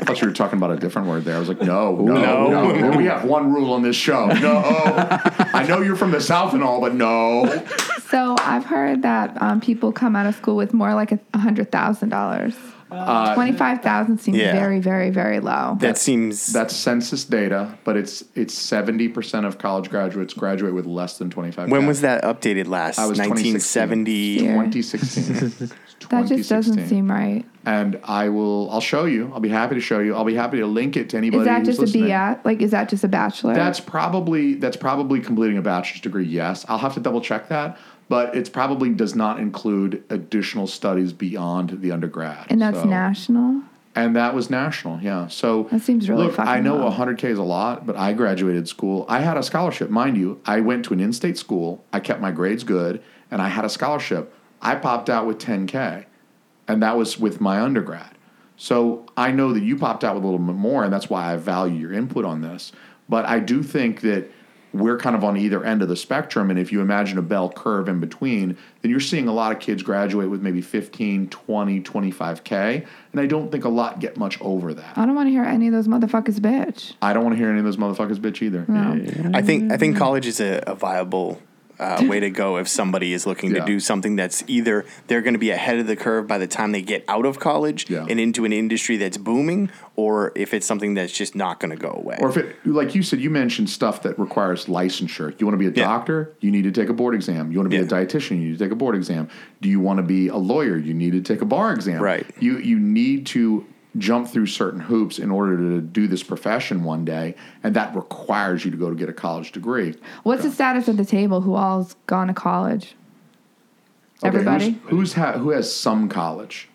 C: I thought you were talking about a different word there. I was like, no, no,
H: No.
C: no. We have one rule on this show. No. I know you're from the South and all, but no.
E: So I've heard that um, people come out of school with more like a hundred thousand dollars.
C: Uh,
E: Twenty five thousand seems
H: yeah.
E: very, very, very low.
H: That seems
C: That's census data, but it's it's seventy percent of college graduates graduate with less than twenty five.
H: when was that updated last?
C: I was
H: 1970.
E: Yeah.
C: Twenty sixteen.
E: that just doesn't seem right.
C: And I will. I'll show you. I'll be happy to show you. I'll be happy to link it to anybody.
E: Is that
C: who's
E: just a
C: listening.
E: BS? Like, is that just a bachelor?
C: That's probably that's probably completing a bachelor's degree. Yes, I'll have to double check that, but it's probably does not include additional studies beyond the undergrad.
E: and that's
C: So-
E: national.
C: And that was national. Yeah. So
E: That seems really
C: Look,
E: fucking
C: I know
E: low.
C: 100k is a lot, but I graduated school. I had a scholarship, mind you. I went to an in-state school. I kept my grades good, and I had a scholarship. I popped out with 10k, and that was with my undergrad. So I know that you popped out with a little bit more, and that's why I value your input on this. But I do think that we're kind of on either end of the spectrum. And if you imagine a bell curve in between, then you're seeing a lot of kids graduate with maybe 15, 20, 25K. And I don't think a lot get much over that.
E: I don't want to hear any of those motherfuckers, bitch.
C: I don't want to hear any of those motherfuckers bitch either.
H: I think I think college is a, a viable uh, way to go if somebody is looking
C: Yeah.
H: to do something that's either they're going to be ahead of the curve by the time they get out of college
C: Yeah.
H: and into an industry that's booming, or if it's something that's just not going to go away.
C: Or if it, like you said, you mentioned stuff that requires licensure. You want to be a
H: Yeah.
C: doctor? You need to take a board exam. You want to be a
H: Yeah.
C: dietitian? You need to take a board exam. Do you want to be a lawyer? You need to take a bar exam.
H: Right.
C: You you need to jump through certain hoops in order to do this profession one day, and that requires you to go to get a college degree.
E: What's the status of the table? Who all's gone to college?
C: Okay,
E: Everybody.
C: Who's, who's ha- who has some college?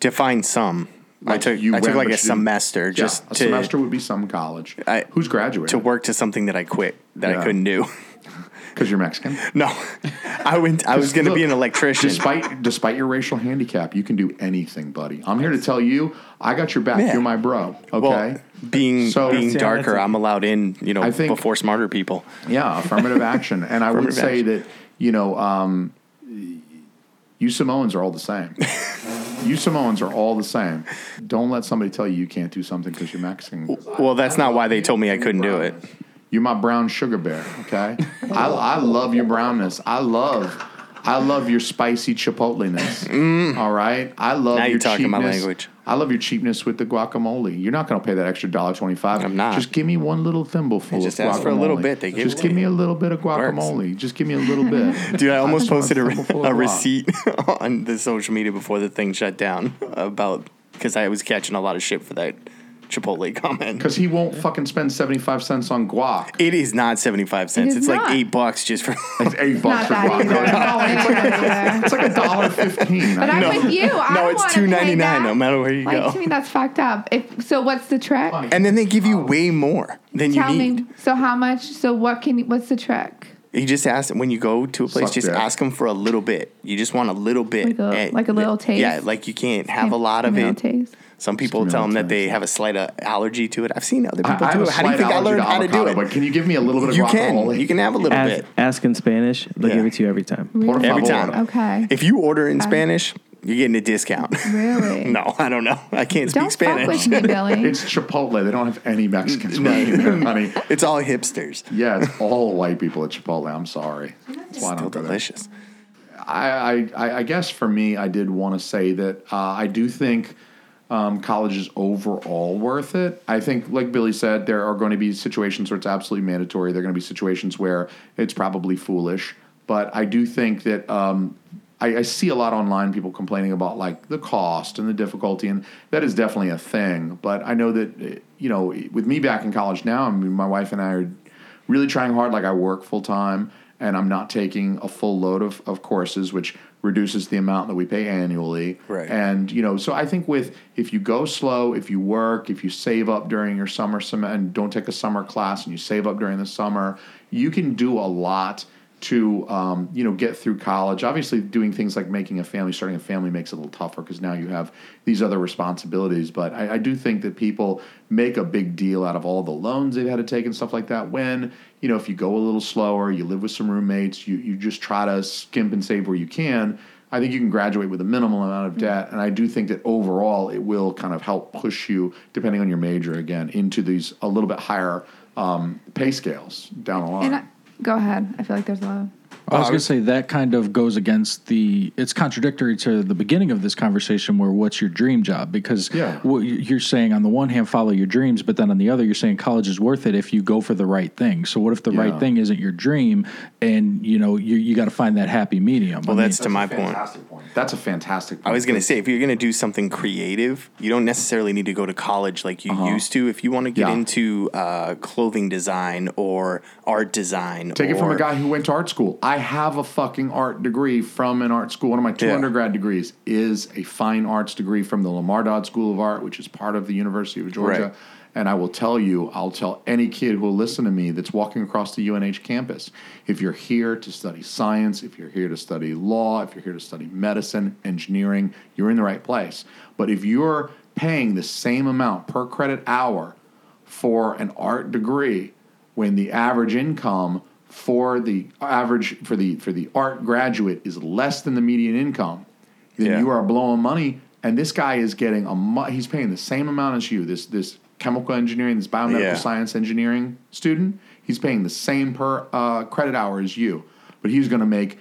H: to find some, I
C: Like
H: took
C: you
H: I took
C: went,
H: like
C: but
H: a
C: you didn't-
H: semester just
C: yeah, a
H: to
C: semester would be some college.
H: I-
C: who's graduating?
H: to work to something that I quit that
C: Yeah.
H: I couldn't do.
C: because you're Mexican.
H: no, I went. I was going to be
C: Look,
H: an electrician.
C: Despite despite your racial handicap, you can do anything, buddy. I'm here to tell you, I got your back.
H: Yeah.
C: You're my bro. Okay.
H: Well, being
C: So-
H: being
C: Yeah,
H: darker,
I: that's a-
H: I'm allowed in. You know,
C: I think-
H: before smarter people.
C: yeah, affirmative action. And I would
H: Affirmative
C: say
H: action.
C: that you know, um, you Samoans are all the same. you Samoans are all the same. Don't let somebody tell you you can't do something because you're Mexican.
H: Well, that's not why they told me I couldn't do it.
C: You're my brown sugar bear, okay? I, I love your brownness. I love I love your spicy chipotliness. All right? I
H: Mm.
C: love
H: Now
C: your
H: you're talking my
C: cheapness.
H: language.
C: I love your cheapness with the guacamole. You're not going to pay that extra dollar 25.
H: I'm not.
C: Just give me one little thimble full
H: just
C: of guacamole.
H: ask for a little bit, they give
C: Just
H: it
C: give
H: to
C: me a little bit of guacamole. Just give me a little bit.
H: Dude, I almost
C: just want
H: posted a,
C: someone full of
H: a
C: guac.
H: receipt on the social media before the thing shut down about because I was catching a lot of shit for that Chipotle comment.
C: Cuz he won't fucking spend 75 cents on guac.
H: It is not seventy five cents.
E: is
H: it's
E: not.
H: like eight bucks just for.
C: It's 8 bucks
E: Not
C: for
E: that either.
C: guac.
E: Not that either.
C: It's like a dollar 15.
E: But I'm with you. I
H: no,
E: don't
H: it's
E: wanna pay
H: two ninety nine.
E: that.
H: No matter where you
E: Like
H: go.
E: to me, that's fucked up. If, so, what's the trick?
H: and then they give you way more than
E: Oh. Tell
H: you need.
E: me. So, how much? So, what can? What's the trick?
H: You just ask when you go to a place,
C: Suck
H: just
C: dick.
H: ask them for a little bit. You just want a little bit,
E: Like a- like a little taste?
H: Yeah, like you can't have a lot of
E: Give me
H: it.
E: taste.
H: Some people
C: me a
H: tell them
C: little
H: that they
C: taste.
H: have a slight uh, allergy to it. I've seen other
C: I,
H: people
C: I have
H: do
C: a
H: it. How do you
C: slight
H: think I
C: allergy
H: learned
C: to
H: how to
C: avocado,
H: do it?
C: but can you give me a little bit of
H: You
C: guacamole?
H: can. You can have a little
I: Ask,
H: bit.
I: ask in Spanish. They'll
H: Yeah.
I: give it to you every time.
C: Por
H: Every
C: favor.
H: time.
E: Okay.
H: If you order in Spanish, you're getting a discount.
E: Really?
H: no, I don't know. I can't
E: Don't
H: speak
E: fuck
H: Spanish.
E: with me, Billy.
C: It's Chipotle. They don't have any Mexicans working there, honey.
H: It's all hipsters.
C: Yeah, it's all white people at Chipotle. I'm sorry. That's why I
H: Still
C: don't go there.
H: delicious.
C: I, I, I guess for me, I did want to say that uh, I do think um, college is overall worth it. I think, like Billy said, there are going to be situations where it's absolutely mandatory. There are going to be situations where it's probably foolish. But I do think that um, I, I see a lot online people complaining about like the cost and the difficulty, and that is definitely a thing. But I know that eh, you know, with me back in college now, I mean, my wife and I are really trying hard. Like I work full time and I'm not taking a full load of, of courses, which reduces the amount that we pay annually.
H: Right.
C: And, you know, so I think with if you go slow, if you work, if you save up during your summer sem- and don't take a summer class and you save up during the summer, you can do a lot to um, you know get through college obviously doing things like making a family starting a family makes it a little tougher because now you have these other responsibilities but I, I do think that people make a big deal out of all the loans they've had to take and stuff like that when you know if you go a little slower you live with some roommates you, you just try to skimp and save where you can I think you can graduate with a minimal amount of debt, and I do think that overall it will kind of help push you, depending on your major, again into these a little bit higher um, pay scales down the line.
E: And I, go ahead. I feel like there's a lot. of-
F: I
C: Uh,
F: was going to say that kind of goes against the. It's contradictory to the beginning of this conversation, where what's your dream job? Because
C: Yeah.
F: what you- you're saying on the one hand, follow your dreams, but then on the other, you're saying college is worth it if you go for the right thing. So what if the
C: Yeah.
F: right thing isn't your dream, and you know you you got to find that happy medium?
H: Well,
F: I mean,
H: that's to my point.
C: Fantastic point. That's a fantastic.
H: I
C: Point.
H: was going to say, if you're going to do something creative, you don't necessarily need to go to college like you used to. If you want to get
C: Uh-huh. Yeah.
H: into uh, clothing design or art design,
C: Take it from
H: or-
C: a guy who went to art school. I have a fucking art degree from an art school. One of my two
H: Yeah.
C: undergrad degrees is a fine arts degree from the Lamar Dodd School of Art, which is part of the University of Georgia.
H: Right.
C: And I will tell you, I'll tell any kid who will listen to me that's walking across the UNH campus if you're here to study science, if you're here to study law, if you're here to study medicine, engineering, you're in the right place. But if you're paying the same amount per credit hour for an art degree when the average income for the average for the for the art graduate is less than the median income then
H: Yeah.
C: you are blowing money and this guy is getting a mu- he's paying the same amount as you this this chemical engineering this
H: Yeah.
C: biomedical science engineering student he's paying the same per uh, credit hour as you but he's going to make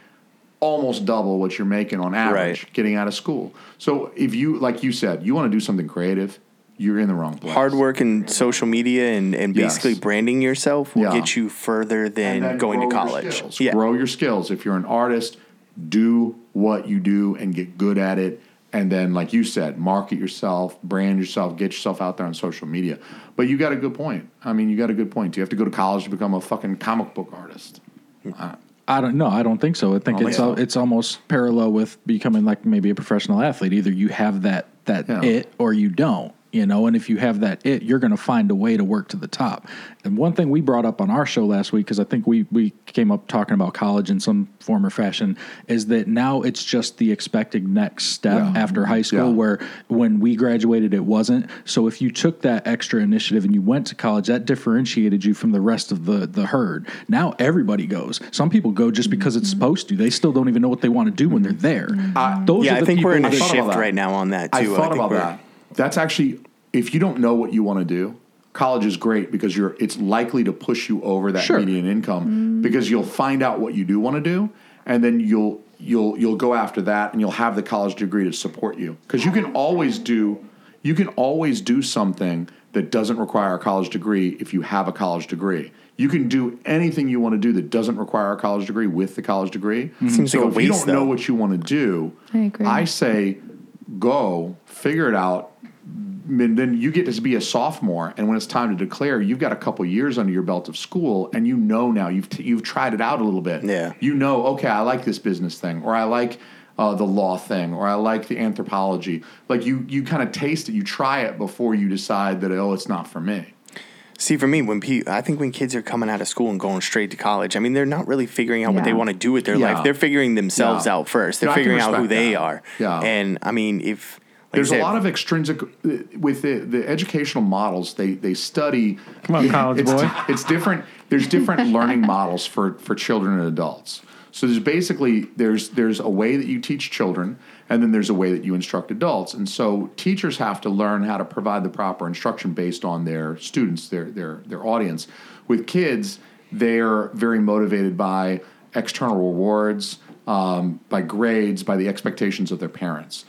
C: almost double what you're making on average
H: Right.
C: getting out of school so if you like you said you want to do something creative you're in the wrong place
H: hard work and social media and, and
C: Yes.
H: basically branding yourself will
C: Yeah.
H: get you further than
C: then
H: going to
C: grow your
H: college.
C: skills.
H: Yeah.
C: Grow your skills. If you're an artist, do what you do and get good at it. And then, like you said, market yourself, brand yourself, get yourself out there on social media. But you got a good point. I mean, you got a good point. Do you have to go to college to become a fucking comic book artist?
F: I don't know. I don't think so. I think
C: don't
F: it's
C: think
F: al-
C: so.
F: it's almost parallel with becoming like maybe a professional athlete. Either you have that that
C: Yeah.
F: it or you don't. You know, and if you have that it, you're going to find a way to work to the top. And one thing we brought up on our show last week, because I think we we came up talking about college in some form or fashion, is that now it's just the expected next step
C: Yeah.
F: after high school,
C: Yeah.
F: where when we graduated it wasn't. So if you took that extra initiative and you went to college, that differentiated you from the rest of the the herd. Now everybody goes. Some people go just because it's supposed to. They still don't even know what they want to do when they're there. Those
H: Yeah,
F: are
H: I
F: the
H: think we're in
F: people
H: a
F: that-
C: thought about
H: shift
C: that.
H: right now on that too.
C: I thought
H: think
C: about
H: we're-
C: that. That's actually if you don't know what you want to do, college is great because you're it's likely to push you over that
F: Sure.
C: median income because you'll find out what you do want to do and then you'll you'll you'll go after that and you'll have the college degree to support you because you can always do you can always do something that doesn't require a college degree if you have a college degree. You can do anything you want to do that doesn't require a college degree with the college degree.
H: Seems
C: so
H: like a
C: if you
H: waste,
C: don't know
H: though.
C: what you want to do,
E: I agree.
C: I say go figure it out. And then you get to be a sophomore, and when it's time to declare, you've got a couple years under your belt of school, and you know now you've t- you've tried it out a little bit.
H: Yeah.
C: you know, okay, I like this business thing, or I like uh, the law thing, or I like the anthropology. Like you, you kind of taste it, you try it before you decide that oh, it's not for me.
H: See, for me, when pe- I think when kids are coming out of school and going straight to college, I mean, they're not really figuring out what
E: Yeah.
H: they want to do with their
C: Yeah.
H: life. They're figuring themselves
C: Yeah.
H: out first. They're
C: Yeah, I can
H: figuring out who
C: respect
H: they
C: that.
H: are.
C: Yeah.
H: And I mean, if like
C: There's
H: you
C: a
H: said,
C: lot of extrinsic uh, with the, the educational models. They they study.
I: Come on, college
C: it's,
I: boy.
C: It's different. There's different learning models for for children and adults. So there's basically there's there's a way that you teach children, and then there's a way that you instruct adults. And so teachers have to learn how to provide the proper instruction based on their students, their their their audience. With kids, they're very motivated by external rewards, um, by grades, by the expectations of their parents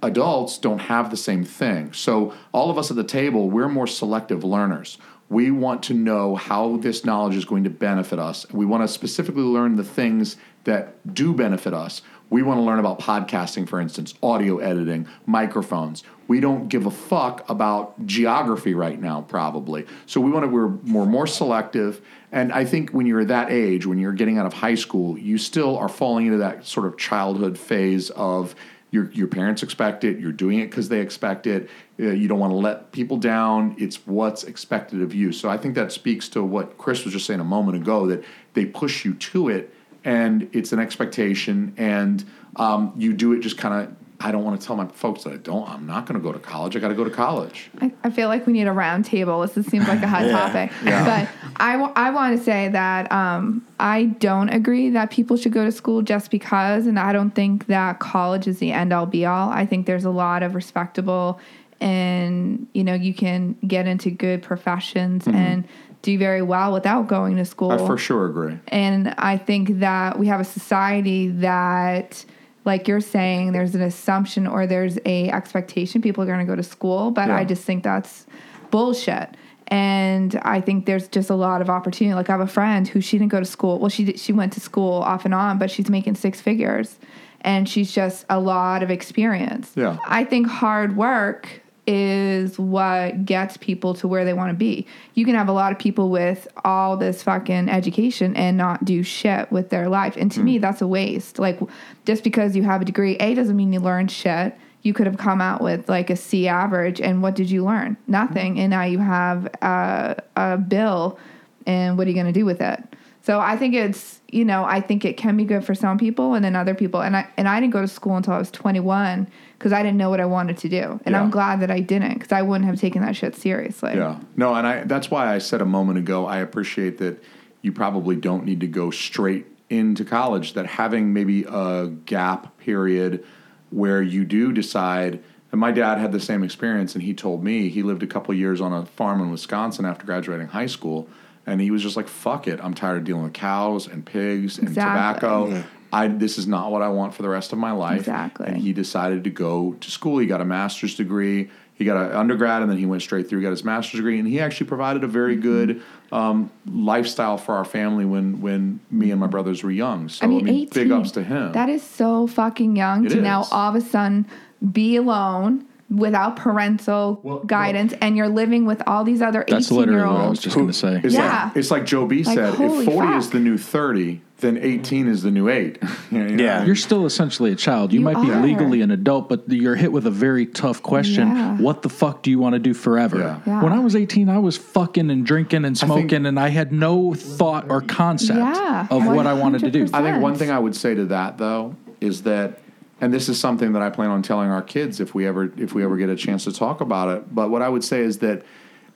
C: adults don't have the same thing. So, all of us at the table, we're more selective learners. We want to know how this knowledge is going to benefit us. We want to specifically learn the things that do benefit us. We want to learn about podcasting, for instance, audio editing, microphones. We don't give a fuck about geography right now, probably. So we want to we're more more selective. And I think when you're that age, when you're getting out of high school, you still are falling into that sort of childhood phase of your your parents expect it. You're doing it because they expect it. Uh, you don't want to let people down. It's what's expected of you. So I think that speaks to what Chris was just saying a moment ago that they push you to it, and it's an expectation, and um, you do it just kind of. I don't want to tell my folks that I don't. I'm not going to go to college. I got to go to college.
E: I, I feel like we need a round table. This is- seems like a hot topic. But I, w- I want to say that um, I don't agree that people should go to school just because. And I don't think that college is the end all be all. I think there's a lot of respectable and, you know, you can get into good professions and do very well without going to school.
C: Mm-hmm. I for sure agree.
E: And I think that we have a society that, like you're saying, there's an assumption or there's a expectation people are going to go to school, but
C: Yeah.
E: I just think that's bullshit. And I think there's just a lot of opportunity. Like I have a friend who she didn't go to school. Well, she did, she went to school off and on, but she's making six figures, and she's just a lot of experience.
C: Yeah.
E: I think hard work is what gets people to where they want to be. You can have a lot of people with all this fucking education and not do shit with their life. And to me, that's a waste. Like, just because you have a degree, A, doesn't mean you learned shit. You could have come out with like a C average, and what did you learn? Nothing. And now you have a, a bill, and what are you going to do with it? So I think it's you know I think it can be good for some people and then other people and I and I didn't go to school until I was 21 because I didn't know what I wanted to do and
C: Yeah.
E: I'm glad that I didn't because I wouldn't have taken that shit seriously.
C: Yeah. No, and I that's why I said a moment ago I appreciate that you probably don't need to go straight into college that having maybe a gap period where you do decide and my dad had the same experience and he told me he lived a couple years on a farm in Wisconsin after graduating high school and he was just like fuck it I'm tired of dealing with cows and pigs and
E: Exactly.
C: tobacco I this is not what I want for the rest of my life
E: Exactly.
C: and he decided to go to school. He got a master's degree. He got an undergrad, and then he went straight through. Got his master's degree, and he actually provided a very
E: Mm-hmm.
C: good um, lifestyle for our family when when me and my brothers were young. So
E: I mean, 18,
C: big ups to him.
E: That is so fucking young
C: It
E: to now
C: is.
E: all of a sudden be alone without parental guidance and you're living with all these other 18
F: That's literally
E: year
F: what I
E: olds.
F: was just going to say.
C: it's
E: yeah.
C: like it's like Joe B
E: Like,
C: said.
E: holy
C: if forty is
E: fuck.
C: the new thirty, then eighteen is the new eight. You know what I
H: Yeah.
C: mean?
F: You're still essentially a child. You,
E: You
F: might be
E: are.
F: legally an adult, but you're hit with a very tough question.
E: Yeah.
F: What the fuck do you want to do forever?
C: Yeah.
E: Yeah.
F: When I was 18, I was fucking and drinking and
C: think-
F: smoking, and I had no thought or concept
E: Yeah,
F: of what I wanted to do.
E: 100%.
C: I think one
E: sense.
C: thing I would say to that though is that and this is something that I plan on telling our kids if we ever if we ever get a chance to talk about it. But what I would say is that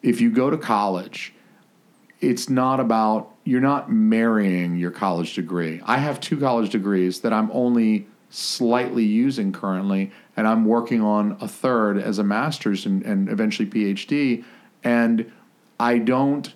C: if you go to college, it's not about you're not marrying your college degree. I have two college degrees that I'm only slightly using currently, and I'm working on a third as a master's and, and eventually PhD. And I don't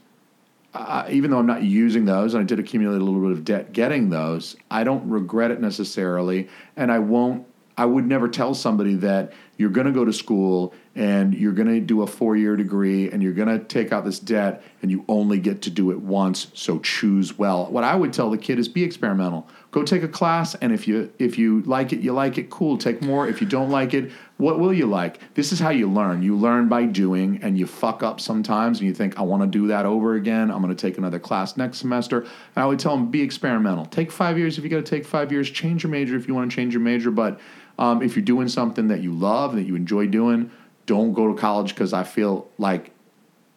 C: uh, even though I'm not using those, and I did accumulate a little bit of debt getting those, I don't regret it necessarily, and I won't. I would never tell somebody that you're going to go to school and you're going to do a four year degree and you're going to take out this debt and you only get to do it once. So choose well. What I would tell the kid is be experimental. Go take a class, and if you if you like it, you like it. Cool. Take more. If you don't like it, what will you like? This is how you learn. You learn by doing, and you fuck up sometimes, and you think, I want to do that over again. I'm going to take another class next semester. And I would tell them, be experimental. Take five years if you got to take five years. Change your major if you want to change your major. But um, if you're doing something that you love, that you enjoy doing, don't go to college because I feel like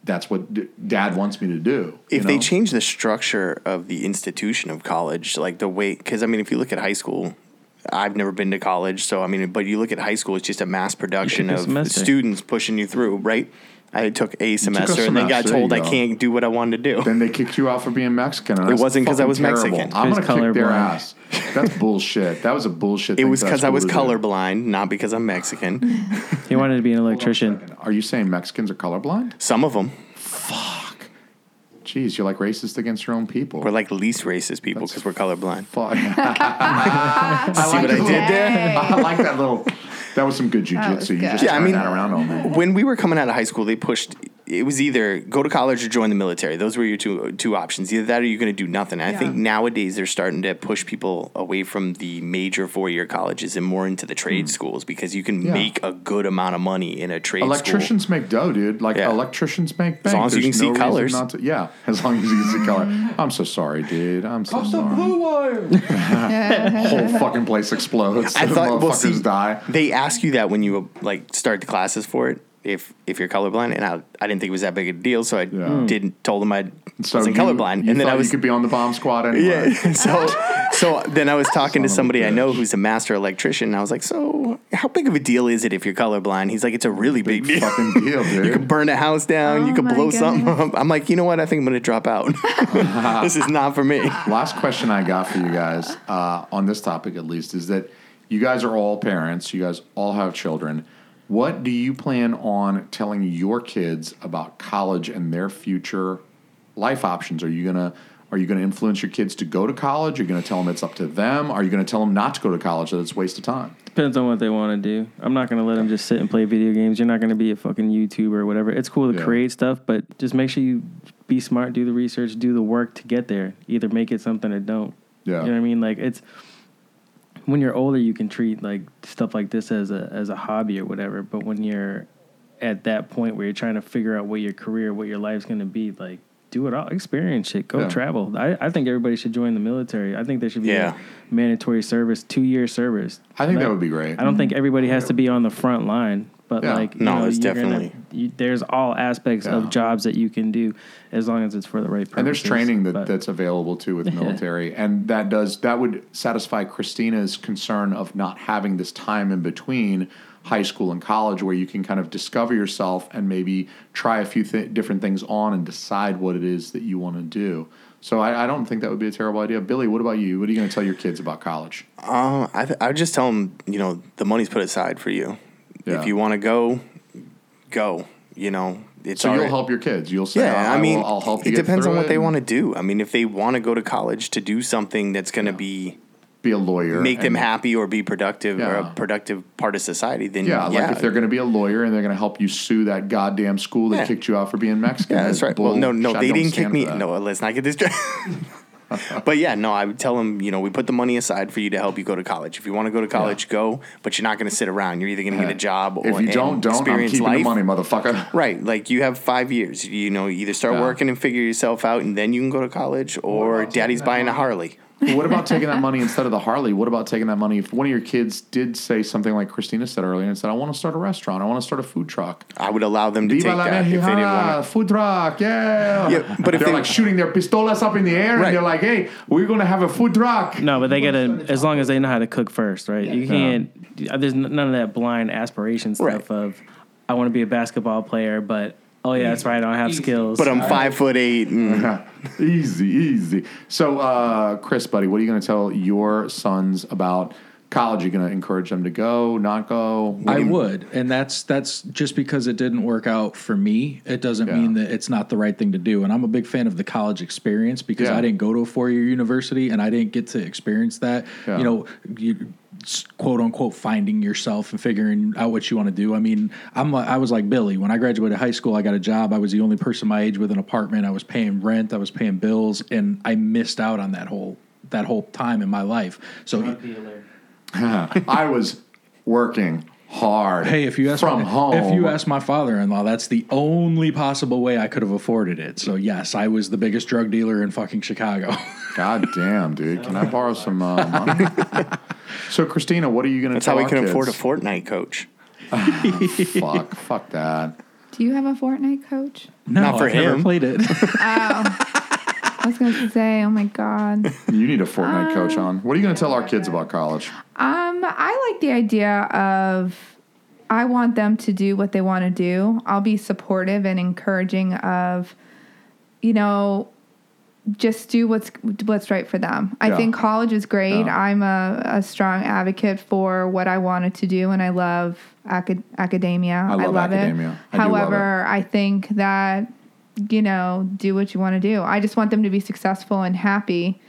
C: that's what d- dad wants me to do. you
H: if they
C: know?
H: change the structure of the institution of college, like the way, because I mean, if you look at high school, I've never been to college, so I mean, but you look at high school, it's just a mass production
I: took a
H: of
I: semester.
H: students pushing you through, right? I took a semester, and then got
C: semester, there
H: told
C: you
H: I
C: go.
H: can't do what I wanted to do.
C: then they kicked you out for being Mexican. And
H: It
C: that's
H: wasn't 'cause I
C: fucking
H: was
C: terrible.
H: Mexican.
C: I'm
I: It was
C: gonna kick their
I: colorblind.
C: ass. That's bullshit. That was a bullshit.
H: it
C: thing
H: was
C: for that
H: because I
C: school
H: was
C: to do.
H: colorblind, not because I'm Mexican.
I: He wanted to be an electrician.
C: Are you saying Mexicans are colorblind?
H: Some of them
C: Jeez, you're like racist against your own people.
H: were like least racist people because we're colorblind.
C: Fuck. I
H: See
C: like
H: what I
C: that
H: did there?
E: Yay.
C: little- I like that little. That was some good
E: That was
C: jujitsu. You just
E: good.
H: Yeah, I
C: turned
H: mean-
C: that around on me.
H: when we were coming out of high school, they pushed. It was either go to college or join the military. Those were your two two options. Either that or you're going to do nothing. And I think nowadays they're starting to push people away from the major four year colleges and more into the trade schools because you can
C: Hmm. Yeah.
H: make a good amount of money in a trade
C: Electricians
H: school.
C: make dough, dude. Like
H: Yeah.
C: electricians make bank.
H: long as you
C: There's
H: can see
C: no reason
H: colors.
C: Not to, yeah, as long as you can see color. I'm so sorry, dude. I'm so sorry. Whole fucking place explodes.
H: I
C: The
H: thought well,
C: motherfuckers
H: see,
C: die.
H: They ask you that when you like start the classes for it. If if you're colorblind, and I, I didn't think it was that big a deal, so I
C: Yeah.
H: didn't told them I
C: So
H: wasn't
C: you-
H: colorblind,
C: you
H: and then
C: thought
H: I was
C: you could be on the bomb squad anyway.
H: Yeah. So so then I was talking to
C: Son of a
H: somebody I know
C: bitch.
H: who's a master electrician, and I was like, "So how big of a deal is it if you're colorblind?" He's like, "It's a really big, deal.
C: fucking deal, dude.
H: You can burn a house down. you
E: Oh
H: can
E: my
H: blow something
E: goodness.
H: up." I'm like, "You know what? I think I'm going to drop out. this is not for me."
C: Last question I got for you guys uh, on this topic, at least, is that you guys are all parents. You guys all have children. What do you plan on telling your kids about college and their future life options? Are you gonna are you gonna influence your kids to go to college? Are you gonna tell them it's up to them? Are you gonna tell them not to go to college that it's a waste of time?
I: Depends on what they want to do. I'm not going to let them just sit and play video games. You're not going to be a fucking YouTuber or whatever. It's cool to
C: Yeah.
I: create stuff, but just make sure you be smart, do the research, do the work to get there. Either make it something or don't.
C: Yeah.
I: You know what I mean? Like it's when you're older, you can treat like stuff like this as a as a hobby or whatever. But when you're at that point where you're trying to figure out what your career, what your life's going to be, like do it all, experience it, go
C: Yeah.
I: travel. I, I think everybody should join the military. I think there should be
H: Yeah.
I: a mandatory service, two year service.
C: I think
I: Like,
C: that would be great.
I: I don't think everybody has to be on the front line, but
C: Yeah.
I: like, you
H: No,
I: know,
H: it's
I: you're gonna-
H: definitely-
I: you, there's all aspects
C: Yeah.
I: of jobs that you can do as long as it's for the right purpose.
C: and there's training that,
I: but,
C: that's available too with the military and that does that would satisfy christina's concern of not having this time in between high school and college where you can kind of discover yourself and maybe try a few th- different things on and decide what it is that you want to do so I, I don't think that would be a terrible idea billy what about you what are you going to tell your kids about college
H: Um, I, I would just tell them, you know, the money's put aside for you.
C: Yeah.
H: If you want to go, go. You know, it's
C: so
H: all
C: you'll
H: right.
C: help your kids you'll say
H: Yeah,
C: "I
H: I,
C: will-
H: mean,
C: i'll help you
H: It
C: get
H: depends
C: through
H: on what
C: it
H: they
C: and
H: want to do. I mean, if they want to go to college to do something that's going to be
C: be a lawyer
H: make them
C: and-
H: happy or be productive or
C: Yeah.
H: a productive part of society, then
C: yeah,
H: yeah,
C: like if they're going to be a lawyer and they're going to help you sue that goddamn school that
H: Yeah.
C: kicked you out for being Mexican.
H: Yeah, that's right. Well, no, no,
C: Bullshit. I
H: they
C: don't
H: didn't
C: stand
H: kick me.
C: for that.
H: No, let's not get this. but yeah, no, I would tell them, you know, we put the money aside for you to help you go to college. If you want to go to college, go. But you're not going to sit around. You're either going to get a job or
C: If you
H: and
C: don't, don't. I'm
H: experience
C: keeping the
H: life.
C: money, motherfucker.
H: Right, like you have five years. You know, you either start
C: Yeah.
H: working and figure yourself out, and then you can go to college, or daddy's buying a Harley.
C: what about taking that money instead of the Harley? What about taking that money if one of your kids did say something like Christina said earlier and said, "I want to start a restaurant. I want to start a food truck."
H: I would allow them to
C: Viva
H: take
C: la
H: that if they didn't
C: Mexicana,
H: want
C: food truck, yeah.
H: Yeah, but if
C: they're
H: they-
C: like shooting their pistolas up in the air
H: Right.
C: and they're like, "Hey, we're gonna have a food truck."
I: No, but they gotta as long as they know how to cook first, right? You can't. There's n- none of that blind aspiration stuff
H: Right.
I: of I want to be a basketball player, but oh yeah, that's right, I don't have skills.
H: to. But um, I'm five foot eight. mm, And
C: easy, easy. So, uh, Chris, buddy, what are you going to tell your sons about college? you going to encourage them to go, not go?
F: I would, and that's that's just because it didn't work out for me. It doesn't
C: Yeah.
F: mean that it's not the right thing to do. And I'm a big fan of the college experience because
C: Yeah.
F: I didn't go to a four year university and I didn't get to experience that.
C: Yeah.
F: You know, you s- quote unquote finding yourself and figuring out what you want to do. I mean, I'm like, I was like Billy when I graduated high school. I got a job. I was the only person my age with an apartment. I was paying rent. I was paying bills, and I missed out on that whole that whole time in my life. So.
C: I was working hard.
F: Hey, if you ask
C: from
F: my,
C: home,
F: if you ask my father-in-law, that's the only possible way I could have afforded it. So yes, I was the biggest drug dealer in fucking Chicago.
C: God damn, dude, can I borrow some uh, money? so, Christina, what are you going to
H: that's
C: tell
H: how we
C: our
H: can
C: kids?
H: afford a Fortnite coach.
C: Fuck, fuck that.
E: Do you have a Fortnite coach?
F: no,
H: Not for
F: I've never
H: him.
F: played it.
E: I was gonna say, oh my god.
C: You need a Fortnite coach on. What are you going to tell our kids about college?
E: Um, I like the idea of I want them to do what they want to do. I'll be supportive and encouraging of, you know, just do what's what's right for them. I
C: Yeah.
E: think college is great.
C: Yeah.
E: I'm a, a strong advocate for what I wanted to do, and I love acad- academia.
C: I love
E: it.
C: academia. I do love
E: However, I think that you know, do what you want to do. I just want them to be successful and happy,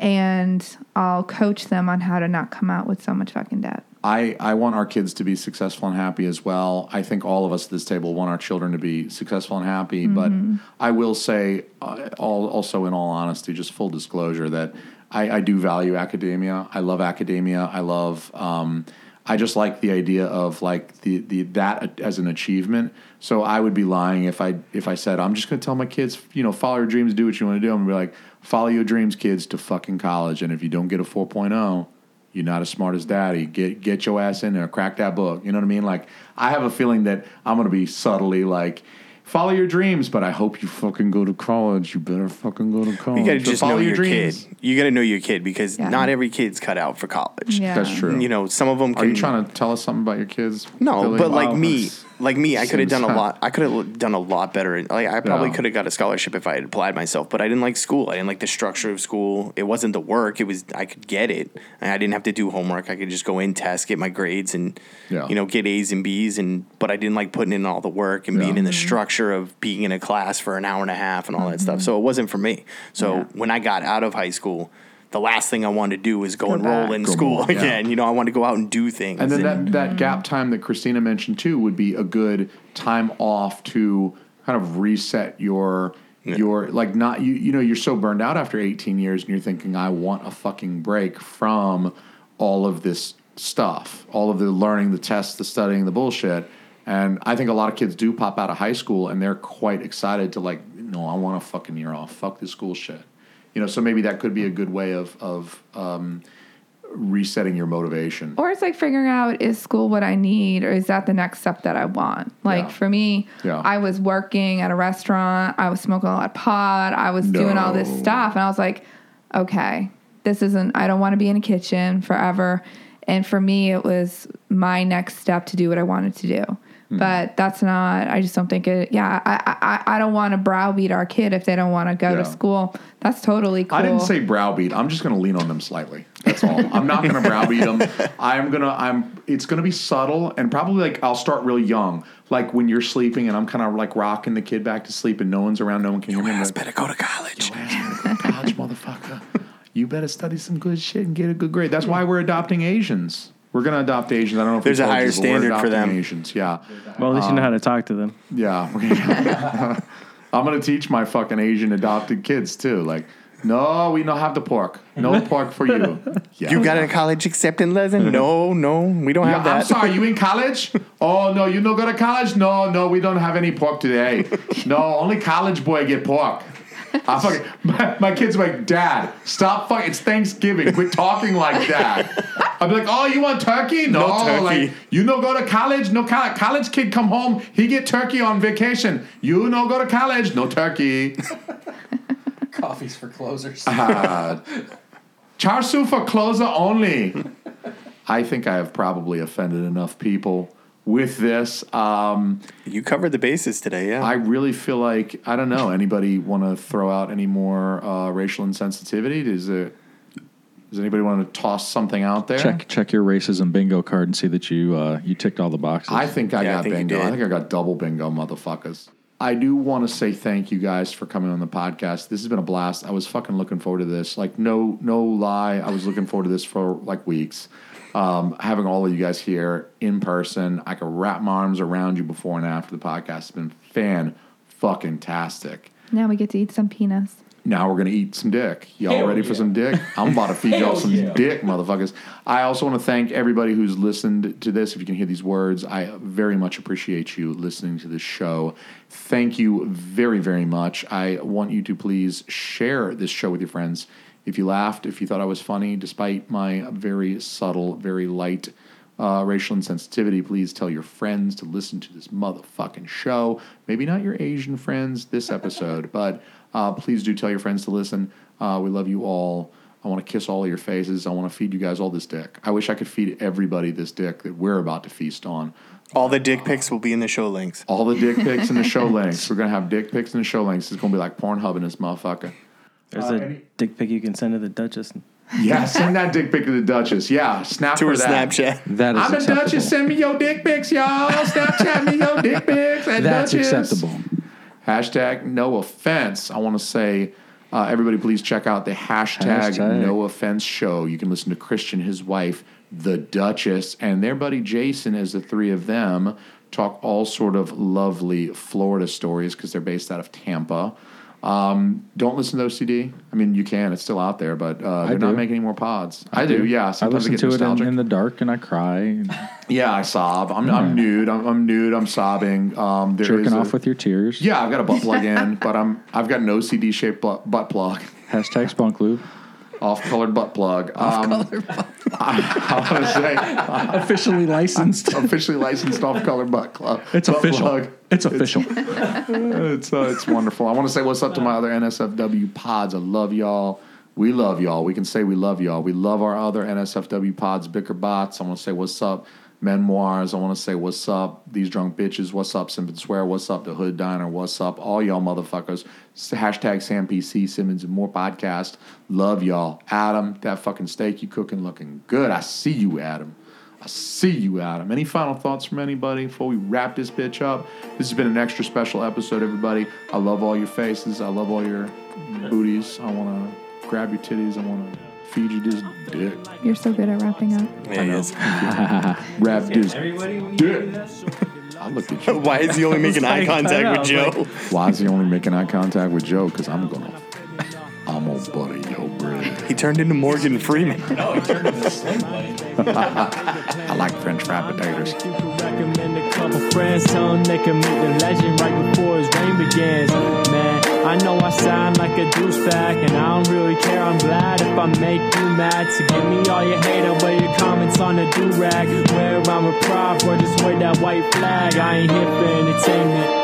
E: and I'll coach them on how to not come out with so much fucking debt.
C: I, I want our kids to be successful and happy as well. I think all of us at this table want our children to be successful and happy. But I will say, uh, all, also in all honesty, just full disclosure, that I, I do value academia. I love academia. I love. Um, I just like the idea of like the, the that as an achievement. So I would be lying if I if I said I'm just going to tell my kids, you know, follow your dreams, do what you want to do. I'm going to be like, follow your dreams, kids, to fucking college. And if you don't get a oh, 4.0, you're not as smart as daddy. Get get your ass in there, crack that book. You know what I mean? Like I have a feeling that I'm gonna be subtly like, follow your dreams, but I hope you fucking go to college. You better fucking go to college.
H: You gotta
C: So
H: just know your, kid. You gotta know your kid because
E: Yeah.
H: not every kid's cut out for college.
E: Yeah.
C: That's true.
H: You know, some of them. Can,
C: Are you trying to tell us something about your kids?
H: No,
C: Billy?
H: but
C: Wow,
H: like me,
C: that's-
H: like me, I could have
C: Seems
H: done a
C: hot.
H: lot. I could have done a lot better. Like I probably
C: Yeah.
H: could have got a scholarship if I had applied myself, but I didn't like school. I didn't like the structure of school. It wasn't the work. It was I could get it. And I didn't have to do homework. I could just go in, test, get my grades, and
C: Yeah.
H: you know get A's and B's. And but I didn't like putting in all the work and being
C: Yeah.
H: in the structure of being in a class for an hour and a half and all that
C: Mm-hmm.
H: stuff. So it wasn't for me. So when I got out of high school. The last thing I wanted to do was go, enroll in
C: Go
H: school
C: more, yeah.
H: again. You know, I wanted to go out and do things.
C: And then
H: and-
C: that, that gap time that Christina mentioned too would be a good time off to kind of reset your your like not you you know you're so burned out after 18 years and you're thinking I want a fucking break from all of this stuff, all of the learning, the tests, the studying, the bullshit. And I think a lot of kids do pop out of high school and they're quite excited to like no, I want a fucking year off. Fuck this school shit. You know, so maybe that could be a good way of of um, resetting your motivation.
E: or it's like figuring out is school what I need or is that the next step that I want? Like
C: Yeah.
E: for me,
C: Yeah.
E: I was working at a restaurant, I was smoking a lot of pot, I was doing all this
C: No.
E: stuff, and I was like, okay, this isn't, I don't want to be in a kitchen forever. And for me, it was my next step to do what I wanted to do.
C: Hmm.
E: But that's not, I just don't think it, yeah, I, I, I don't want to browbeat our kid if they don't want to go
C: Yeah.
E: to school. That's totally cool.
C: I didn't say browbeat. I'm just going to lean on them slightly. That's all. I'm not going to browbeat them. I'm going to I'm it's going to be subtle and probably like I'll start really young. Like when you're sleeping and I'm kind of like rocking the kid back to sleep and no one's around, no one can hear me. I'm
H: Ass
C: like,
H: better go to college.
C: College, motherfucker. You better study some good shit and get a good grade. That's why we're adopting Asians. We're going to adopt Asians. I don't know if we
H: There's a
C: told you,
H: higher
C: but we're
H: standard for
C: adopting
H: them.
C: Asians. Yeah.
I: Well, at least
C: Uh,
I: you know how to talk to them.
C: Yeah. we're gonna- I'm going to teach my fucking Asian adopted kids too. Like, no, we don't have the pork. No pork for you. Yeah.
H: You got a college acceptance letter? No, no, we don't
C: Yeah,
H: have that.
C: I'm sorry, you in college? Oh no, you no go to college? No, no, we don't have any pork today. No, only college boy get pork. I fucking my, my kids are like, Dad, stop fucking it's Thanksgiving. Quit talking like that. I'm like, oh, you want turkey? No,
H: No turkey.
C: like you no go to college, no college. College kid come home, he get turkey on vacation. You no go to college, no turkey.
F: Coffees for closers.
C: Uh-huh. Char siu for closer only. I think I have probably offended enough people with this. Um,
H: You covered the bases today, yeah.
C: I really feel like I don't know. Anybody want to throw out any more uh, racial insensitivity? Does it? Does anybody want to toss something out there?
F: Check check your racism bingo card and see that you uh, you ticked all the boxes.
C: I think I
H: Yeah, I
C: got
H: think you
C: bingo.
H: did.
C: I think I got double bingo, motherfuckers. I do want to say thank you guys for coming on the podcast. This has been a blast. I was fucking looking forward to this. Like no no lie, I was looking forward to this for like weeks. Um, having all of you guys here in person, I could wrap my arms around you before and after the podcast. has been fan fucking tastic.
E: now we get to eat some peanuts.
C: Now we're gonna eat some dick. Y'all ready for some dick? I'm about to feed y'all some dick, motherfuckers. I also want to thank everybody who's listened to this. If you can hear these words, I very much appreciate you listening to this show. Thank you very, very much. I want you to please share this show with your friends. If you laughed, if you thought I was funny, despite my very subtle, very light uh, racial insensitivity, please tell your friends to listen to this motherfucking show. Maybe not your Asian friends this episode, but uh, please do tell your friends to listen. Uh, we love you all. I want to kiss all of your faces. I want to feed you guys all this dick. I wish I could feed everybody this dick that we're about to feast on.
H: All the dick pics will be in the show links.
C: All the dick pics and the show links. We're going to have dick pics and the show links. It's going to be like Pornhub in this motherfucker.
I: There's a dick pic you can send to the Duchess.
C: Yeah, send that dick pic to the Duchess. Yeah, snap
H: To her
C: that.
H: Snapchat.
F: that is
C: I'm a
F: acceptable.
C: Duchess. Send me your dick pics, y'all. Snapchat me your dick pics. At
F: That's
C: Duchess.
F: acceptable.
C: Hashtag no offense. I want to say, uh, everybody, please check out the hashtag,
F: Hashtag.
C: no offense show. You can listen to Christian, his wife, the Duchess, and their buddy Jason, as the three of them talk all sort of lovely Florida stories because they're based out of Tampa. Um, don't listen to OCD. I mean, you can; it's still out there, but uh, they're not
F: do.
C: making any more pods. I, do. Yeah,
F: I
C: sometimes I,
F: listen
C: get
F: to it
C: nostalgic.
F: in, in the dark and I cry,
C: Yeah, I sob. I'm, I'm nude. I'm, I'm nude. I'm sobbing. Um, there is
F: Mm-hmm. jerking
C: a-
F: off with your tears.
C: Yeah, I've got a butt plug in, but I'm I've got an OCD shaped bu- butt plug,
F: Hashtag spunk lube.
C: off colored butt plug. Um, I, I want to say
F: Officially licensed.
C: officially licensed off colored butt club.
F: It's
C: butt
F: official.
C: plug.
F: It's official.
C: It's uh, it's wonderful. I want to say what's up to my other NSFW pods. I love y'all. We love y'all. We can say we love y'all. We love our other NSFW pods, Bicker Bots. I want to say what's up. Memoirs. I want to say what's up, these drunk bitches. What's up, Simmons Swear. What's up, the Hood Diner. What's up, all y'all motherfuckers. S- Hashtag Sam PC Simmons and more podcast. Love y'all, Adam. That fucking steak you cooking looking good. I see you, Adam. I see you, Adam. Any final thoughts from anybody before we wrap this bitch up? This has been an extra special episode, everybody. I love all your faces. I love all your booties. I want to grab your titties. I want to feed you this dick.
E: You're so good at wrapping up.
H: It is.
C: Wrap this
I: Everybody, when you do
C: dick.
I: that, so
C: I looked at you.
H: Why is he only making eye
I: like,
H: contact
I: I
H: with
I: know,
H: Joe?
C: Why is he only making eye contact with Joe? Because I'm going to. I'm gonna butter your bread.
H: He turned into Morgan Freeman.
C: I like French fry potatoes.
B: You can recommend a couple friends, tell 'em they can meet the legend right before his reign begins. Man, I know I sound like a douchebag, and I don't really care. I'm glad if I make you mad. So give me all your hate away, your comments on the do rag. Where I'm a prop, or just wave that white flag. I ain't here for entertainment.